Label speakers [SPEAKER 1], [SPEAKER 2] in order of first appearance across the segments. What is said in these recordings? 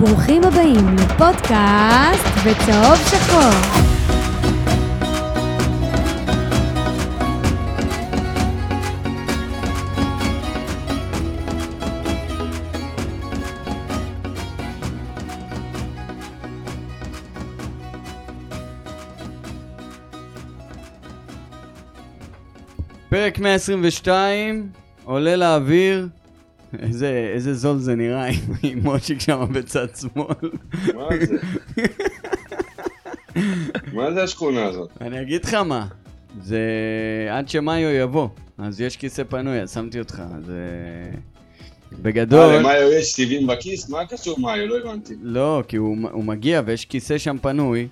[SPEAKER 1] ברוכים הבאים לפודקאסט בצהוב שחור.
[SPEAKER 2] פרק 122, עולה לאוויר. איזה, איזה זול זה נראה עם- עם מושיק שם בצד שמאל.
[SPEAKER 3] מה זה? מה זה השכונה הזאת?
[SPEAKER 2] אני אגיד לך מה, זה עד שמאיו יבוא, אז יש כיסא פנוי, אז שמתי אותך, אז... אה,
[SPEAKER 3] אה,
[SPEAKER 2] בגדול...
[SPEAKER 3] למאיו יש סיבים בכיס? מה קשור מאיו? לא הבנתי.
[SPEAKER 2] לא, כי הוא, הוא מגיע ויש כיסא שם פנוי,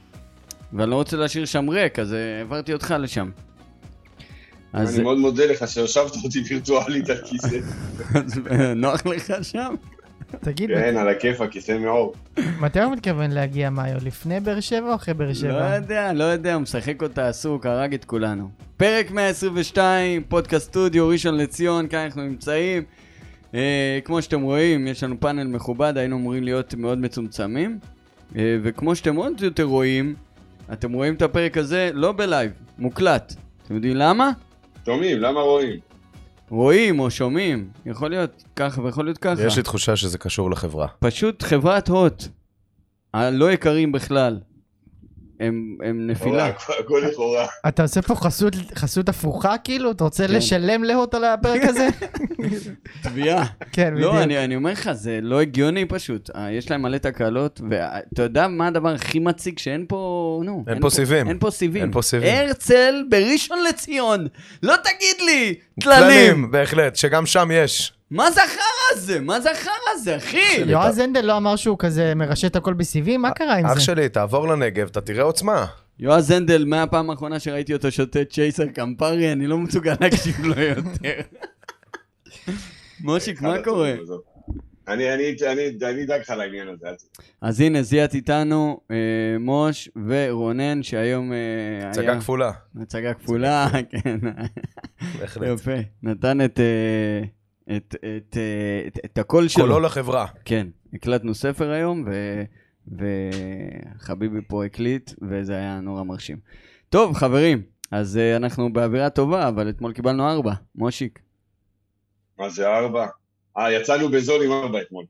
[SPEAKER 2] ואני לא רוצה להשאיר שם ריק, אז אה, העברתי אותך לשם. אז
[SPEAKER 3] אני מאוד מודה לך שהושבת אותי וירטואלית על כיסא.
[SPEAKER 2] אז אה, נוח לך שם?
[SPEAKER 4] תגיד,
[SPEAKER 3] כן, על הכיפה, כיסא מאור.
[SPEAKER 4] מתי הוא מתכוון להגיע מאיו? לפני באר שבע או אחרי באר
[SPEAKER 2] לא
[SPEAKER 4] שבע?
[SPEAKER 2] יודע, לא יודע, הוא משחק אותה עסוק, הרג את כולנו. פרק 122, פודקאסט סטודיו, ראשון לציון, כאן אנחנו נמצאים. אה, כמו שאתם רואים, יש לנו פאנל מכובד, היינו אמורים להיות מאוד מצומצמים. אה, וכמו שאתם עוד יותר רואים, אתם רואים את הפרק הזה לא בלייב, מוקלט. אתם יודעים למה?
[SPEAKER 3] שומעים, למה רואים?
[SPEAKER 2] רואים או שומעים, יכול להיות ככה ויכול להיות ככה.
[SPEAKER 5] יש לי תחושה שזה קשור לחברה.
[SPEAKER 2] פשוט חברת הוט, הלא יקרים בכלל, הם, הם נפילה.
[SPEAKER 3] הכל- הכל לכאורה.
[SPEAKER 4] אתה עושה פה חסות- חסות הפוכה כאילו? אתה רוצה
[SPEAKER 2] כן.
[SPEAKER 4] לשלם להוט על הפרק הזה?
[SPEAKER 2] תביעה.
[SPEAKER 4] כן,
[SPEAKER 2] לא,
[SPEAKER 4] בדיוק.
[SPEAKER 2] אני, אני אומר לך, זה לא הגיוני פשוט. אה, יש להם מלא תקלות, ואתה יודע מה הדבר הכי מציג? שאין פה, נו.
[SPEAKER 5] אין פה סיבים.
[SPEAKER 2] אין פה סיבים.
[SPEAKER 5] אין פה סיבים.
[SPEAKER 2] הרצל בראשון לציון, לא תגיד לי, טללים.
[SPEAKER 5] כללים, בהחלט, שגם שם יש.
[SPEAKER 2] מה זה החרא הזה? מה זה החרא הזה, אחי?
[SPEAKER 4] יועז הנדל לא אמר שהוא כזה מרשת הכל בסיבים?
[SPEAKER 2] אה,
[SPEAKER 4] מה קרה עם
[SPEAKER 5] אח
[SPEAKER 4] זה?
[SPEAKER 5] שלי, תעבור לנגב, אתה תראה עוצמה.
[SPEAKER 2] יועז הנדל, מהפעם האחרונה שראיתי אותו שותה צ'ייסר קמפרי, אני לא מסוגל להקשיב לו יותר. מושיק, מה קורה?
[SPEAKER 3] עזוב. אני אני- אני- אני אדאג לך לעניין הזה. אל ת-
[SPEAKER 2] אז הנה, זיית איתנו, אה, מוש ורונן, שהיום אה, היה...
[SPEAKER 5] הצגה כפולה,
[SPEAKER 2] הצגה כפולה, כן.
[SPEAKER 5] בהחלט.
[SPEAKER 2] יפה. נתן את, אה, את, את, אה, את, את הקול שלו.
[SPEAKER 5] קולו לא- לחברה.
[SPEAKER 2] כן, הקלטנו ספר היום, ו... וחביבי פה הקליט, וזה היה נורא מרשים. טוב, חברים, אז אה, אנחנו באווירה טובה, אבל אתמול קיבלנו ארבע, מושיק.
[SPEAKER 3] מה זה ארבע? אה, יצאנו בזול עם ארבע אתמול.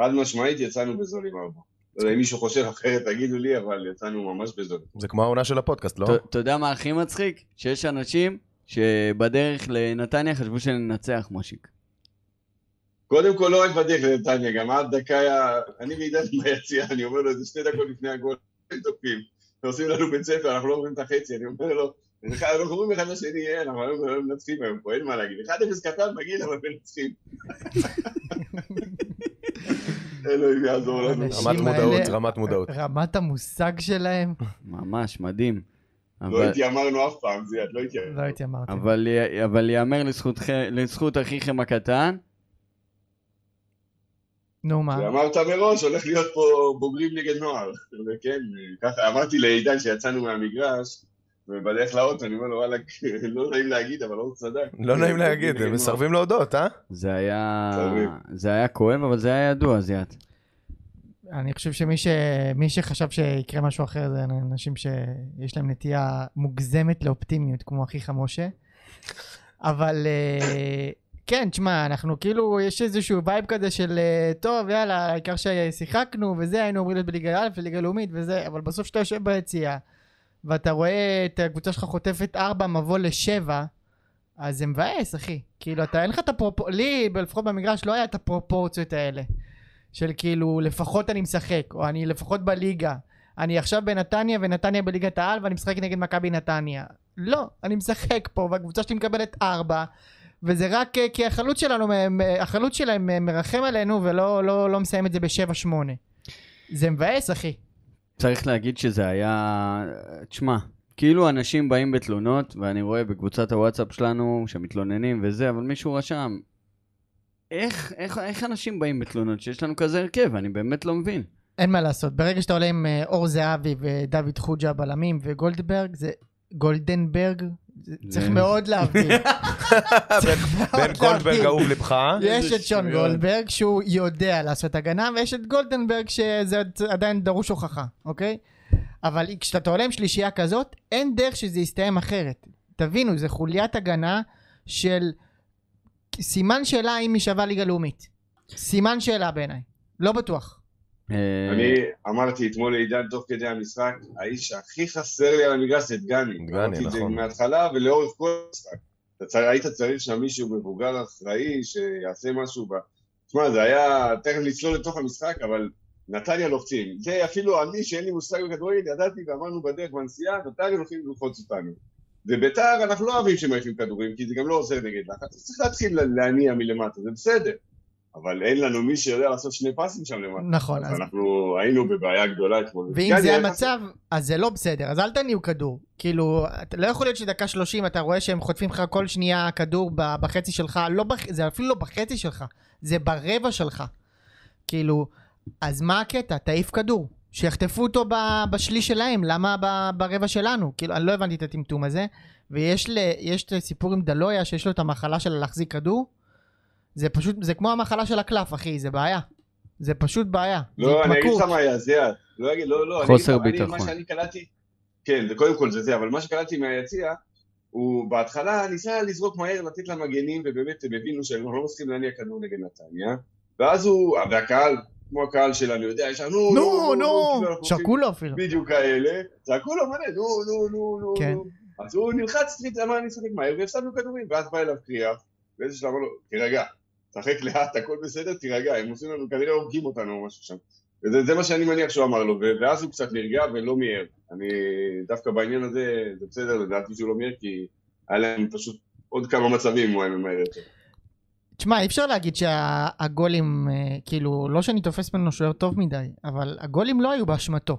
[SPEAKER 3] חד משמעית יצאנו בזול עם ארבע. לא יודע אם מישהו חושב אחרת, תגידו לי, אבל יצאנו ממש בזול.
[SPEAKER 5] זה כמו העונה של הפודקאסט, לא?
[SPEAKER 2] ת- אתה יודע מה הכי מצחיק? שיש אנשים שבדרך לנתניה חשבו שננצח, מושיק.
[SPEAKER 3] קודם כל, לא רק בדרך לנתניה, גם עד דקה היה... אני ועידן ביציע, אני אומר לו, זה שתי דקות לפני הגול, הם תוקפים. הם עושים לנו בית ספר, אנחנו לא אומרים את החצי, אני אומר לו, "אחד- אנחנו אומרים אחד לשני, "אה, אנחנו היום לא מנצחים היום פה, אין מה להגיד. 1-0 קטן, מגעיל, אבל מנצחים. אלוהים יעזור לנו.
[SPEAKER 4] אנשים
[SPEAKER 5] רמת מודעות,
[SPEAKER 4] האלה-
[SPEAKER 5] רמת מודעות.
[SPEAKER 4] רמת המושג שלהם?
[SPEAKER 2] כן. ממש, מדהים.
[SPEAKER 3] לא
[SPEAKER 2] אבל,
[SPEAKER 3] התיימרנו אף פעם, זיאת, לא
[SPEAKER 4] לא
[SPEAKER 3] התיימרנו.
[SPEAKER 4] הייתי אמרתי.
[SPEAKER 2] אבל, י- אבל ייאמר לזכותכם- לזכות אחיכם הקטן,
[SPEAKER 4] נו מה?
[SPEAKER 3] ואמרת מראש, הולך להיות פה בוגרים נגד נוער. וכן, ככה אמרתי לעידן שיצאנו מהמגרש, ובדרך לאוטו, אני אומר לו, וואלכ, לא נעים להגיד, אבל הוא צדק.
[SPEAKER 5] לא נעים להגיד,
[SPEAKER 3] נגד
[SPEAKER 5] הם
[SPEAKER 3] נוער.
[SPEAKER 5] מסרבים להודות, אה?
[SPEAKER 2] זה היה,
[SPEAKER 3] חביב.
[SPEAKER 2] זה היה כואב, אבל זה היה ידוע, זיאת.
[SPEAKER 4] אני חושב שמי ש... מי שחשב שיקרה משהו אחר זה אנשים שיש להם נטייה מוגזמת לאופטימיות, כמו אחיך משה. אבל אה, כן, תשמע, אנחנו כאילו, יש איזשהו וייב כזה של אה, טוב, יאללה, העיקר ששיחקנו וזה, היינו אמורים להיות בליגה א', ליגה לאומית וזה, אבל בסוף כשאתה יושב ביציאה, ואתה רואה את הקבוצה שלך חוטפת 4 מבוא לשבע, אז זה מבאס, אחי. כאילו, אתה, אין לך את הפרופורציות, לי, לפחות במגרש, לא היה את הפרופורציות האלה. של כאילו, לפחות אני משחק, או אני לפחות בליגה. אני עכשיו בנתניה, ונתניה בליגת העל, ואני משחק נגד מכבי נתניה. לא, אני משחק פה, והקבוצה שלי מקבלת ארבע, וזה רק אה, כי החלוץ שלנו, אה, אה, החלוץ שלהם אה, מרחם עלינו, ולא לא, לא מסיים את זה בשבע שמונה. זה מבאס, אחי.
[SPEAKER 2] צריך להגיד שזה היה... תשמע, כאילו אנשים באים בתלונות, ואני רואה בקבוצת הוואטסאפ שלנו שמתלוננים וזה, אבל מישהו רשם. איך, איך, איך אנשים באים בתלונות שיש לנו כזה הרכב? אני באמת לא מבין.
[SPEAKER 4] אין מה לעשות, ברגע שאתה עולה עם אה, אור זהבי ודוד חוג'ה בלמים וגולדברג, זה גולדנברג, צריך
[SPEAKER 2] זה-
[SPEAKER 4] מאוד להבדיל. צריך מאוד
[SPEAKER 5] בן גולדברג
[SPEAKER 4] להבדיל.
[SPEAKER 5] אהוב לבך.
[SPEAKER 4] יש
[SPEAKER 2] איזה
[SPEAKER 4] את שון
[SPEAKER 2] שטויות.
[SPEAKER 4] גולדברג שהוא יודע לעשות הגנה, ויש את גולדנברג שזה עדיין דרוש הוכחה, אוקיי? אבל כשאתה תעלה עם שלישייה כזאת, אין דרך שזה יסתיים אחרת. תבינו, זה חוליית הגנה של סימן שאלה אם היא שווה ליגה לאומית. סימן שאלה בעיניי. לא בטוח.
[SPEAKER 2] אה,
[SPEAKER 3] אני אמרתי אתמול לעידן תוך כדי המשחק, האיש שהכי חסר לי על המגרש זה דגני.
[SPEAKER 5] דגני,
[SPEAKER 2] אוקיי,
[SPEAKER 3] אמרתי את זה
[SPEAKER 5] נכון.
[SPEAKER 3] מההתחלה ולאורך כל המשחק. אתה צר- היית צריך שם מישהו מבוגר אחראי שיעשה משהו ב... תשמע, זה היה... תכף נצלול לתוך המשחק, אבל נתניה לוחצים. זה אפילו אני, שאין לי מושג בכדורגל, ידעתי ואמרנו בדרך בנסיעה, נתניה הולכים ללחוץ אותנו. וביתר אנחנו לא אוהבים שמעיפים כדורים, כי זה גם לא עוזר נגד לחץ. אז צריך להתחיל להניע מלמטה, זה בסדר. אבל אין לנו מי שיודע לעשות שני פסים שם למטה.
[SPEAKER 4] נכון, אז
[SPEAKER 3] אז אנחנו היינו בבעיה גדולה אתמול.
[SPEAKER 4] ואם זה המצב, אז זה לא בסדר, אז אל תניעו כדור. כאילו, אתה- לא יכול להיות שדקה 30 אתה רואה שהם חוטפים לך כל שנייה כדור ב- בחצי שלך, לא בח... זה אפילו לא בחצי שלך, זה ברבע שלך. כאילו, אז מה הקטע? תעיף כדור. שיחטפו אותו ב- בשליש שלהם, למה ב- ברבע שלנו? כאילו, אני לא הבנתי את הטמטום הזה. ויש ל... יש את הסיפור עם דלויה, שיש לו את המחלה של להחזיק כדור. זה פשוט, זה כמו המחלה של הקלף, אחי, זה בעיה. זה פשוט בעיה. זה
[SPEAKER 3] לא, אני אגיד
[SPEAKER 4] התמכרות.
[SPEAKER 3] לך מה היה, זה היה. לא אגיד, לא, לא. אני
[SPEAKER 2] חוסר
[SPEAKER 3] אגיד לך, אני-
[SPEAKER 2] ביטחון.
[SPEAKER 3] מה שאני קלטתי, כן, זה קודם כל זה זה, אבל מה שקלטתי מהיציע, הוא בהתחלה ניסה לזרוק מהר, לתת למגנים, ובאמת הם הבינו שהם לא מצליחים להניע כדור נגד נתניה. ואז הוא, והקהל, כמו הקהל שלנו, יודע, יש לנו,
[SPEAKER 4] נו,
[SPEAKER 3] לא,
[SPEAKER 4] נו,
[SPEAKER 3] ואנחנו עושים
[SPEAKER 4] שרקו לא, לו אפילו.
[SPEAKER 3] בדיוק כאלה, צעקו לו מלא, נו, נו, נו, נו,
[SPEAKER 4] כן.
[SPEAKER 3] נו. אז הוא נלחץ, החליט, אמר, אני אשחק מהר, והפסדנו כדורים, ואז בא אליו קריאה, באיזה שלב אמר לו, תירגע, תשחק לאט, הכל בסדר, תירגע, הם עושים לנו, כנראה הורגים אותנו או משהו שם. וזה זה מה שאני מניח שהוא אמר לו, ו- ואז הוא קצת נרגע ולא מיהר. אני, דווקא בעניין הזה, זה בסדר, לדעתי שהוא לא מיהר, כי היה להם פשוט עוד כמה מצבים הוא היה ממהר יותר.
[SPEAKER 4] תשמע, אי אפשר להגיד שהגולים, אה, כאילו, לא שאני תופס ממנו שוער טוב מדי, אבל הגולים לא היו באשמתו.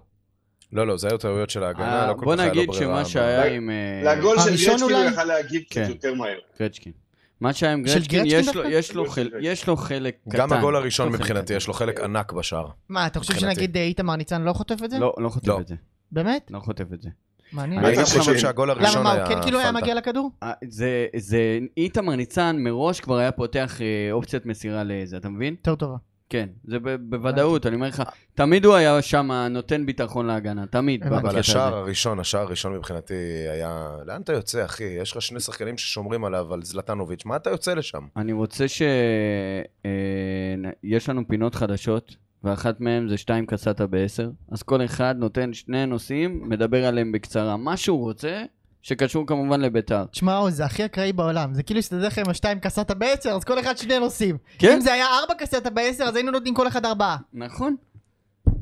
[SPEAKER 5] לא, לא, זה היו טעויות של ההגנה,
[SPEAKER 2] אה,
[SPEAKER 5] לא כל
[SPEAKER 2] בוא
[SPEAKER 5] כך היה לו
[SPEAKER 2] נגיד
[SPEAKER 5] ברירה.
[SPEAKER 2] שמה
[SPEAKER 5] אבל-
[SPEAKER 2] שהיה עם אה,
[SPEAKER 3] לגול של
[SPEAKER 4] הראשון
[SPEAKER 3] גרצקין הוא
[SPEAKER 4] אולי-
[SPEAKER 3] יכל להגיב קצת
[SPEAKER 2] כן.
[SPEAKER 3] יותר מהר.
[SPEAKER 2] גרצ'קין. מה שהיה עם
[SPEAKER 4] של
[SPEAKER 2] גרצ'קין,
[SPEAKER 4] גרצ'קין
[SPEAKER 2] יש לו-
[SPEAKER 4] דווקא?
[SPEAKER 2] יש לו חל- יש לו חלק קטן. לא
[SPEAKER 5] גם הגול הראשון
[SPEAKER 2] יש לו חלק
[SPEAKER 5] מבחינתי,
[SPEAKER 2] קטן.
[SPEAKER 5] יש לו חלק ענק בשער.
[SPEAKER 4] מה, אתה חושב
[SPEAKER 5] מבחינתי.
[SPEAKER 4] שנגיד אה, איתמר ניצן לא חוטף את זה?
[SPEAKER 2] לא, לא חוטף
[SPEAKER 5] לא.
[SPEAKER 2] את זה.
[SPEAKER 4] באמת?
[SPEAKER 2] לא חוטף את זה.
[SPEAKER 4] מעניין.
[SPEAKER 2] אני
[SPEAKER 5] אני
[SPEAKER 2] גם
[SPEAKER 5] גם חושב
[SPEAKER 3] חושב-
[SPEAKER 5] שהגול
[SPEAKER 4] למה,
[SPEAKER 5] הראשון
[SPEAKER 4] מה,
[SPEAKER 5] היה...
[SPEAKER 4] הוא כן כאילו היה
[SPEAKER 5] פלטה.
[SPEAKER 4] מגיע לכדור?
[SPEAKER 2] אה, זה, זה, איתמר ניצן מראש כבר היה פותח אה, אופציית מסירה לזה, אתה מבין?
[SPEAKER 4] יותר טובה.
[SPEAKER 2] כן, זה ב- בוודאות, אני אומר לך, תמיד הוא היה שם נותן ביטחון להגנה, תמיד.
[SPEAKER 4] הבנתי.
[SPEAKER 2] בקטע
[SPEAKER 5] אבל
[SPEAKER 2] הזה.
[SPEAKER 5] השער הראשון, השער הראשון מבחינתי היה... לאן אתה יוצא, אחי? יש לך שני שחקנים ששומרים עליו, על זלטנוביץ', מה אתה יוצא לשם?
[SPEAKER 2] אני רוצה ש... אה, נ- יש לנו פינות חדשות, ואחת מהן זה שתיים קסטה בעשר, אז כל אחד נותן שני נושאים, מדבר עליהם בקצרה, מה שהוא רוצה, שקשור כמובן לביתר.
[SPEAKER 4] תשמע, עוז, זה הכי אקראי בעולם. זה כאילו הסתדר לך עם השתיים קסטה בעשר, אז כל אחד שני נושאים.
[SPEAKER 2] כן,
[SPEAKER 4] אם זה היה ארבע קסטה בעשר, אז היינו נותנים כל אחד ארבעה.
[SPEAKER 2] נכון.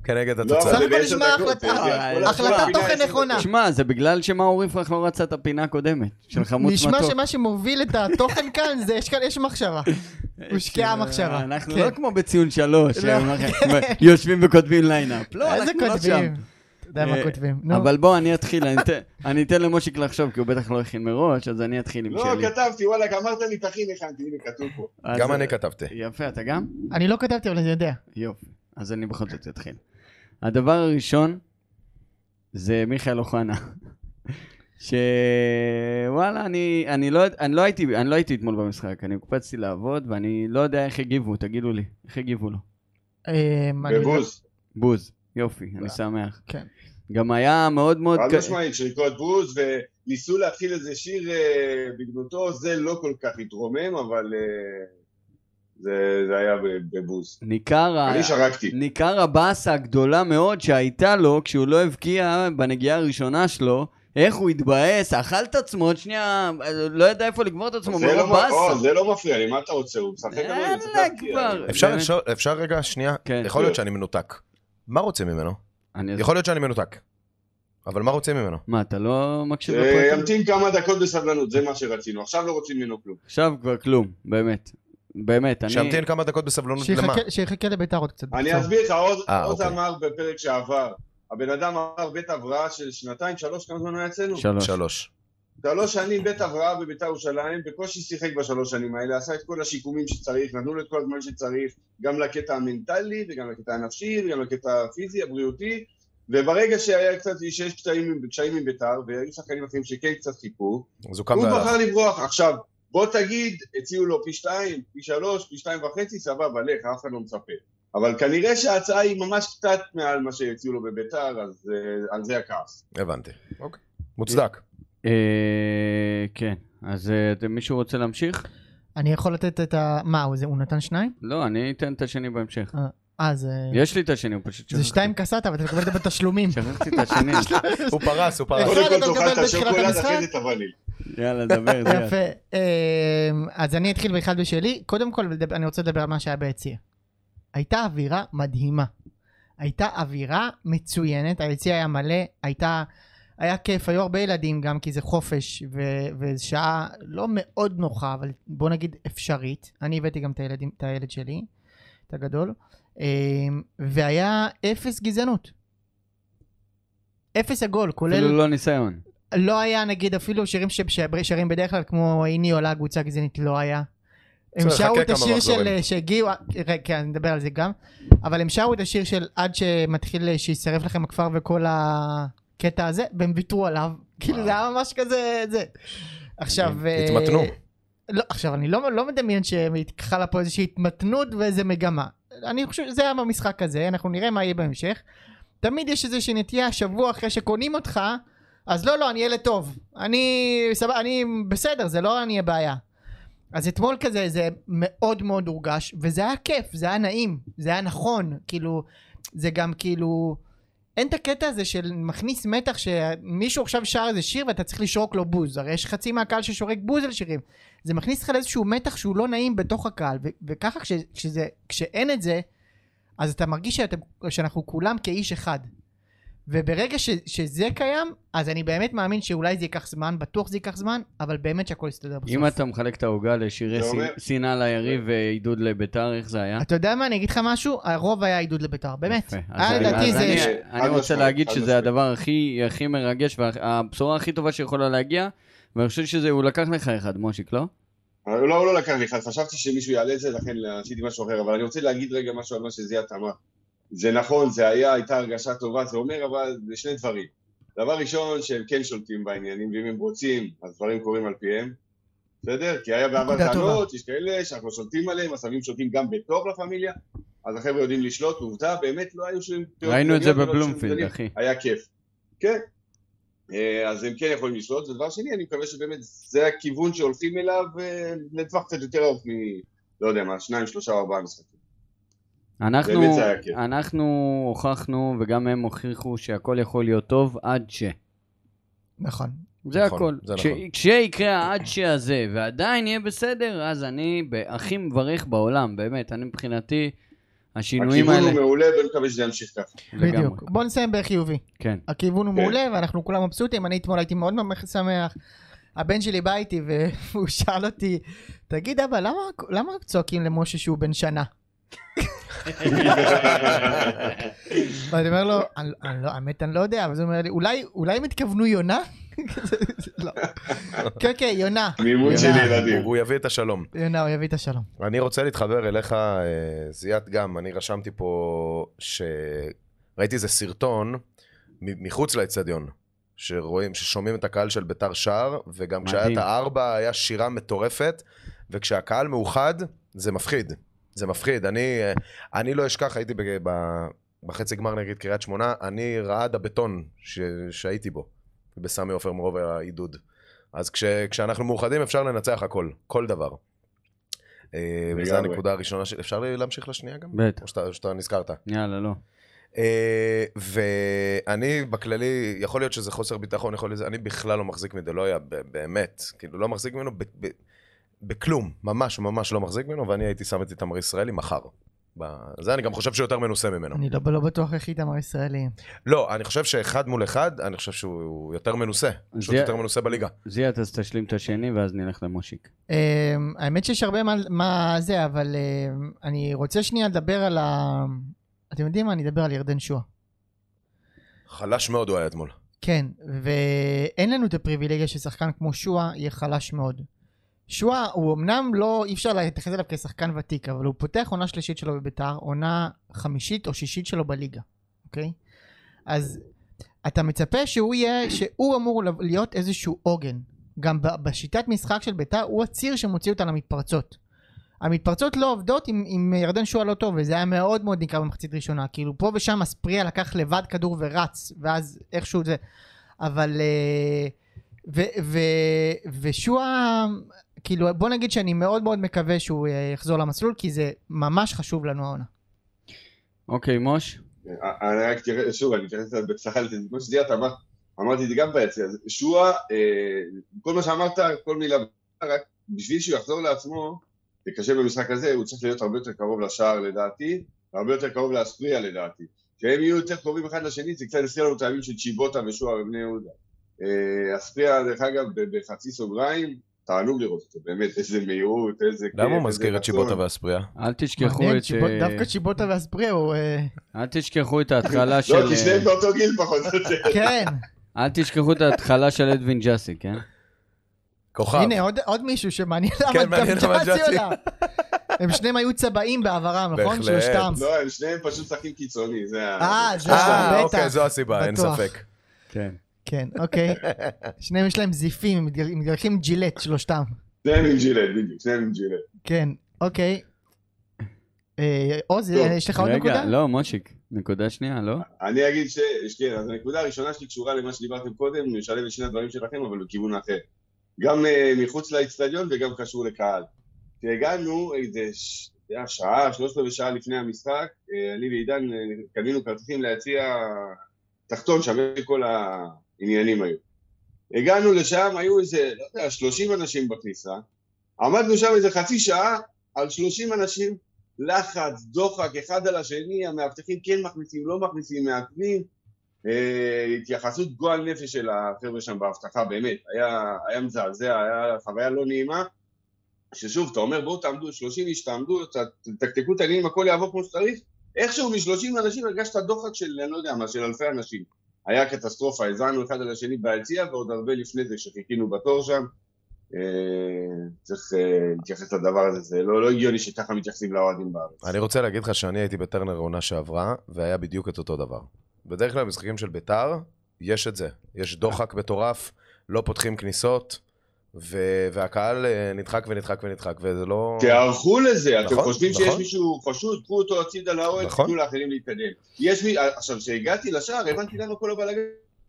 [SPEAKER 5] כנגד
[SPEAKER 3] לא,
[SPEAKER 5] התוצאה.
[SPEAKER 3] אבל זה
[SPEAKER 4] הכל
[SPEAKER 3] בעשר
[SPEAKER 4] נשמע
[SPEAKER 3] דקות,
[SPEAKER 4] החלטה-
[SPEAKER 3] אתה יודע, כל
[SPEAKER 4] החלטת
[SPEAKER 3] התשובה,
[SPEAKER 4] תוכן
[SPEAKER 3] הנה,
[SPEAKER 4] נכונה.
[SPEAKER 2] תשמע, זה בגלל שמאור יפרח לא רצה את הפינה הקודמת, של חמוץ מתוק.
[SPEAKER 4] נשמע שמה שמוביל את התוכן כאן, זה יש כאן, יש מחשבה. הושקעה המחשבה.
[SPEAKER 2] אה, אנחנו
[SPEAKER 4] כן.
[SPEAKER 2] לא כמו בציון שלוש,
[SPEAKER 4] לא.
[SPEAKER 2] אה, יושבים וכותבים ליינאפ. לא,
[SPEAKER 4] איזה
[SPEAKER 2] אנחנו לא שם.
[SPEAKER 4] כותבים. אתה יודע מה
[SPEAKER 2] אה,
[SPEAKER 4] כותבים. נו.
[SPEAKER 2] אבל בוא, אני אתחיל, אני אתן- אני אתן למושיק לחשוב, כי הוא בטח לא הכין מראש, אז אני אתחיל עם
[SPEAKER 3] לא,
[SPEAKER 2] שלי.
[SPEAKER 3] כתבתי, וואלכ, אמרת לי, תכין, הכנתי, הנה, כתוב פה.
[SPEAKER 2] אז- אה,
[SPEAKER 5] גם אני כתבתי.
[SPEAKER 2] יפה, אתה גם?
[SPEAKER 4] אני לא כתבתי, אבל אני יודע.
[SPEAKER 2] יופי. אז אני בכל זאת אתחיל. הדבר הראשון זה מיכאל אוחנה. שוואלה, אני, אני, לא, אני, לא הייתי, אני לא הייתי אתמול במשחק, אני הוקפצתי לעבוד ואני לא יודע איך הגיבו, תגידו לי, איך הגיבו לו?
[SPEAKER 4] אמ, אני-
[SPEAKER 3] בבוז,
[SPEAKER 2] בוז, יופי, אני שמח.
[SPEAKER 4] כן.
[SPEAKER 2] גם היה מאוד מאוד...
[SPEAKER 3] חד
[SPEAKER 2] ק-
[SPEAKER 3] משמעית, שריקות בוז, וניסו להתחיל איזה שיר אה, בגנותו, זה לא כל כך התרומם, אבל אה, זה זה היה ב- בבוז.
[SPEAKER 2] ניכר, ה-
[SPEAKER 3] אני שרקתי.
[SPEAKER 2] ניכר הבאסה הגדולה מאוד שהייתה לו כשהוא לא הבקיע בנגיעה הראשונה שלו, איך הוא התבאס, אכל את עצמו, עוד שנייה, לא ידע איפה לגמור את עצמו,
[SPEAKER 3] זה
[SPEAKER 2] מרוב
[SPEAKER 3] לא- או,
[SPEAKER 2] באסה.
[SPEAKER 3] זה לא מפריע לי, מה אתה רוצה? הוא משחק כדורגל,
[SPEAKER 2] יאללה
[SPEAKER 3] צריך להבקיע.
[SPEAKER 2] כבר. אה,
[SPEAKER 5] אפשר
[SPEAKER 2] באמת?
[SPEAKER 5] לשאול- אפשר רגע, שנייה?
[SPEAKER 2] כן.
[SPEAKER 5] יכול להיות שאני מנותק. מה רוצים ממנו?
[SPEAKER 2] אני-
[SPEAKER 5] יכול להיות שאני מנותק. אבל מה רוצים ממנו?
[SPEAKER 2] מה, אתה לא מקשיב
[SPEAKER 3] אה,
[SPEAKER 2] לפרטים?
[SPEAKER 3] ימתין כמה דקות בסבלנות, זה מה שרצינו. עכשיו לא רוצים ממנו כלום.
[SPEAKER 2] עכשיו כבר כלום, באמת. באמת, אני...
[SPEAKER 5] שימתין כמה דקות בסבלנות למה?
[SPEAKER 4] שיחכה- שיחכה לביתר עוד קצת.
[SPEAKER 3] אני
[SPEAKER 4] בקצרה.
[SPEAKER 3] אסביר לך, עוז-
[SPEAKER 5] אה,
[SPEAKER 3] עוז
[SPEAKER 5] אוקיי.
[SPEAKER 3] אמר בפרק שעבר, הבן אדם אמר בית הבראה של שנתיים, שלוש, כמה זמן היה אצלנו?
[SPEAKER 2] שלוש.
[SPEAKER 5] שלוש.
[SPEAKER 3] שלוש שנים בית הבראה בביתר ירושלים, בקושי שיחק בשלוש שנים האלה, עשה את כל השיקומים שצריך, נתנו לו את כל הזמן שצריך, גם לקטע המנטלי וגם לקטע הנפשי וגם לקטע הפיזי, הבריאותי, וברגע שהיה קצת, שיש קשיים, עם- קשיים עם בית"ר, והיו שחקנים אחרים שכן קצת חיכו,
[SPEAKER 5] אז הוא קם
[SPEAKER 3] הוא
[SPEAKER 5] והלך.
[SPEAKER 3] בחר לברוח. עכשיו, בוא תגיד, הציעו לו פי שתיים, פי שלוש, פי שתיים וחצי, סבבה, לך, אף אחד לא מצפה. אבל כנראה שההצעה היא ממש קצת מעל מה שהציעו לו בביתר, אז אה, על זה הכעס.
[SPEAKER 5] הבנתי. אוקיי. מוצדק.
[SPEAKER 2] אה, כן, אז אה, אתם- מישהו רוצה להמשיך?
[SPEAKER 4] אני יכול לתת את ה... מה, הוא זה- הוא נתן שניים?
[SPEAKER 2] לא, אני אתן את השני בהמשך.
[SPEAKER 4] אה, זה...
[SPEAKER 2] יש לי את השני, הוא פשוט
[SPEAKER 4] זה שתיים קסטה, אבל אתה מקבל את זה בתשלומים.
[SPEAKER 2] שכחתי את השני.
[SPEAKER 5] הוא פרס, הוא פרס.
[SPEAKER 3] קודם
[SPEAKER 4] אחד
[SPEAKER 3] כל
[SPEAKER 4] אתה
[SPEAKER 3] תאכל את
[SPEAKER 4] מקבל בתחילת
[SPEAKER 3] השוקולד,
[SPEAKER 4] המשחק?
[SPEAKER 3] אחרי זה את הווליל.
[SPEAKER 2] יאללה, דבר. יאללה.
[SPEAKER 4] יפה. אמ, אז אני אתחיל באחד בשלי. קודם כל, לדבר- אני רוצה לדבר על מה שהיה ביציע. הייתה אווירה מדהימה. הייתה אווירה מצוינת, היציע היה מלא, הייתה... היה כיף, היו הרבה ילדים גם כי זה חופש ו- וזו שעה לא מאוד נוחה, אבל בוא נגיד אפשרית. אני הבאתי גם את, הילדים, את הילד שלי, את הגדול, אמ, והיה אפס גזענות. אפס עגול, כולל...
[SPEAKER 2] אפילו לא ניסיון.
[SPEAKER 4] לא היה נגיד אפילו שירים ש- ששרים בדרך כלל כמו הנה עולה קבוצה גזענית לא היה. הם
[SPEAKER 5] בסדר,
[SPEAKER 4] שרו
[SPEAKER 5] חכה
[SPEAKER 4] את
[SPEAKER 5] כמה
[SPEAKER 4] השיר של
[SPEAKER 5] מחזורים.
[SPEAKER 4] שהגיעו, רגע, כן, אני אדבר על זה גם, אבל הם שרו את השיר של עד שמתחיל שישרף לכם הכפר וכל הקטע הזה, והם ויתרו עליו, כאילו זה היה ממש כזה, זה. עכשיו... אה,
[SPEAKER 5] כן. התמתנו.
[SPEAKER 4] לא, עכשיו אני לא, לא מדמיין שחלה פה איזושהי התמתנות ואיזה מגמה. אני חושב שזה היה במשחק הזה, אנחנו נראה מה יהיה בהמשך. תמיד יש איזושהי נטייה שבוע אחרי שקונים אותך, אז לא, לא, אני ילד טוב. אני, סבבה, אני בסדר, זה לא אני הבעיה. אז אתמול כזה זה מאוד מאוד הורגש, וזה היה כיף, זה היה נעים, זה היה נכון, כאילו, זה גם כאילו, אין את הקטע הזה של מכניס מתח שמישהו עכשיו שר איזה שיר ואתה צריך לשרוק לו בוז, הרי יש חצי מהקהל ששורק בוז על שירים, זה מכניס אותך לאיזשהו מתח שהוא לא נעים בתוך הקהל, ו- וככה כש- כשזה, כשאין את זה, אז אתה מרגיש שאתם, שאנחנו כולם כאיש אחד. וברגע ש, שזה קיים, אז אני באמת מאמין שאולי זה ייקח זמן, בטוח זה ייקח זמן, אבל באמת שהכל יסתדר בסוף.
[SPEAKER 2] אם אתה מחלק את העוגה לשירי
[SPEAKER 3] זה
[SPEAKER 2] שנ-
[SPEAKER 3] אומר-
[SPEAKER 2] שנאה ליריב ועידוד לביתר, איך זה היה?
[SPEAKER 4] אתה יודע מה, אני אגיד לך משהו, הרוב היה עידוד לביתר, באמת.
[SPEAKER 2] אה? יפה. אז
[SPEAKER 4] היה
[SPEAKER 2] אני-
[SPEAKER 4] לדעתי
[SPEAKER 2] אז
[SPEAKER 4] זה...
[SPEAKER 2] אני-
[SPEAKER 3] חד
[SPEAKER 2] אני רוצה
[SPEAKER 3] משמעית,
[SPEAKER 2] להגיד
[SPEAKER 3] חד
[SPEAKER 2] שזה
[SPEAKER 3] משמעית.
[SPEAKER 2] הדבר הכי הכי מרגש והבשורה הכי טובה שיכולה להגיע, ואני חושב שזה, הוא לקח לך אחד, מושיק, לא?
[SPEAKER 3] אבל לא, הוא לא לקח לי אחד, חשבתי שמישהו יעלה את זה, לכן עשיתי משהו אחר, אבל אני רוצה להגיד רגע משהו על מה שזיאת אמר. זה נכון, זה היה, הייתה הרגשה טובה, זה אומר אבל, זה שני דברים. דבר ראשון, שהם כן שולטים בעניינים, ואם הם רוצים, אז דברים קורים על פיהם. בסדר? כי היה בעבר
[SPEAKER 4] נקודה טובה.
[SPEAKER 3] טענות, יש כאלה שאנחנו שולטים עליהם, עשבים שולטים גם בתוך לה פמיליה, אז החבר'ה יודעים לשלוט, עובדה, באמת לא היו שום...
[SPEAKER 2] ראינו את זה
[SPEAKER 3] ולא שום
[SPEAKER 2] בבלומפילד,
[SPEAKER 3] גדלים.
[SPEAKER 2] אחי.
[SPEAKER 3] היה כיף. כן. אה, אז הם כן יכולים לשלוט, ודבר שני, אני מקווה שבאמת זה הכיוון שהולכים אליו אה, לטווח קצת יותר ארוך מ... לא יודע מה, שניים, שלושה או ארבעה משחקים.
[SPEAKER 2] אנחנו,
[SPEAKER 3] באמת זה היה כיף.
[SPEAKER 2] אנחנו הוכחנו, וגם הם הוכיחו שהכל יכול להיות טוב עד ש.
[SPEAKER 4] נכון.
[SPEAKER 2] זה
[SPEAKER 5] נכון,
[SPEAKER 2] הכל.
[SPEAKER 5] זה
[SPEAKER 2] כש-
[SPEAKER 5] נכון.
[SPEAKER 2] כשיקרה העד שהזה, ועדיין יהיה בסדר, אז אני ב- הכי מברך בעולם, באמת. אני מבחינתי, השינויים
[SPEAKER 3] הכיוון
[SPEAKER 2] האלה...
[SPEAKER 3] הוא מעולה, ואני מקווה שזה ימשיך ככה.
[SPEAKER 2] לגמרי.
[SPEAKER 4] בדיוק. בוא נסיים בחיובי.
[SPEAKER 2] כן.
[SPEAKER 4] הכיוון הוא
[SPEAKER 3] כן.
[SPEAKER 4] מעולה ואנחנו כולם מבסוטים, אני אתמול הייתי מאוד מאוד שמח. הבן שלי בא איתי והוא שאל אותי, תגיד אבא, למה, למה רק צועקים למשה שהוא בן שנה? ואני אומר לו, "אני- אני לא- האמת אני לא יודע, אז הוא אומר לי, אולי, אולי הם התכוונו יונה? כזה, לא. כן, כן, יונה.
[SPEAKER 3] מימון של
[SPEAKER 4] יונה.
[SPEAKER 3] ילדים.
[SPEAKER 5] אה, הוא- הוא יביא את השלום.
[SPEAKER 4] יונה, הוא יביא את השלום.
[SPEAKER 5] אני רוצה להתחבר אליך, אה, זיאת גם, אני רשמתי פה שראיתי איזה סרטון מ- מחוץ לאצטדיון, שרואים, ששומעים את הקהל של ביתר שער, וגם כשהיה את
[SPEAKER 2] מדהים.
[SPEAKER 5] הארבע היה שירה מטורפת, וכשהקהל מאוחד, זה מפחיד. זה מפחיד. אני, אה, אני לא אשכח, הייתי בג- ב- בחצי גמר נגד קריית שמונה, אני רעד הבטון ש, שהייתי בו, בסמי עופר מרוב העידוד. אז כש, כשאנחנו מאוחדים אפשר לנצח הכל, כל דבר. אה, וזו
[SPEAKER 3] לגמרי.
[SPEAKER 5] הנקודה הראשונה של... אפשר להמשיך לשנייה גם?
[SPEAKER 2] בטח.
[SPEAKER 5] או שאתה, או שאתה נזכרת.
[SPEAKER 2] יאללה, לא.
[SPEAKER 5] אה, ואני בכללי, יכול להיות שזה חוסר ביטחון, יכול להיות שזה, אני בכלל לא מחזיק מדלויה, ב- באמת. כאילו, לא מחזיק ממנו ב, ב, בכלום, ממש ממש לא מחזיק ממנו, ואני הייתי שם את איתמר ישראלי מחר. ב- זה אני גם חושב שהוא יותר מנוסה ממנו.
[SPEAKER 4] אני לא, לא בטוח איך איתמר ישראלי.
[SPEAKER 5] לא, אני חושב שאחד מול אחד, אני חושב שהוא יותר מנוסה. פשוט
[SPEAKER 2] זה-
[SPEAKER 5] יותר מנוסה בליגה.
[SPEAKER 2] זיאת, אז תשלים את השני, ואז נלך למושיק.
[SPEAKER 4] אמ, האמת שיש הרבה מה, מה זה, אבל אמ, אני רוצה שנייה לדבר על ה... אתם יודעים מה? אני אדבר על ירדן שואה.
[SPEAKER 5] חלש מאוד הוא היה אתמול.
[SPEAKER 4] כן, ואין לנו את הפריבילגיה ששחקן כמו שואה יהיה חלש מאוד. שואה הוא אמנם לא, אי אפשר להתייחס אליו כשחקן ותיק, אבל הוא פותח עונה שלישית שלו בביתר, עונה חמישית או שישית שלו בליגה, אוקיי? אז אתה מצפה שהוא יהיה, שהוא אמור לב- להיות איזשהו עוגן. גם ב- בשיטת משחק של ביתר, הוא הציר שמוציא אותה למתפרצות. המתפרצות לא עובדות עם, עם ירדן שועה לא טוב, וזה היה מאוד מאוד ניכר במחצית ראשונה. כאילו פה ושם אספריה לקח לבד כדור ורץ, ואז איכשהו זה... אבל... אה, ו, ו, ושועה... כאילו בוא נגיד שאני מאוד מאוד מקווה שהוא אה, יחזור למסלול, כי זה ממש חשוב לנו העונה.
[SPEAKER 2] אוקיי, מוש?
[SPEAKER 3] אני אה, רק תראה, שוב, אני מתייחס לזה בצה"ל, כמו שזיית אמר, אמרתי את זה גם ביציע, אז שועה, אה, כל מה שאמרת, כל מילה, רק בשביל שהוא יחזור לעצמו, זה קשה במשחק הזה, הוא צריך להיות הרבה יותר קרוב לשער לדעתי, והרבה יותר קרוב להספריה לדעתי. כשהם יהיו יותר קרובים אחד לשני, זה קצת הזכיר לנו את הימים של צ'יבוטה ושועה ובני יהודה. אה, הספריה, דרך אגב, ב- בחצי סוגריים, תענוג לראות אותו, באמת, איזה מהירות, איזה...
[SPEAKER 5] למה הוא
[SPEAKER 3] כיף,
[SPEAKER 5] מזכיר
[SPEAKER 3] איזה
[SPEAKER 5] את שיבוטה
[SPEAKER 3] רצון.
[SPEAKER 5] והספריה?
[SPEAKER 2] אל תשכחו
[SPEAKER 4] מעניין,
[SPEAKER 2] את...
[SPEAKER 4] צ'יבוט-
[SPEAKER 2] אה,
[SPEAKER 4] דווקא צ'יבוטה ואספריה הוא... אה,
[SPEAKER 2] אל תשכחו את ההתחלה של...
[SPEAKER 3] לא, כי
[SPEAKER 2] אה,
[SPEAKER 3] שניהם באותו גיל פחות או יותר.
[SPEAKER 4] כן,
[SPEAKER 2] אל תשכחו את ההתחלה של אדווין ג'אסי, כן?
[SPEAKER 5] כוכב.
[SPEAKER 4] הנה עוד- עוד מישהו שמעניין
[SPEAKER 5] כן,
[SPEAKER 4] למה
[SPEAKER 5] מעניין
[SPEAKER 4] גם
[SPEAKER 5] למה
[SPEAKER 4] ג'אסי
[SPEAKER 5] ג'אסי.
[SPEAKER 4] עולה. הם שניהם היו צבעים בעברם, נכון?
[SPEAKER 5] בהחלט.
[SPEAKER 4] שלושתם.
[SPEAKER 3] לא, הם שניהם פשוט שחקים קיצוני, זה ה...
[SPEAKER 4] אה, זה
[SPEAKER 5] אה,
[SPEAKER 4] בטח.
[SPEAKER 5] אוקיי, זו הסיבה, אין
[SPEAKER 4] בטוח.
[SPEAKER 5] ספק.
[SPEAKER 2] כן.
[SPEAKER 4] כן, אוקיי. שניהם יש להם זיפים, הם מתגר- מתגלחים ג'ילט, שלושתם.
[SPEAKER 3] שניהם עם ג'ילט, בדיוק, שניהם עם ג'ילט.
[SPEAKER 4] כן, אוקיי. אה, עוז,
[SPEAKER 3] טוב,
[SPEAKER 4] יש לך עוד נקודה?
[SPEAKER 2] רגע, לא, מושיק. נקודה שנייה, לא?
[SPEAKER 3] אני אגיד ש... כן, אז הנקודה הראשונה שלי קשורה למה שדיברתם קודם, משלב את שני הדברים שלכם, אבל בכיוון אחר. גם אה, מחוץ לאצטדיון וגם קשור לקהל. כשהגענו איזה ש... זה היה שעה, שלושת רבעי שעה לפני המשחק, אה, אני ועידן אה, קנינו כרטיסים ליציע תחתון, שווה כל העניינים היו. הגענו לשם, היו איזה, לא יודע, שלושים אנשים בכניסה, עמדנו שם איזה חצי שעה על שלושים אנשים, לחץ, דוחק, אחד על השני, המאבטחים כן מכניסים, לא מכניסים, מעכבים. אה, התייחסות גועל נפש של החבר'ה שם באבטחה, באמת, היה, היה מזעזע, היה חוויה לא נעימה, ששוב, אתה אומר בואו תעמדו, 30 איש תעמדו, ת- תקתקו את העניינים, הכל יעבור כמו שצריך, איכשהו מ-30 אנשים הרגשת דוחק של, אני לא יודע מה, של אלפי אנשים. היה קטסטרופה, האזנו אחד על השני ביציע, ועוד הרבה לפני זה שחיכינו בתור שם. אה, צריך אה, להתייחס לדבר הזה, זה לא, לא הגיוני שככה מתייחסים לאוהדים בארץ.
[SPEAKER 5] אני רוצה להגיד לך שאני הייתי בטרנר עונה שעברה, והיה בדיוק את אותו דבר. בדרך כלל במשחקים של ביתר, יש את זה. יש דוחק מטורף, לא פותחים כניסות, ו- והקהל אה, נדחק ונדחק ונדחק, וזה לא...
[SPEAKER 3] תיערכו לזה, אתם
[SPEAKER 5] נכון,
[SPEAKER 3] חושבים שיש
[SPEAKER 5] נכון.
[SPEAKER 3] מישהו חשוד, קחו אותו הצידה לאוהד,
[SPEAKER 5] נכון.
[SPEAKER 3] תנו לאחרים להתקדם. יש מי, עכשיו, כשהגעתי לשער, הבנתי למה כל הבלאגן,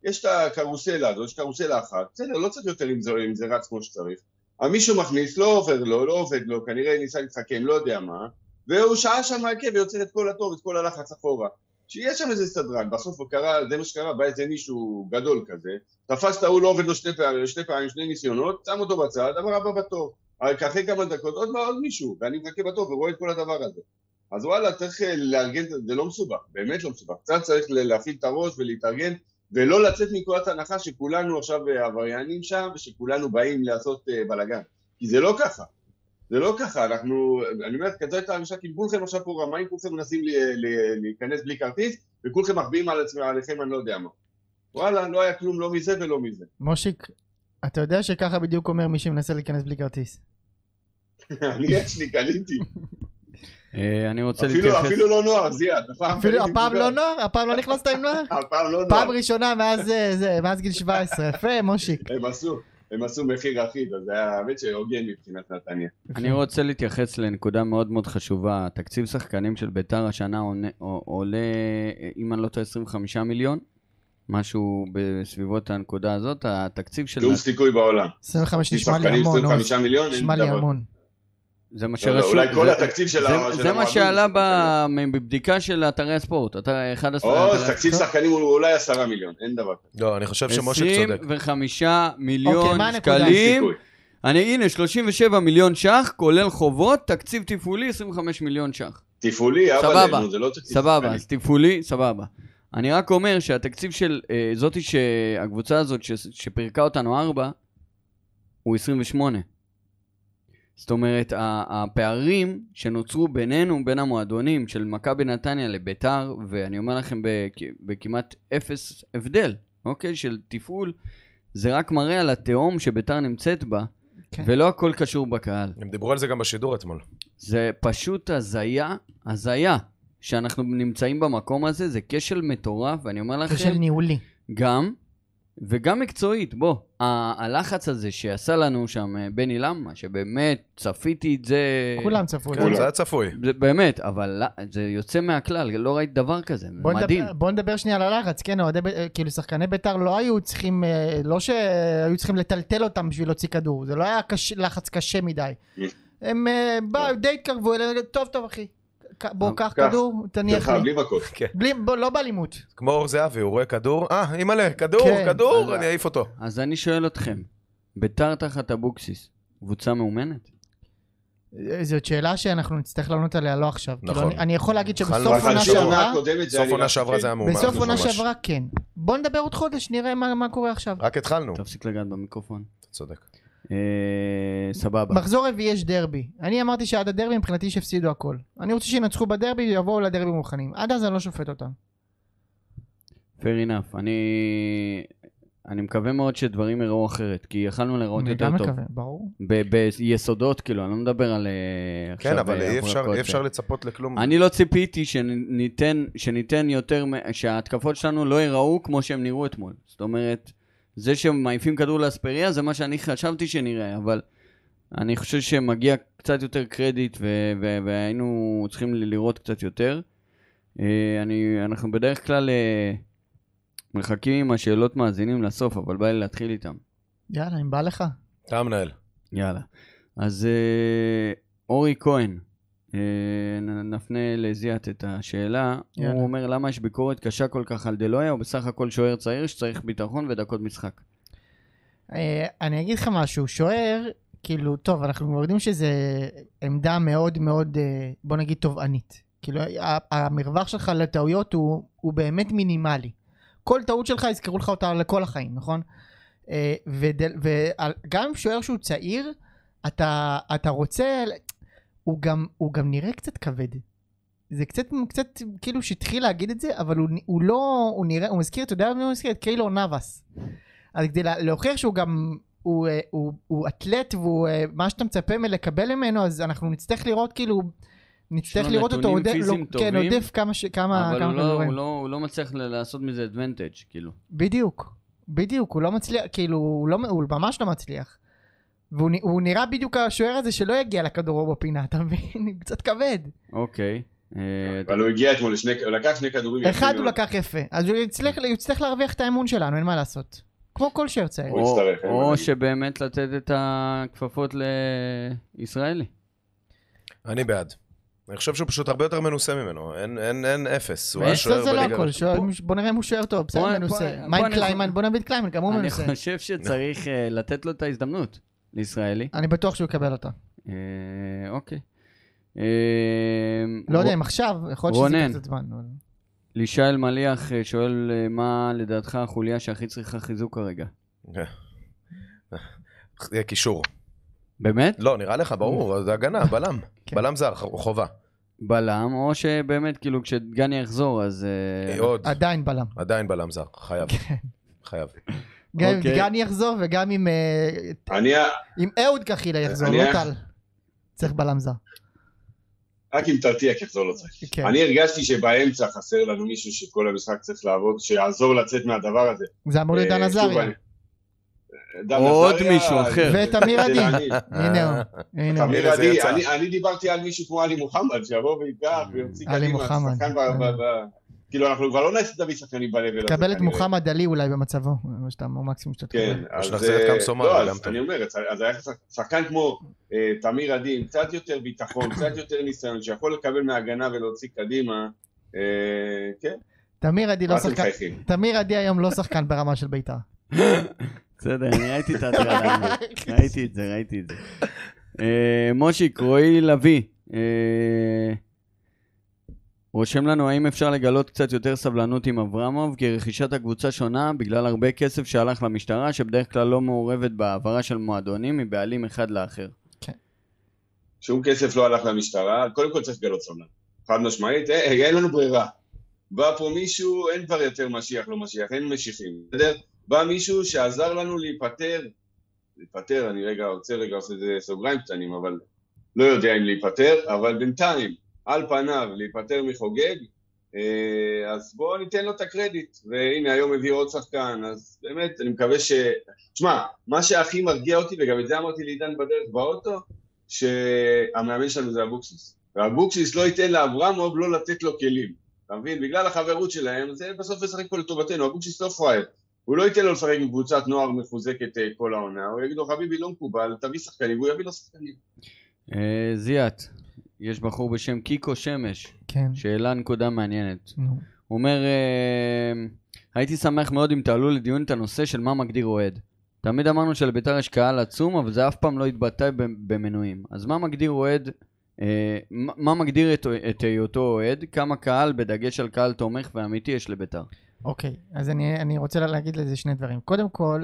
[SPEAKER 3] יש את הקרוסלה הזו, יש קרוסלה אחת, בסדר, לא צריך יותר אם זה, אם זה רץ כמו שצריך. אבל מישהו מכניס, לא עובר לו, לא עובד לו, כנראה ניסה להתחכם, לא יודע מה, והוא שעה שם מעכב ויוצר את כל התור, את כל הלחץ אחורה. שיהיה שם איזה סדרן, בסוף הוא קרה, זה מה שקרה, בא איזה מישהו גדול כזה, תפס את ההוא, לא עובד לו שתי פעמים, שתי פעמים, שני ניסיונות, שם אותו בצד, אמר הבא בתור. רק אחרי כמה דקות עוד לא עוד מישהו, ואני מחכה בתור ורואה את כל הדבר הזה. אז וואלה, צריך אה, לארגן, את זה, זה לא מסובך, באמת לא מסובך. קצת צריך ל- להפעיל את הראש ולהתארגן, ולא לצאת מנקודת הנחה שכולנו עכשיו אה, עבריינים שם, ושכולנו באים לעשות אה, בלאגן. כי זה לא ככה. זה לא ככה, אנחנו, אה, אני אומר, כזו הייתה הרגשה, כי כולכם עכשיו פה רמאים, כולכם מנסים ל- ל- להיכנס בלי כרטיס, וכולכם מחביאים על עצמם, עליכם, אני לא יודע מה. וואלה, לא היה כלום, לא מזה ולא מזה.
[SPEAKER 4] מושיק, אתה יודע שככה בדיוק אומר מי שמנסה להיכנס בלי כרטיס.
[SPEAKER 3] אני, יש לי, קניתי.
[SPEAKER 2] אה, אני רוצה
[SPEAKER 3] אפילו,
[SPEAKER 2] להתייחס...
[SPEAKER 3] אפילו לא נוער, זיאת, הפעם
[SPEAKER 4] אפילו
[SPEAKER 3] קניתי
[SPEAKER 4] הפעם
[SPEAKER 3] מבוגר.
[SPEAKER 4] לא נוער? הפעם לא נכנסת עם נוער?
[SPEAKER 3] הפעם לא
[SPEAKER 4] פעם
[SPEAKER 3] נוער.
[SPEAKER 4] ראשונה מאז, אה, זה, מאז גיל 17. יפה, מושיק.
[SPEAKER 3] הם עשו, הם עשו מחיר אחיד, אז זה היה האמת שהוגן מבחינת נתניה.
[SPEAKER 2] אני רוצה להתייחס לנקודה מאוד מאוד חשובה. תקציב שחקנים של ביתר השנה עונה- עולה, אם אני לא טועה, 25 מיליון, משהו בסביבות הנקודה הזאת. התקציב של...
[SPEAKER 3] שום סיכוי בעולם.
[SPEAKER 4] 25
[SPEAKER 3] יש
[SPEAKER 4] נשמע לי
[SPEAKER 3] שחקנים
[SPEAKER 4] המון, עוז.
[SPEAKER 3] 25 מיליון, אין
[SPEAKER 4] נשמע לי
[SPEAKER 3] דבר.
[SPEAKER 4] המון.
[SPEAKER 2] זה מה
[SPEAKER 3] לא, לא,
[SPEAKER 2] שרשום.
[SPEAKER 3] אולי כל
[SPEAKER 2] זה-
[SPEAKER 3] התקציב של ה-
[SPEAKER 2] זה-
[SPEAKER 3] של
[SPEAKER 2] זה מה
[SPEAKER 3] המועדון.
[SPEAKER 2] שעלה ב- בבדיקה של אתרי הספורט. אתר אחד עשרה...
[SPEAKER 3] או,
[SPEAKER 2] אתרי
[SPEAKER 3] תקציב
[SPEAKER 2] הספורט.
[SPEAKER 3] שחקנים הוא אולי עשרה מיליון, אין דבר כזה.
[SPEAKER 5] לא, אני חושב שמושיק צודק.
[SPEAKER 2] 25
[SPEAKER 4] אוקיי,
[SPEAKER 2] מיליון
[SPEAKER 4] מה הנקודה?
[SPEAKER 2] שקלים.
[SPEAKER 3] סיכוי.
[SPEAKER 2] אני, הנה, 37 מיליון ש"ח, כולל חובות, תקציב תפעולי 25 מיליון ש"ח.
[SPEAKER 3] תפעולי, אבל
[SPEAKER 2] סבבה.
[SPEAKER 3] זה לא תקציב.
[SPEAKER 2] סבבה,
[SPEAKER 3] שחקנים.
[SPEAKER 2] אז תפעולי, סבבה. אני רק אומר שהתקציב של אה, זאתי, ש- הקבוצה הזאת ש- שפירקה אותנו ארבע, הוא 28. זאת אומרת, ה- הפערים שנוצרו בינינו, בין המועדונים של מכבי נתניה לביתר, ואני אומר לכם בכ- בכמעט אפס הבדל, אוקיי? של תפעול, זה רק מראה על התהום שביתר נמצאת בה,
[SPEAKER 4] כן.
[SPEAKER 2] ולא הכל קשור בקהל.
[SPEAKER 5] הם דיברו על זה גם בשידור אתמול.
[SPEAKER 2] זה פשוט הזיה, הזיה, שאנחנו נמצאים במקום הזה, זה כשל מטורף, ואני אומר לכם...
[SPEAKER 4] כשל ניהולי.
[SPEAKER 2] גם, וגם מקצועית, בוא, ה- הלחץ הזה שעשה לנו שם אה, בני למה, שבאמת צפיתי את זה...
[SPEAKER 4] כולם צפו את
[SPEAKER 6] כולם.
[SPEAKER 5] כן, זה
[SPEAKER 4] זה.
[SPEAKER 5] היה צפוי.
[SPEAKER 2] זה באמת, אבל לא- זה יוצא מהכלל, לא ראיתי דבר כזה,
[SPEAKER 4] בוא נדבר-
[SPEAKER 2] מדהים.
[SPEAKER 4] בוא נדבר שנייה על הלחץ, כן, אוהדי, ב- אה, כאילו שחקני ביתר לא היו צריכים, אה, לא שהיו צריכים לטלטל אותם בשביל להוציא כדור, זה לא היה קש, לחץ קשה מדי. הם אה, באו, די התקרבו אליהם, טוב טוב אחי, ק- בוא
[SPEAKER 2] אה,
[SPEAKER 4] קח
[SPEAKER 6] קח.
[SPEAKER 4] כדור, תניח
[SPEAKER 6] ככה,
[SPEAKER 4] לי.
[SPEAKER 6] בלי מכות.
[SPEAKER 4] בלי, בוא, לא באלימות.
[SPEAKER 5] כמו אור זהבי, הוא רואה כדור, אה, אימא'לה, כדור,
[SPEAKER 4] כן.
[SPEAKER 5] כדור,
[SPEAKER 2] אז-
[SPEAKER 5] אני אעיף אותו.
[SPEAKER 2] אז אני שואל אתכם, ביתר תחת אבוקסיס, קבוצה מאומנת?
[SPEAKER 4] אה, זאת שאלה שאנחנו נצטרך לענות עליה לא עכשיו. כאילו,
[SPEAKER 5] נכון.
[SPEAKER 4] אני, אני יכול להגיד
[SPEAKER 5] התחלנו
[SPEAKER 4] שבסוף
[SPEAKER 5] על
[SPEAKER 3] לא
[SPEAKER 4] עונה
[SPEAKER 5] חצי עונה
[SPEAKER 4] שעברה,
[SPEAKER 6] הקודמת זה
[SPEAKER 5] בסוף
[SPEAKER 6] היה
[SPEAKER 5] עונה
[SPEAKER 6] נראה
[SPEAKER 5] שעברה
[SPEAKER 6] כן.
[SPEAKER 5] זה היה מאומן.
[SPEAKER 4] בסוף עונה
[SPEAKER 5] ממש.
[SPEAKER 4] שעברה כן. בוא נדבר עוד חודש, נראה מה, מה קורה עכשיו.
[SPEAKER 5] רק התחלנו,
[SPEAKER 2] תפסיק לגעת במיקרופון.
[SPEAKER 5] אתה צודק.
[SPEAKER 2] אה, סבבה.
[SPEAKER 4] מחזור רביעי יש דרבי. אני אמרתי שעד הדרבי מבחינתי שהפסידו הכל. אני רוצה שינצחו בדרבי ויבואו לדרבי מוכנים. עד אז אני לא שופט אותם.
[SPEAKER 2] fair enough. אני... אני מקווה מאוד שדברים יראו אחרת, כי יכלנו להיראות
[SPEAKER 4] אני
[SPEAKER 2] יותר
[SPEAKER 4] גם
[SPEAKER 2] טוב.
[SPEAKER 4] מקווה, ברור.
[SPEAKER 2] ב- ביסודות, כאילו, אני לא מדבר על... אה,
[SPEAKER 5] כן,
[SPEAKER 2] עכשיו,
[SPEAKER 5] אבל
[SPEAKER 2] אה,
[SPEAKER 5] אי אפשר-
[SPEAKER 2] הברקות.
[SPEAKER 5] אי אפשר לצפות לכלום.
[SPEAKER 2] אני לא ציפיתי שניתן, שניתן יותר, מ- שההתקפות שלנו לא ייראו כמו שהם נראו אתמול. זאת אומרת, זה שהם מעיפים כדור לאספריה זה מה שאני חשבתי שנראה, אבל אני חושב שמגיע קצת יותר קרדיט ו- ו- והיינו צריכים ל- לראות קצת יותר. אה, אני, אנחנו בדרך כלל אה, מחכים עם השאלות מאזינים לסוף, אבל בא לי להתחיל איתם.
[SPEAKER 4] יאללה, אם בא לך.
[SPEAKER 5] אתה המנהל.
[SPEAKER 2] יאללה. אז אה, אורי כהן, אה, נ- נפנה לזיאת את השאלה.
[SPEAKER 4] יאללה.
[SPEAKER 2] הוא אומר, למה יש ביקורת קשה כל כך על דלויה? הוא בסך הכל שוער צעיר שצריך ביטחון ודקות משחק.
[SPEAKER 4] אה, אני אגיד לך משהו, שוער, כאילו, טוב, אנחנו כבר יודעים שזו עמדה מאוד מאוד, אה, בוא נגיד, תובענית. כאילו, ה- המרווח שלך לטעויות הוא, הוא באמת מינימלי. כל טעות שלך יזכרו לך אותה לכל החיים, נכון? אה, ודל, וגם שוער שהוא צעיר, אתה, אתה רוצה, הוא גם, הוא גם נראה קצת כבד. זה קצת, קצת כאילו שטחי להגיד את זה, אבל הוא, הוא לא, הוא נראה, הוא מזכיר, אתה יודע מה הוא מזכיר? את קיילור נאבס. אז כדי לה- להוכיח שהוא גם, הוא, אה, הוא, הוא אתלט והוא אה, מה שאתה מצפה מלקבל ממנו, אז אנחנו נצטרך לראות כאילו, נצטרך
[SPEAKER 2] לו
[SPEAKER 4] לראות אותו
[SPEAKER 2] נתונים
[SPEAKER 4] עודף, לא,
[SPEAKER 2] פיזיים
[SPEAKER 4] כן,
[SPEAKER 2] טובים,
[SPEAKER 4] עודף כמה, ש- כמה,
[SPEAKER 2] אבל
[SPEAKER 4] כמה
[SPEAKER 2] הוא לא,
[SPEAKER 4] כדורים.
[SPEAKER 2] הוא, לא, הוא לא מצליח ל- לעשות מזה אדוונטג', כאילו.
[SPEAKER 4] בדיוק, בדיוק, הוא לא מצליח, כאילו, הוא, לא, הוא ממש לא מצליח. והוא נ- הוא נראה בדיוק השוער הזה שלא יגיע לכדור בפינה, אתה מבין? הוא קצת כבד.
[SPEAKER 2] אוקיי. אה,
[SPEAKER 6] אבל הוא הגיע אתמול, לשני- הוא לקח שני כדורים.
[SPEAKER 4] אחד
[SPEAKER 6] יפים
[SPEAKER 4] הוא
[SPEAKER 6] מאוד.
[SPEAKER 4] לקח יפה, אז הוא יצטרך, הוא יצטרך להרוויח את האמון שלנו, אין מה לעשות. כמו כל שוער צעיר.
[SPEAKER 6] הוא יצטרך,
[SPEAKER 2] או,
[SPEAKER 6] אין מה
[SPEAKER 2] או
[SPEAKER 6] להגיד.
[SPEAKER 2] שבאמת לתת את הכפפות לישראלי.
[SPEAKER 5] אני בעד. אני חושב שהוא פשוט הרבה יותר מנוסה ממנו, אין- אין אין אפס. הוא היה
[SPEAKER 4] מנוסה
[SPEAKER 5] שוער
[SPEAKER 4] זה לא
[SPEAKER 5] בליגה.
[SPEAKER 4] הכל, שוער- בוא נראה אם הוא שוער טוב,
[SPEAKER 2] בוא-
[SPEAKER 4] בסדר
[SPEAKER 2] בוא-
[SPEAKER 4] מנוסה.
[SPEAKER 2] בוא
[SPEAKER 4] מה עם
[SPEAKER 2] אני-
[SPEAKER 4] קליימן? בוא נביא את קליימן, גם הוא
[SPEAKER 2] אני
[SPEAKER 4] מנוסה.
[SPEAKER 2] חושב שצריך אה, לתת לו את ההזדמנות, לישראלי.
[SPEAKER 4] אני בטוח שהוא יקבל אותה.
[SPEAKER 2] אה, אוקיי. אה,
[SPEAKER 4] לא
[SPEAKER 2] רוא-
[SPEAKER 4] יודע אם עכשיו, יכול להיות שזה
[SPEAKER 2] רונן.
[SPEAKER 4] ייקח קצת זמן. אבל-
[SPEAKER 2] לישי אלמליח אה, שואל אה, מה לדעתך החוליה שהכי צריכה חיזוק כרגע.
[SPEAKER 5] זה כן. קישור.
[SPEAKER 2] באמת?
[SPEAKER 5] לא, נראה לך, ברור, זה הגנה, בלם.
[SPEAKER 4] כן.
[SPEAKER 5] בלם זר, ח- חובה.
[SPEAKER 2] בלם, או שבאמת, כאילו, כשדגני יחזור, אז... אה,
[SPEAKER 5] אה, עוד,
[SPEAKER 4] עדיין בלם.
[SPEAKER 5] עדיין בלם זר, חייב.
[SPEAKER 4] כן.
[SPEAKER 5] חייב.
[SPEAKER 4] גם אם
[SPEAKER 2] אוקיי.
[SPEAKER 4] דגני יחזור וגם אם אה,
[SPEAKER 6] אני ה-
[SPEAKER 4] אם אהוד קחילה יחזור,
[SPEAKER 6] אני- אה-
[SPEAKER 4] לא טל. צריך בלם זר.
[SPEAKER 6] רק אם תרתיע, כי יחזור לצד.
[SPEAKER 4] כן.
[SPEAKER 6] אני הרגשתי שבאמצע חסר לנו מישהו שכל המשחק צריך לעבוד, שיעזור לצאת מהדבר הזה.
[SPEAKER 4] זה אמור להיות דן
[SPEAKER 6] אה, שוב,
[SPEAKER 4] עזריה.
[SPEAKER 6] אני- דן
[SPEAKER 2] עוד
[SPEAKER 6] עזריה, אה,
[SPEAKER 2] מישהו אחר.
[SPEAKER 4] ואת אמיר
[SPEAKER 6] זה
[SPEAKER 4] עדי.
[SPEAKER 6] לעני.
[SPEAKER 4] הנה הוא, הנה הוא.
[SPEAKER 5] תמיד.
[SPEAKER 6] אמיר
[SPEAKER 5] הנה זה
[SPEAKER 6] עדי,
[SPEAKER 5] יצא.
[SPEAKER 6] אני- אני דיברתי על מישהו כמו עלי מוחמד, שיבוא וייקח ויוציא
[SPEAKER 4] עלי
[SPEAKER 6] קדימה.
[SPEAKER 4] מוחמד. כן.
[SPEAKER 6] שחקן ב- ב- ב- כאילו, אנחנו כבר לא נעשה תמיד שחקנים ב-level הזה.
[SPEAKER 4] תקבל את
[SPEAKER 6] כנראה.
[SPEAKER 4] מוחמד עלי אולי במצבו, מה שאתה- הוא מקסימום שאתה
[SPEAKER 6] כן,
[SPEAKER 4] תקבל.
[SPEAKER 5] או
[SPEAKER 6] אז...
[SPEAKER 5] שנחזיר את
[SPEAKER 6] אה,
[SPEAKER 5] קאם סומארה,
[SPEAKER 6] לא,
[SPEAKER 5] גם
[SPEAKER 6] אז
[SPEAKER 5] טוב.
[SPEAKER 6] אני אומר, אז- אז היה שחק- שחקן כמו אה, תמיר עדי, עם קצת יותר ביטחון, קצת יותר ניסיון, שיכול לקבל מההגנה ולהוציא קדימה, אה, כן,
[SPEAKER 4] תמיר עדי
[SPEAKER 6] מה
[SPEAKER 4] לא
[SPEAKER 6] אתם
[SPEAKER 4] שחקן,
[SPEAKER 6] מחייכים?
[SPEAKER 4] תמיר עדי היום לא שחקן ברמה של בית"ר.
[SPEAKER 2] בסדר, אני ראיתי את ההתחלה. ראיתי את זה, ראיתי את זה. אה, מושיק, רועי לביא, אה, רושם לנו האם אפשר לגלות קצת יותר סבלנות עם אברמוב, כי רכישת הקבוצה שונה בגלל הרבה כסף שהלך למשטרה, שבדרך כלל לא מעורבת בהעברה של מועדונים מבעלים אחד לאחר.
[SPEAKER 6] שום כסף לא הלך למשטרה, קודם כל צריך לגלות סבלנות. חד משמעית, אה, אה, אין לנו ברירה. בא פה מישהו, אין כבר יותר משיח לא משיח, אין משיחים, בסדר? בא מישהו שעזר לנו להיפטר, להיפטר, אני רגע עוצר, רגע עושה את זה סוגריים קטנים, אבל לא יודע אם להיפטר, אבל בינתיים, על פניו להיפטר מחוגג, אה, אז בואו ניתן לו את הקרדיט. והנה, היום הביא עוד שחקן, אז באמת, אני מקווה ש... תשמע, מה שהכי מרגיע אותי, וגם את זה אמרתי לעידן בדרך באוטו, שהמאמן שלנו זה אבוקסיס. ואבוקסיס לא ייתן לאברמוב לא לתת לו כלים. אתה מבין? בגלל החברות שלהם, זה בסוף ישחק פה לטובתנו, אבוקסיס לא פראייר. הוא לא ייתן לו לשחק עם קבוצת נוער מחוזקת אה, כל העונה, הוא יגיד לו חביבי לא מקובל, תביא שחקנים, והוא יביא לו שחקנים.
[SPEAKER 2] אה, זיאת, יש בחור בשם קיקו שמש,
[SPEAKER 4] כן,
[SPEAKER 2] שאלה נקודה מעניינת.
[SPEAKER 4] נו.
[SPEAKER 2] הוא אומר, אה, הייתי שמח מאוד אם תעלו לדיון את הנושא של מה מגדיר אוהד. תמיד אמרנו שלביתר יש קהל עצום, אבל זה אף פעם לא התבטא ב- במנויים. אז מה מגדיר אוהד, אה, מה מה מגדיר את, את היותו אוהד? כמה קהל, בדגש על קהל תומך ואמיתי, יש לביתר?
[SPEAKER 4] אוקיי, אז אני, אני רוצה לה- להגיד לזה שני דברים. קודם כל,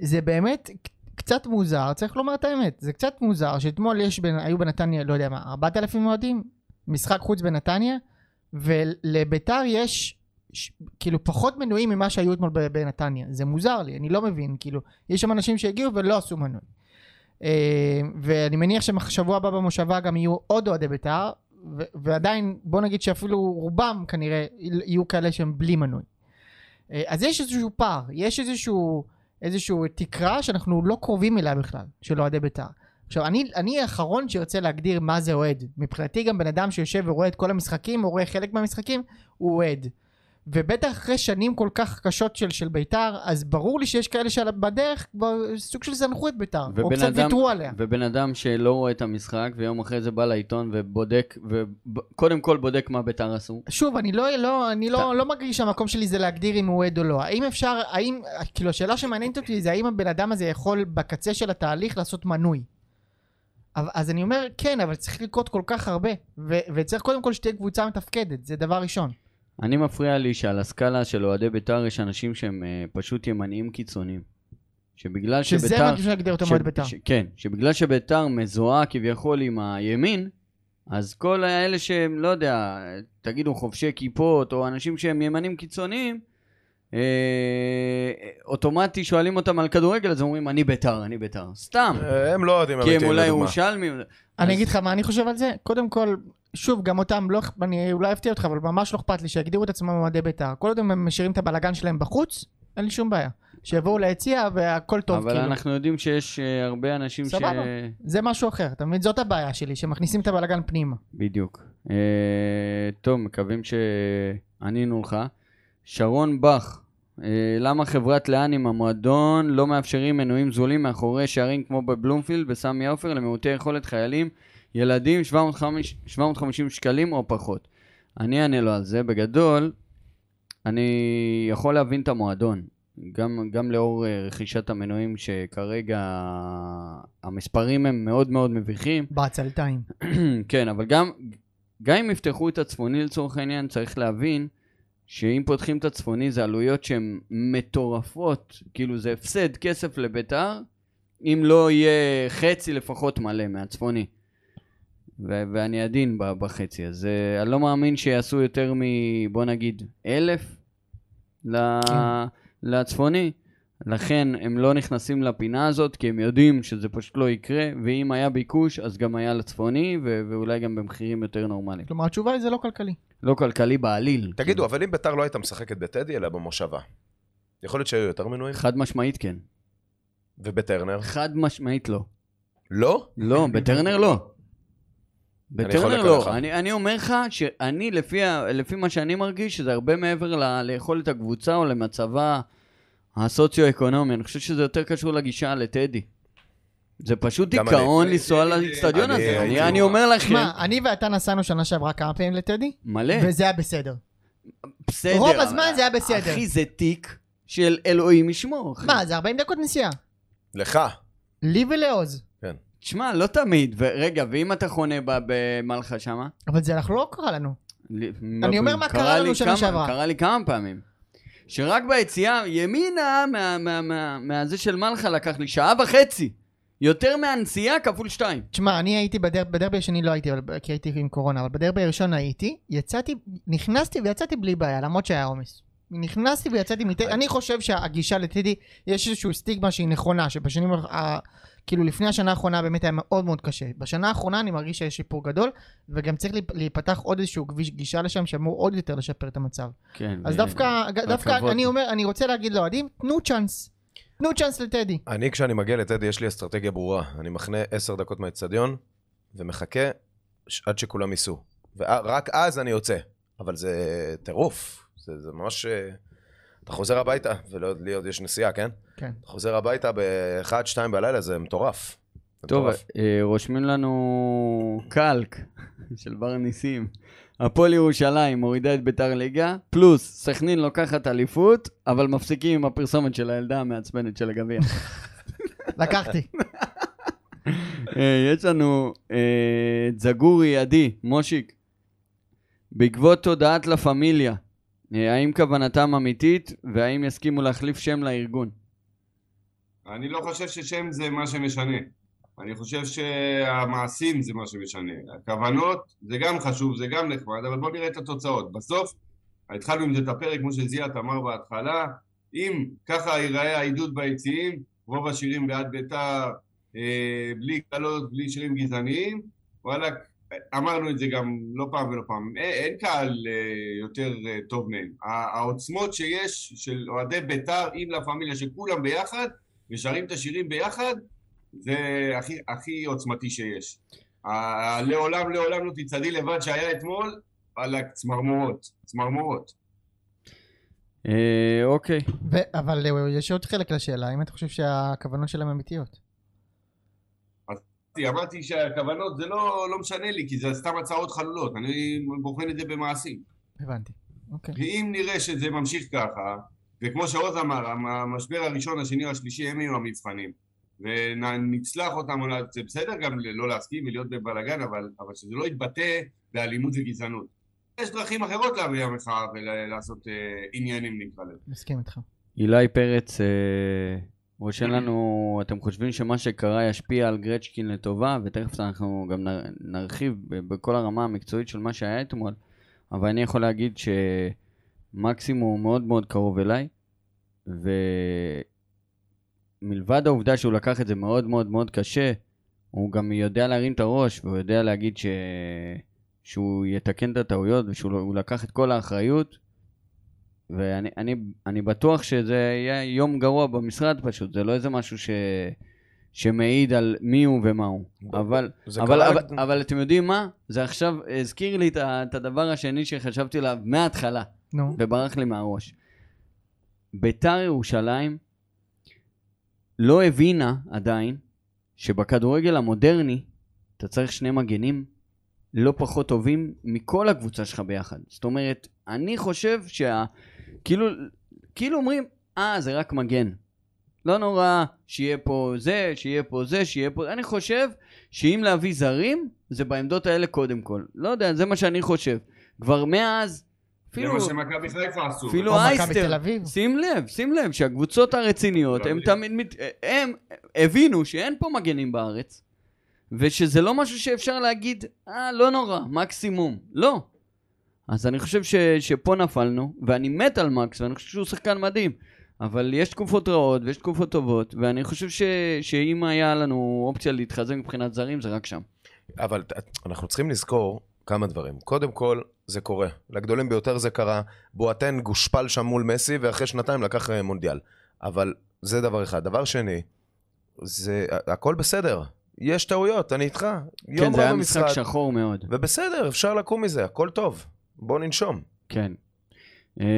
[SPEAKER 4] זה באמת ק- קצת מוזר, צריך לומר את האמת, זה קצת מוזר שאתמול יש בנ, היו בנתניה, לא יודע מה, 4,000 אוהדים, משחק חוץ בנתניה, ולביתר יש ש, כאילו פחות מנויים ממה שהיו אתמול ב- בנתניה. זה מוזר לי, אני לא מבין, כאילו, יש שם אנשים שהגיעו ולא עשו מנוי. אה, ואני מניח שבשבוע הבא במושבה גם יהיו עוד אוהדי ביתר, ו- ועדיין בוא נגיד שאפילו רובם כנראה יהיו כאלה שהם בלי מנוי. אה, אז יש איזשהו פער, יש איזשהו, איזשהו תקרה שאנחנו לא קרובים אליה בכלל, של אוהדי בית"ר. עכשיו, אני, אני האחרון שירצה להגדיר מה זה אוהד. מבחינתי גם בן אדם שיושב ורואה את כל המשחקים, או רואה חלק מהמשחקים, הוא אוהד. ובטח אחרי שנים כל כך קשות של, של בית"ר, אז ברור לי שיש כאלה שבדרך כבר סוג של זנחו את בית"ר, או
[SPEAKER 2] ובן
[SPEAKER 4] קצת
[SPEAKER 2] אדם-
[SPEAKER 4] ויתרו עליה.
[SPEAKER 2] ובן אדם שלא רואה את המשחק, ויום אחרי זה בא לעיתון ובודק, וקודם כל בודק מה ביתר עשו.
[SPEAKER 4] שוב, אני לא, לא, אני לא, לא מרגיש שהמקום שלי זה להגדיר אם הוא אוהד או לא. האם אפשר, האם, כאילו השאלה שמעניינת אותי זה האם הבן אדם הזה יכול בקצה של התהליך לעשות מנוי. אבל- אז אני אומר, כן, אבל צריך לקרות כל כך הרבה, ו- וצריך קודם כל שתהיה קבוצה מתפקדת, זה דבר ראשון.
[SPEAKER 2] אני מפריע לי שעל הסקאלה של אוהדי ביתר יש אנשים שהם אה, פשוט ימניים קיצוניים. שבגלל
[SPEAKER 4] שזה
[SPEAKER 2] שביתר...
[SPEAKER 4] מה שנגדיר אותו
[SPEAKER 2] ש-
[SPEAKER 4] מאוד בית"ר.
[SPEAKER 2] ש- כן, שבגלל שביתר מזוהה כביכול עם הימין, אז כל האלה שהם, לא יודע, תגידו חובשי כיפות, או אנשים שהם ימנים קיצוניים, אה, אוטומטי שואלים אותם על כדורגל, אז הם אומרים, אני ביתר, אני ביתר. סתם,
[SPEAKER 5] אה, הם לא אוהדים
[SPEAKER 2] כי
[SPEAKER 5] אמיתיים,
[SPEAKER 2] הם אולי
[SPEAKER 5] לדוגמה.
[SPEAKER 2] ירושלמים.
[SPEAKER 4] אני
[SPEAKER 2] אז-
[SPEAKER 4] אגיד לך מה אני חושב על זה, קודם כל, שוב, גם אותם, לא, אכפ- אני אולי אפתיע אותך, אבל ממש לא אכפת לי שיגדירו את עצמם אוהדי בית"ר. כל עוד הם משאירים את הבלגן שלהם בחוץ, אין לי שום בעיה. שיבואו ליציע והכל טוב,
[SPEAKER 2] אבל
[SPEAKER 4] כאילו.
[SPEAKER 2] אנחנו יודעים שיש אה, הרבה אנשים ש...
[SPEAKER 4] סבבה. זה משהו אחר, אתה מבין? זאת הבעיה שלי, שמכניסים את הבלגן פנימה.
[SPEAKER 2] בדיוק. אה, טוב, מקווים שענינו לך. שרון בך, אה, למה חברת לאן עם המועדון לא מאפשרים מנויים זולים מאחורי שערים כמו בבלומפילד, בסמי עופר, למעוטי יכולת חיילים, ילדים, 750, 750 שקלים או פחות? אני אענה לו על זה. בגדול, אני יכול להבין את המועדון. גם, גם לאור אה, רכישת המנויים שכרגע המספרים הם מאוד מאוד מביכים,
[SPEAKER 4] בעצלתיים.
[SPEAKER 2] כן, אבל גם, גם אם יפתחו את הצפוני לצורך העניין, צריך להבין שאם פותחים את הצפוני זה עלויות שהן מטורפות, כאילו זה הפסד כסף לביתר, אם לא יהיה חצי לפחות מלא מהצפוני. ו- ואני עדין ב- בחצי, אז אה, אני לא מאמין שיעשו יותר מ... בוא נגיד, אלף ל- לצפוני. לכן הם לא נכנסים לפינה הזאת, כי הם יודעים שזה פשוט לא יקרה, ואם היה ביקוש, אז גם היה לצפוני, ו- ואולי גם במחירים יותר נורמליים.
[SPEAKER 4] כלומר, התשובה היא זה לא כלכלי.
[SPEAKER 2] לא כלכלי בעליל.
[SPEAKER 5] תגידו, אבל אם ביתר לא הייתה משחקת בטדי, אלא במושבה, יכול להיות שהיו יותר מנויים?
[SPEAKER 2] חד משמעית כן.
[SPEAKER 5] ובטרנר?
[SPEAKER 2] חד משמעית לא.
[SPEAKER 5] לא?
[SPEAKER 2] לא, בטרנר לא.
[SPEAKER 5] חולק
[SPEAKER 2] בטרנר
[SPEAKER 5] עליך.
[SPEAKER 2] לא. אני, אני אומר לך שאני, לפי, ה- לפי מה שאני מרגיש, שזה הרבה מעבר ל, ליכולת הקבוצה או למצבה הסוציו-אקונומי. אני חושב שזה יותר קשור לגישה לטדי. זה פשוט
[SPEAKER 5] גם
[SPEAKER 2] דיכאון
[SPEAKER 6] אני.
[SPEAKER 2] לנסוע לאיצטדיון
[SPEAKER 5] אני-
[SPEAKER 2] הזה. אני,
[SPEAKER 5] אני-
[SPEAKER 2] אני אומר לכם,
[SPEAKER 4] אה, שמע, אני ואתה נסענו שנה שעברה כמה פעמים לטדי,
[SPEAKER 2] מלא.
[SPEAKER 4] וזה היה בסדר.
[SPEAKER 2] בסדר.
[SPEAKER 4] רוב
[SPEAKER 2] אבל-
[SPEAKER 4] הזמן זה היה בסדר.
[SPEAKER 2] אחי, זה תיק של אלוהים ישמור, אחי.
[SPEAKER 4] מה, זה 40 דקות נסיעה.
[SPEAKER 5] לך.
[SPEAKER 4] לי ולעוז.
[SPEAKER 2] תשמע, לא תמיד. ורגע, ואם אתה חונה ב- במלחה שמה?
[SPEAKER 4] אבל זה אנחנו לא קרה לנו.
[SPEAKER 2] לי-
[SPEAKER 4] אני אומר מה קרה לנו
[SPEAKER 2] לי
[SPEAKER 4] שנה
[SPEAKER 2] כמה-
[SPEAKER 4] שעברה.
[SPEAKER 2] קרה לי כמה פעמים. שרק ביציאה ימינה מה- מה- מה- מהזה של מלחה לקח לי שעה וחצי. יותר מהנסיעה כפול שתיים.
[SPEAKER 4] תשמע, אני הייתי בדר... בדרבי השני לא הייתי, אבל- כי הייתי עם קורונה, אבל בדרבי הראשון הייתי, יצאתי, נכנסתי ויצאתי בלי בעיה, למרות שהיה עומס. נכנסתי ויצאתי מטדי, אני חושב שהגישה לטדי, יש איזשהו סטיגמה שהיא נכונה, שבשנים ה- כאילו לפני השנה האחרונה באמת היה מאוד מאוד קשה. בשנה האחרונה אני מרגיש שיש שיפור גדול, וגם צריך להיפ- להיפתח עוד איזשהו כביש גישה לשם שאמור עוד יותר לשפר את המצב.
[SPEAKER 2] כן.
[SPEAKER 4] אז
[SPEAKER 2] ו-
[SPEAKER 4] דווקא, דווקא
[SPEAKER 2] רכבות.
[SPEAKER 4] אני אומר, אני רוצה להגיד לאוהדים, תנו צ'אנס. תנו צ'אנס לטדי.
[SPEAKER 5] אני, כשאני מגיע לטדי, יש לי אסטרטגיה ברורה. אני מחנה עשר דקות מהאצטדיון, ומחכה ש- עד שכולם ייסעו. ורק אז אני יוצא. אבל זה טירוף. זה, זה ממש... אה, אתה חוזר הביתה, ולי עוד יש נסיעה, כן?
[SPEAKER 4] כן.
[SPEAKER 5] אתה חוזר הביתה באחד, שתיים בלילה, זה מטורף. זה
[SPEAKER 2] טוב,
[SPEAKER 5] מטורף.
[SPEAKER 2] אה, רושמים לנו קלק של בר ניסים. הפועל ירושלים מורידה את ביתר ליגה, פלוס סכנין לוקחת אליפות, אבל מפסיקים עם הפרסומת של הילדה המעצבנת של הגביע.
[SPEAKER 4] לקחתי.
[SPEAKER 2] אה, יש לנו אה, את זגורי עדי, מושיק. בעקבות הודעת לה פמיליה, אה, האם כוונתם אמיתית והאם יסכימו להחליף שם לארגון?
[SPEAKER 3] אני לא חושב ששם זה מה שמשנה. אני חושב שהמעשים זה מה שמשנה. הכוונות זה גם חשוב, זה גם נחמד, אבל בואו נראה את התוצאות. בסוף, התחלנו עם זה את הפרק, כמו שזיאת אמר בהתחלה, אם ככה ייראה העידוד ביציעים, רוב השירים בעד בית"ר, אה, בלי קלות, בלי שירים גזעניים, וואלכ, אמרנו את זה גם לא פעם ולא פעם, אין, אין קהל אה, יותר אה, טוב מהם. ה- העוצמות שיש של אוהדי בית"ר עם לה פמיליה, שכולם ביחד, ושרים את השירים ביחד, זה הכי, הכי עוצמתי שיש. ה- לעולם, לעולם לא תצעדי לבד שהיה אתמול, וואלכ, צמרמורות, צמרמורות.
[SPEAKER 2] אה, אוקיי.
[SPEAKER 4] ו- אבל אה, יש עוד חלק לשאלה, אם אתה חושב שהכוונות שלהם אמיתיות.
[SPEAKER 3] אמרתי- אמרתי שהכוונות, זה לא, לא משנה לי, כי זה סתם הצעות חלולות, אני בוחן את זה במעשים.
[SPEAKER 4] הבנתי. אוקיי.
[SPEAKER 3] ואם נראה שזה ממשיך ככה, וכמו שעוז אמר, המ- המשבר הראשון, השני או השלישי, הם יהיו המבחנים. ונצלח אותם, אולי זה בסדר גם ל- לא להסכים ולהיות בבלאגן, אבל, אבל שזה לא יתבטא באלימות וגזענות. יש דרכים אחרות להביא המחאה ולעשות אה, עניינים, נקרא לזה.
[SPEAKER 4] מסכים איתך.
[SPEAKER 2] אילי פרץ אה, רושם לנו, אתם חושבים שמה שקרה ישפיע על גרצ'קין לטובה, ותכף אנחנו גם נר, נרחיב ב- בכל הרמה המקצועית של מה שהיה אתמול, אבל אני יכול להגיד שמקסימו הוא מאוד מאוד קרוב אליי, ומלבד העובדה שהוא לקח את זה מאוד מאוד מאוד קשה, הוא גם יודע להרים את הראש, והוא יודע להגיד ש... שהוא יתקן את הטעויות, ושהוא לא- הוא לקח את כל האחריות, ואני אני, אני בטוח שזה יהיה יום גרוע במשרד פשוט, זה לא איזה משהו ש... שמעיד על מי הוא ומה הוא.
[SPEAKER 5] ב-
[SPEAKER 2] אבל,
[SPEAKER 5] זה
[SPEAKER 2] אבל,
[SPEAKER 5] קרה-
[SPEAKER 2] אבל, אבל אתם יודעים מה? זה עכשיו הזכיר לי את, ה- את הדבר השני שחשבתי עליו מההתחלה,
[SPEAKER 4] נו.
[SPEAKER 2] וברח לי מהראש. ביתר ירושלים לא הבינה עדיין שבכדורגל המודרני אתה צריך שני מגנים לא פחות טובים מכל הקבוצה שלך ביחד. זאת אומרת, אני חושב שה... כאילו, כאילו אומרים, אה, זה רק מגן. לא נורא, שיהיה פה זה, שיהיה פה זה, שיהיה פה... אני חושב שאם להביא זרים, זה בעמדות האלה קודם כל. לא יודע, זה מה שאני חושב. כבר מאז,
[SPEAKER 3] זה
[SPEAKER 2] אפילו...
[SPEAKER 3] מה שמכבי חיפה עשו.
[SPEAKER 2] אפילו-
[SPEAKER 4] או מכבי
[SPEAKER 2] לא, אייסטר.
[SPEAKER 4] תל אביב.
[SPEAKER 2] שים לב, שים לב שהקבוצות הרציניות,
[SPEAKER 3] לא
[SPEAKER 2] הם
[SPEAKER 3] יודעים.
[SPEAKER 2] תמיד, מת- הם הבינו שאין פה מגנים בארץ, ושזה לא משהו שאפשר להגיד, אה, לא נורא, מקסימום. לא. אז אני חושב ש, שפה נפלנו, ואני מת על מקס, ואני חושב שהוא שחקן מדהים. אבל יש תקופות רעות ויש תקופות טובות, ואני חושב ש, שאם היה לנו אופציה להתחזק מבחינת זרים, זה רק שם.
[SPEAKER 5] אבל ת- אנחנו צריכים לזכור כמה דברים. קודם כל, זה קורה. לגדולים ביותר זה קרה. בואטן גושפל שם מול מסי, ואחרי שנתיים לקח אה, מונדיאל. אבל זה דבר אחד. דבר שני, זה ה- הכל בסדר. יש טעויות, אני איתך.
[SPEAKER 2] כן,
[SPEAKER 5] יום
[SPEAKER 2] זה
[SPEAKER 5] רע
[SPEAKER 2] היה משחק
[SPEAKER 5] במשחק.
[SPEAKER 2] שחור מאוד.
[SPEAKER 5] ובסדר, אפשר לקום מזה, הכל טוב. בוא ננשום.
[SPEAKER 2] כן.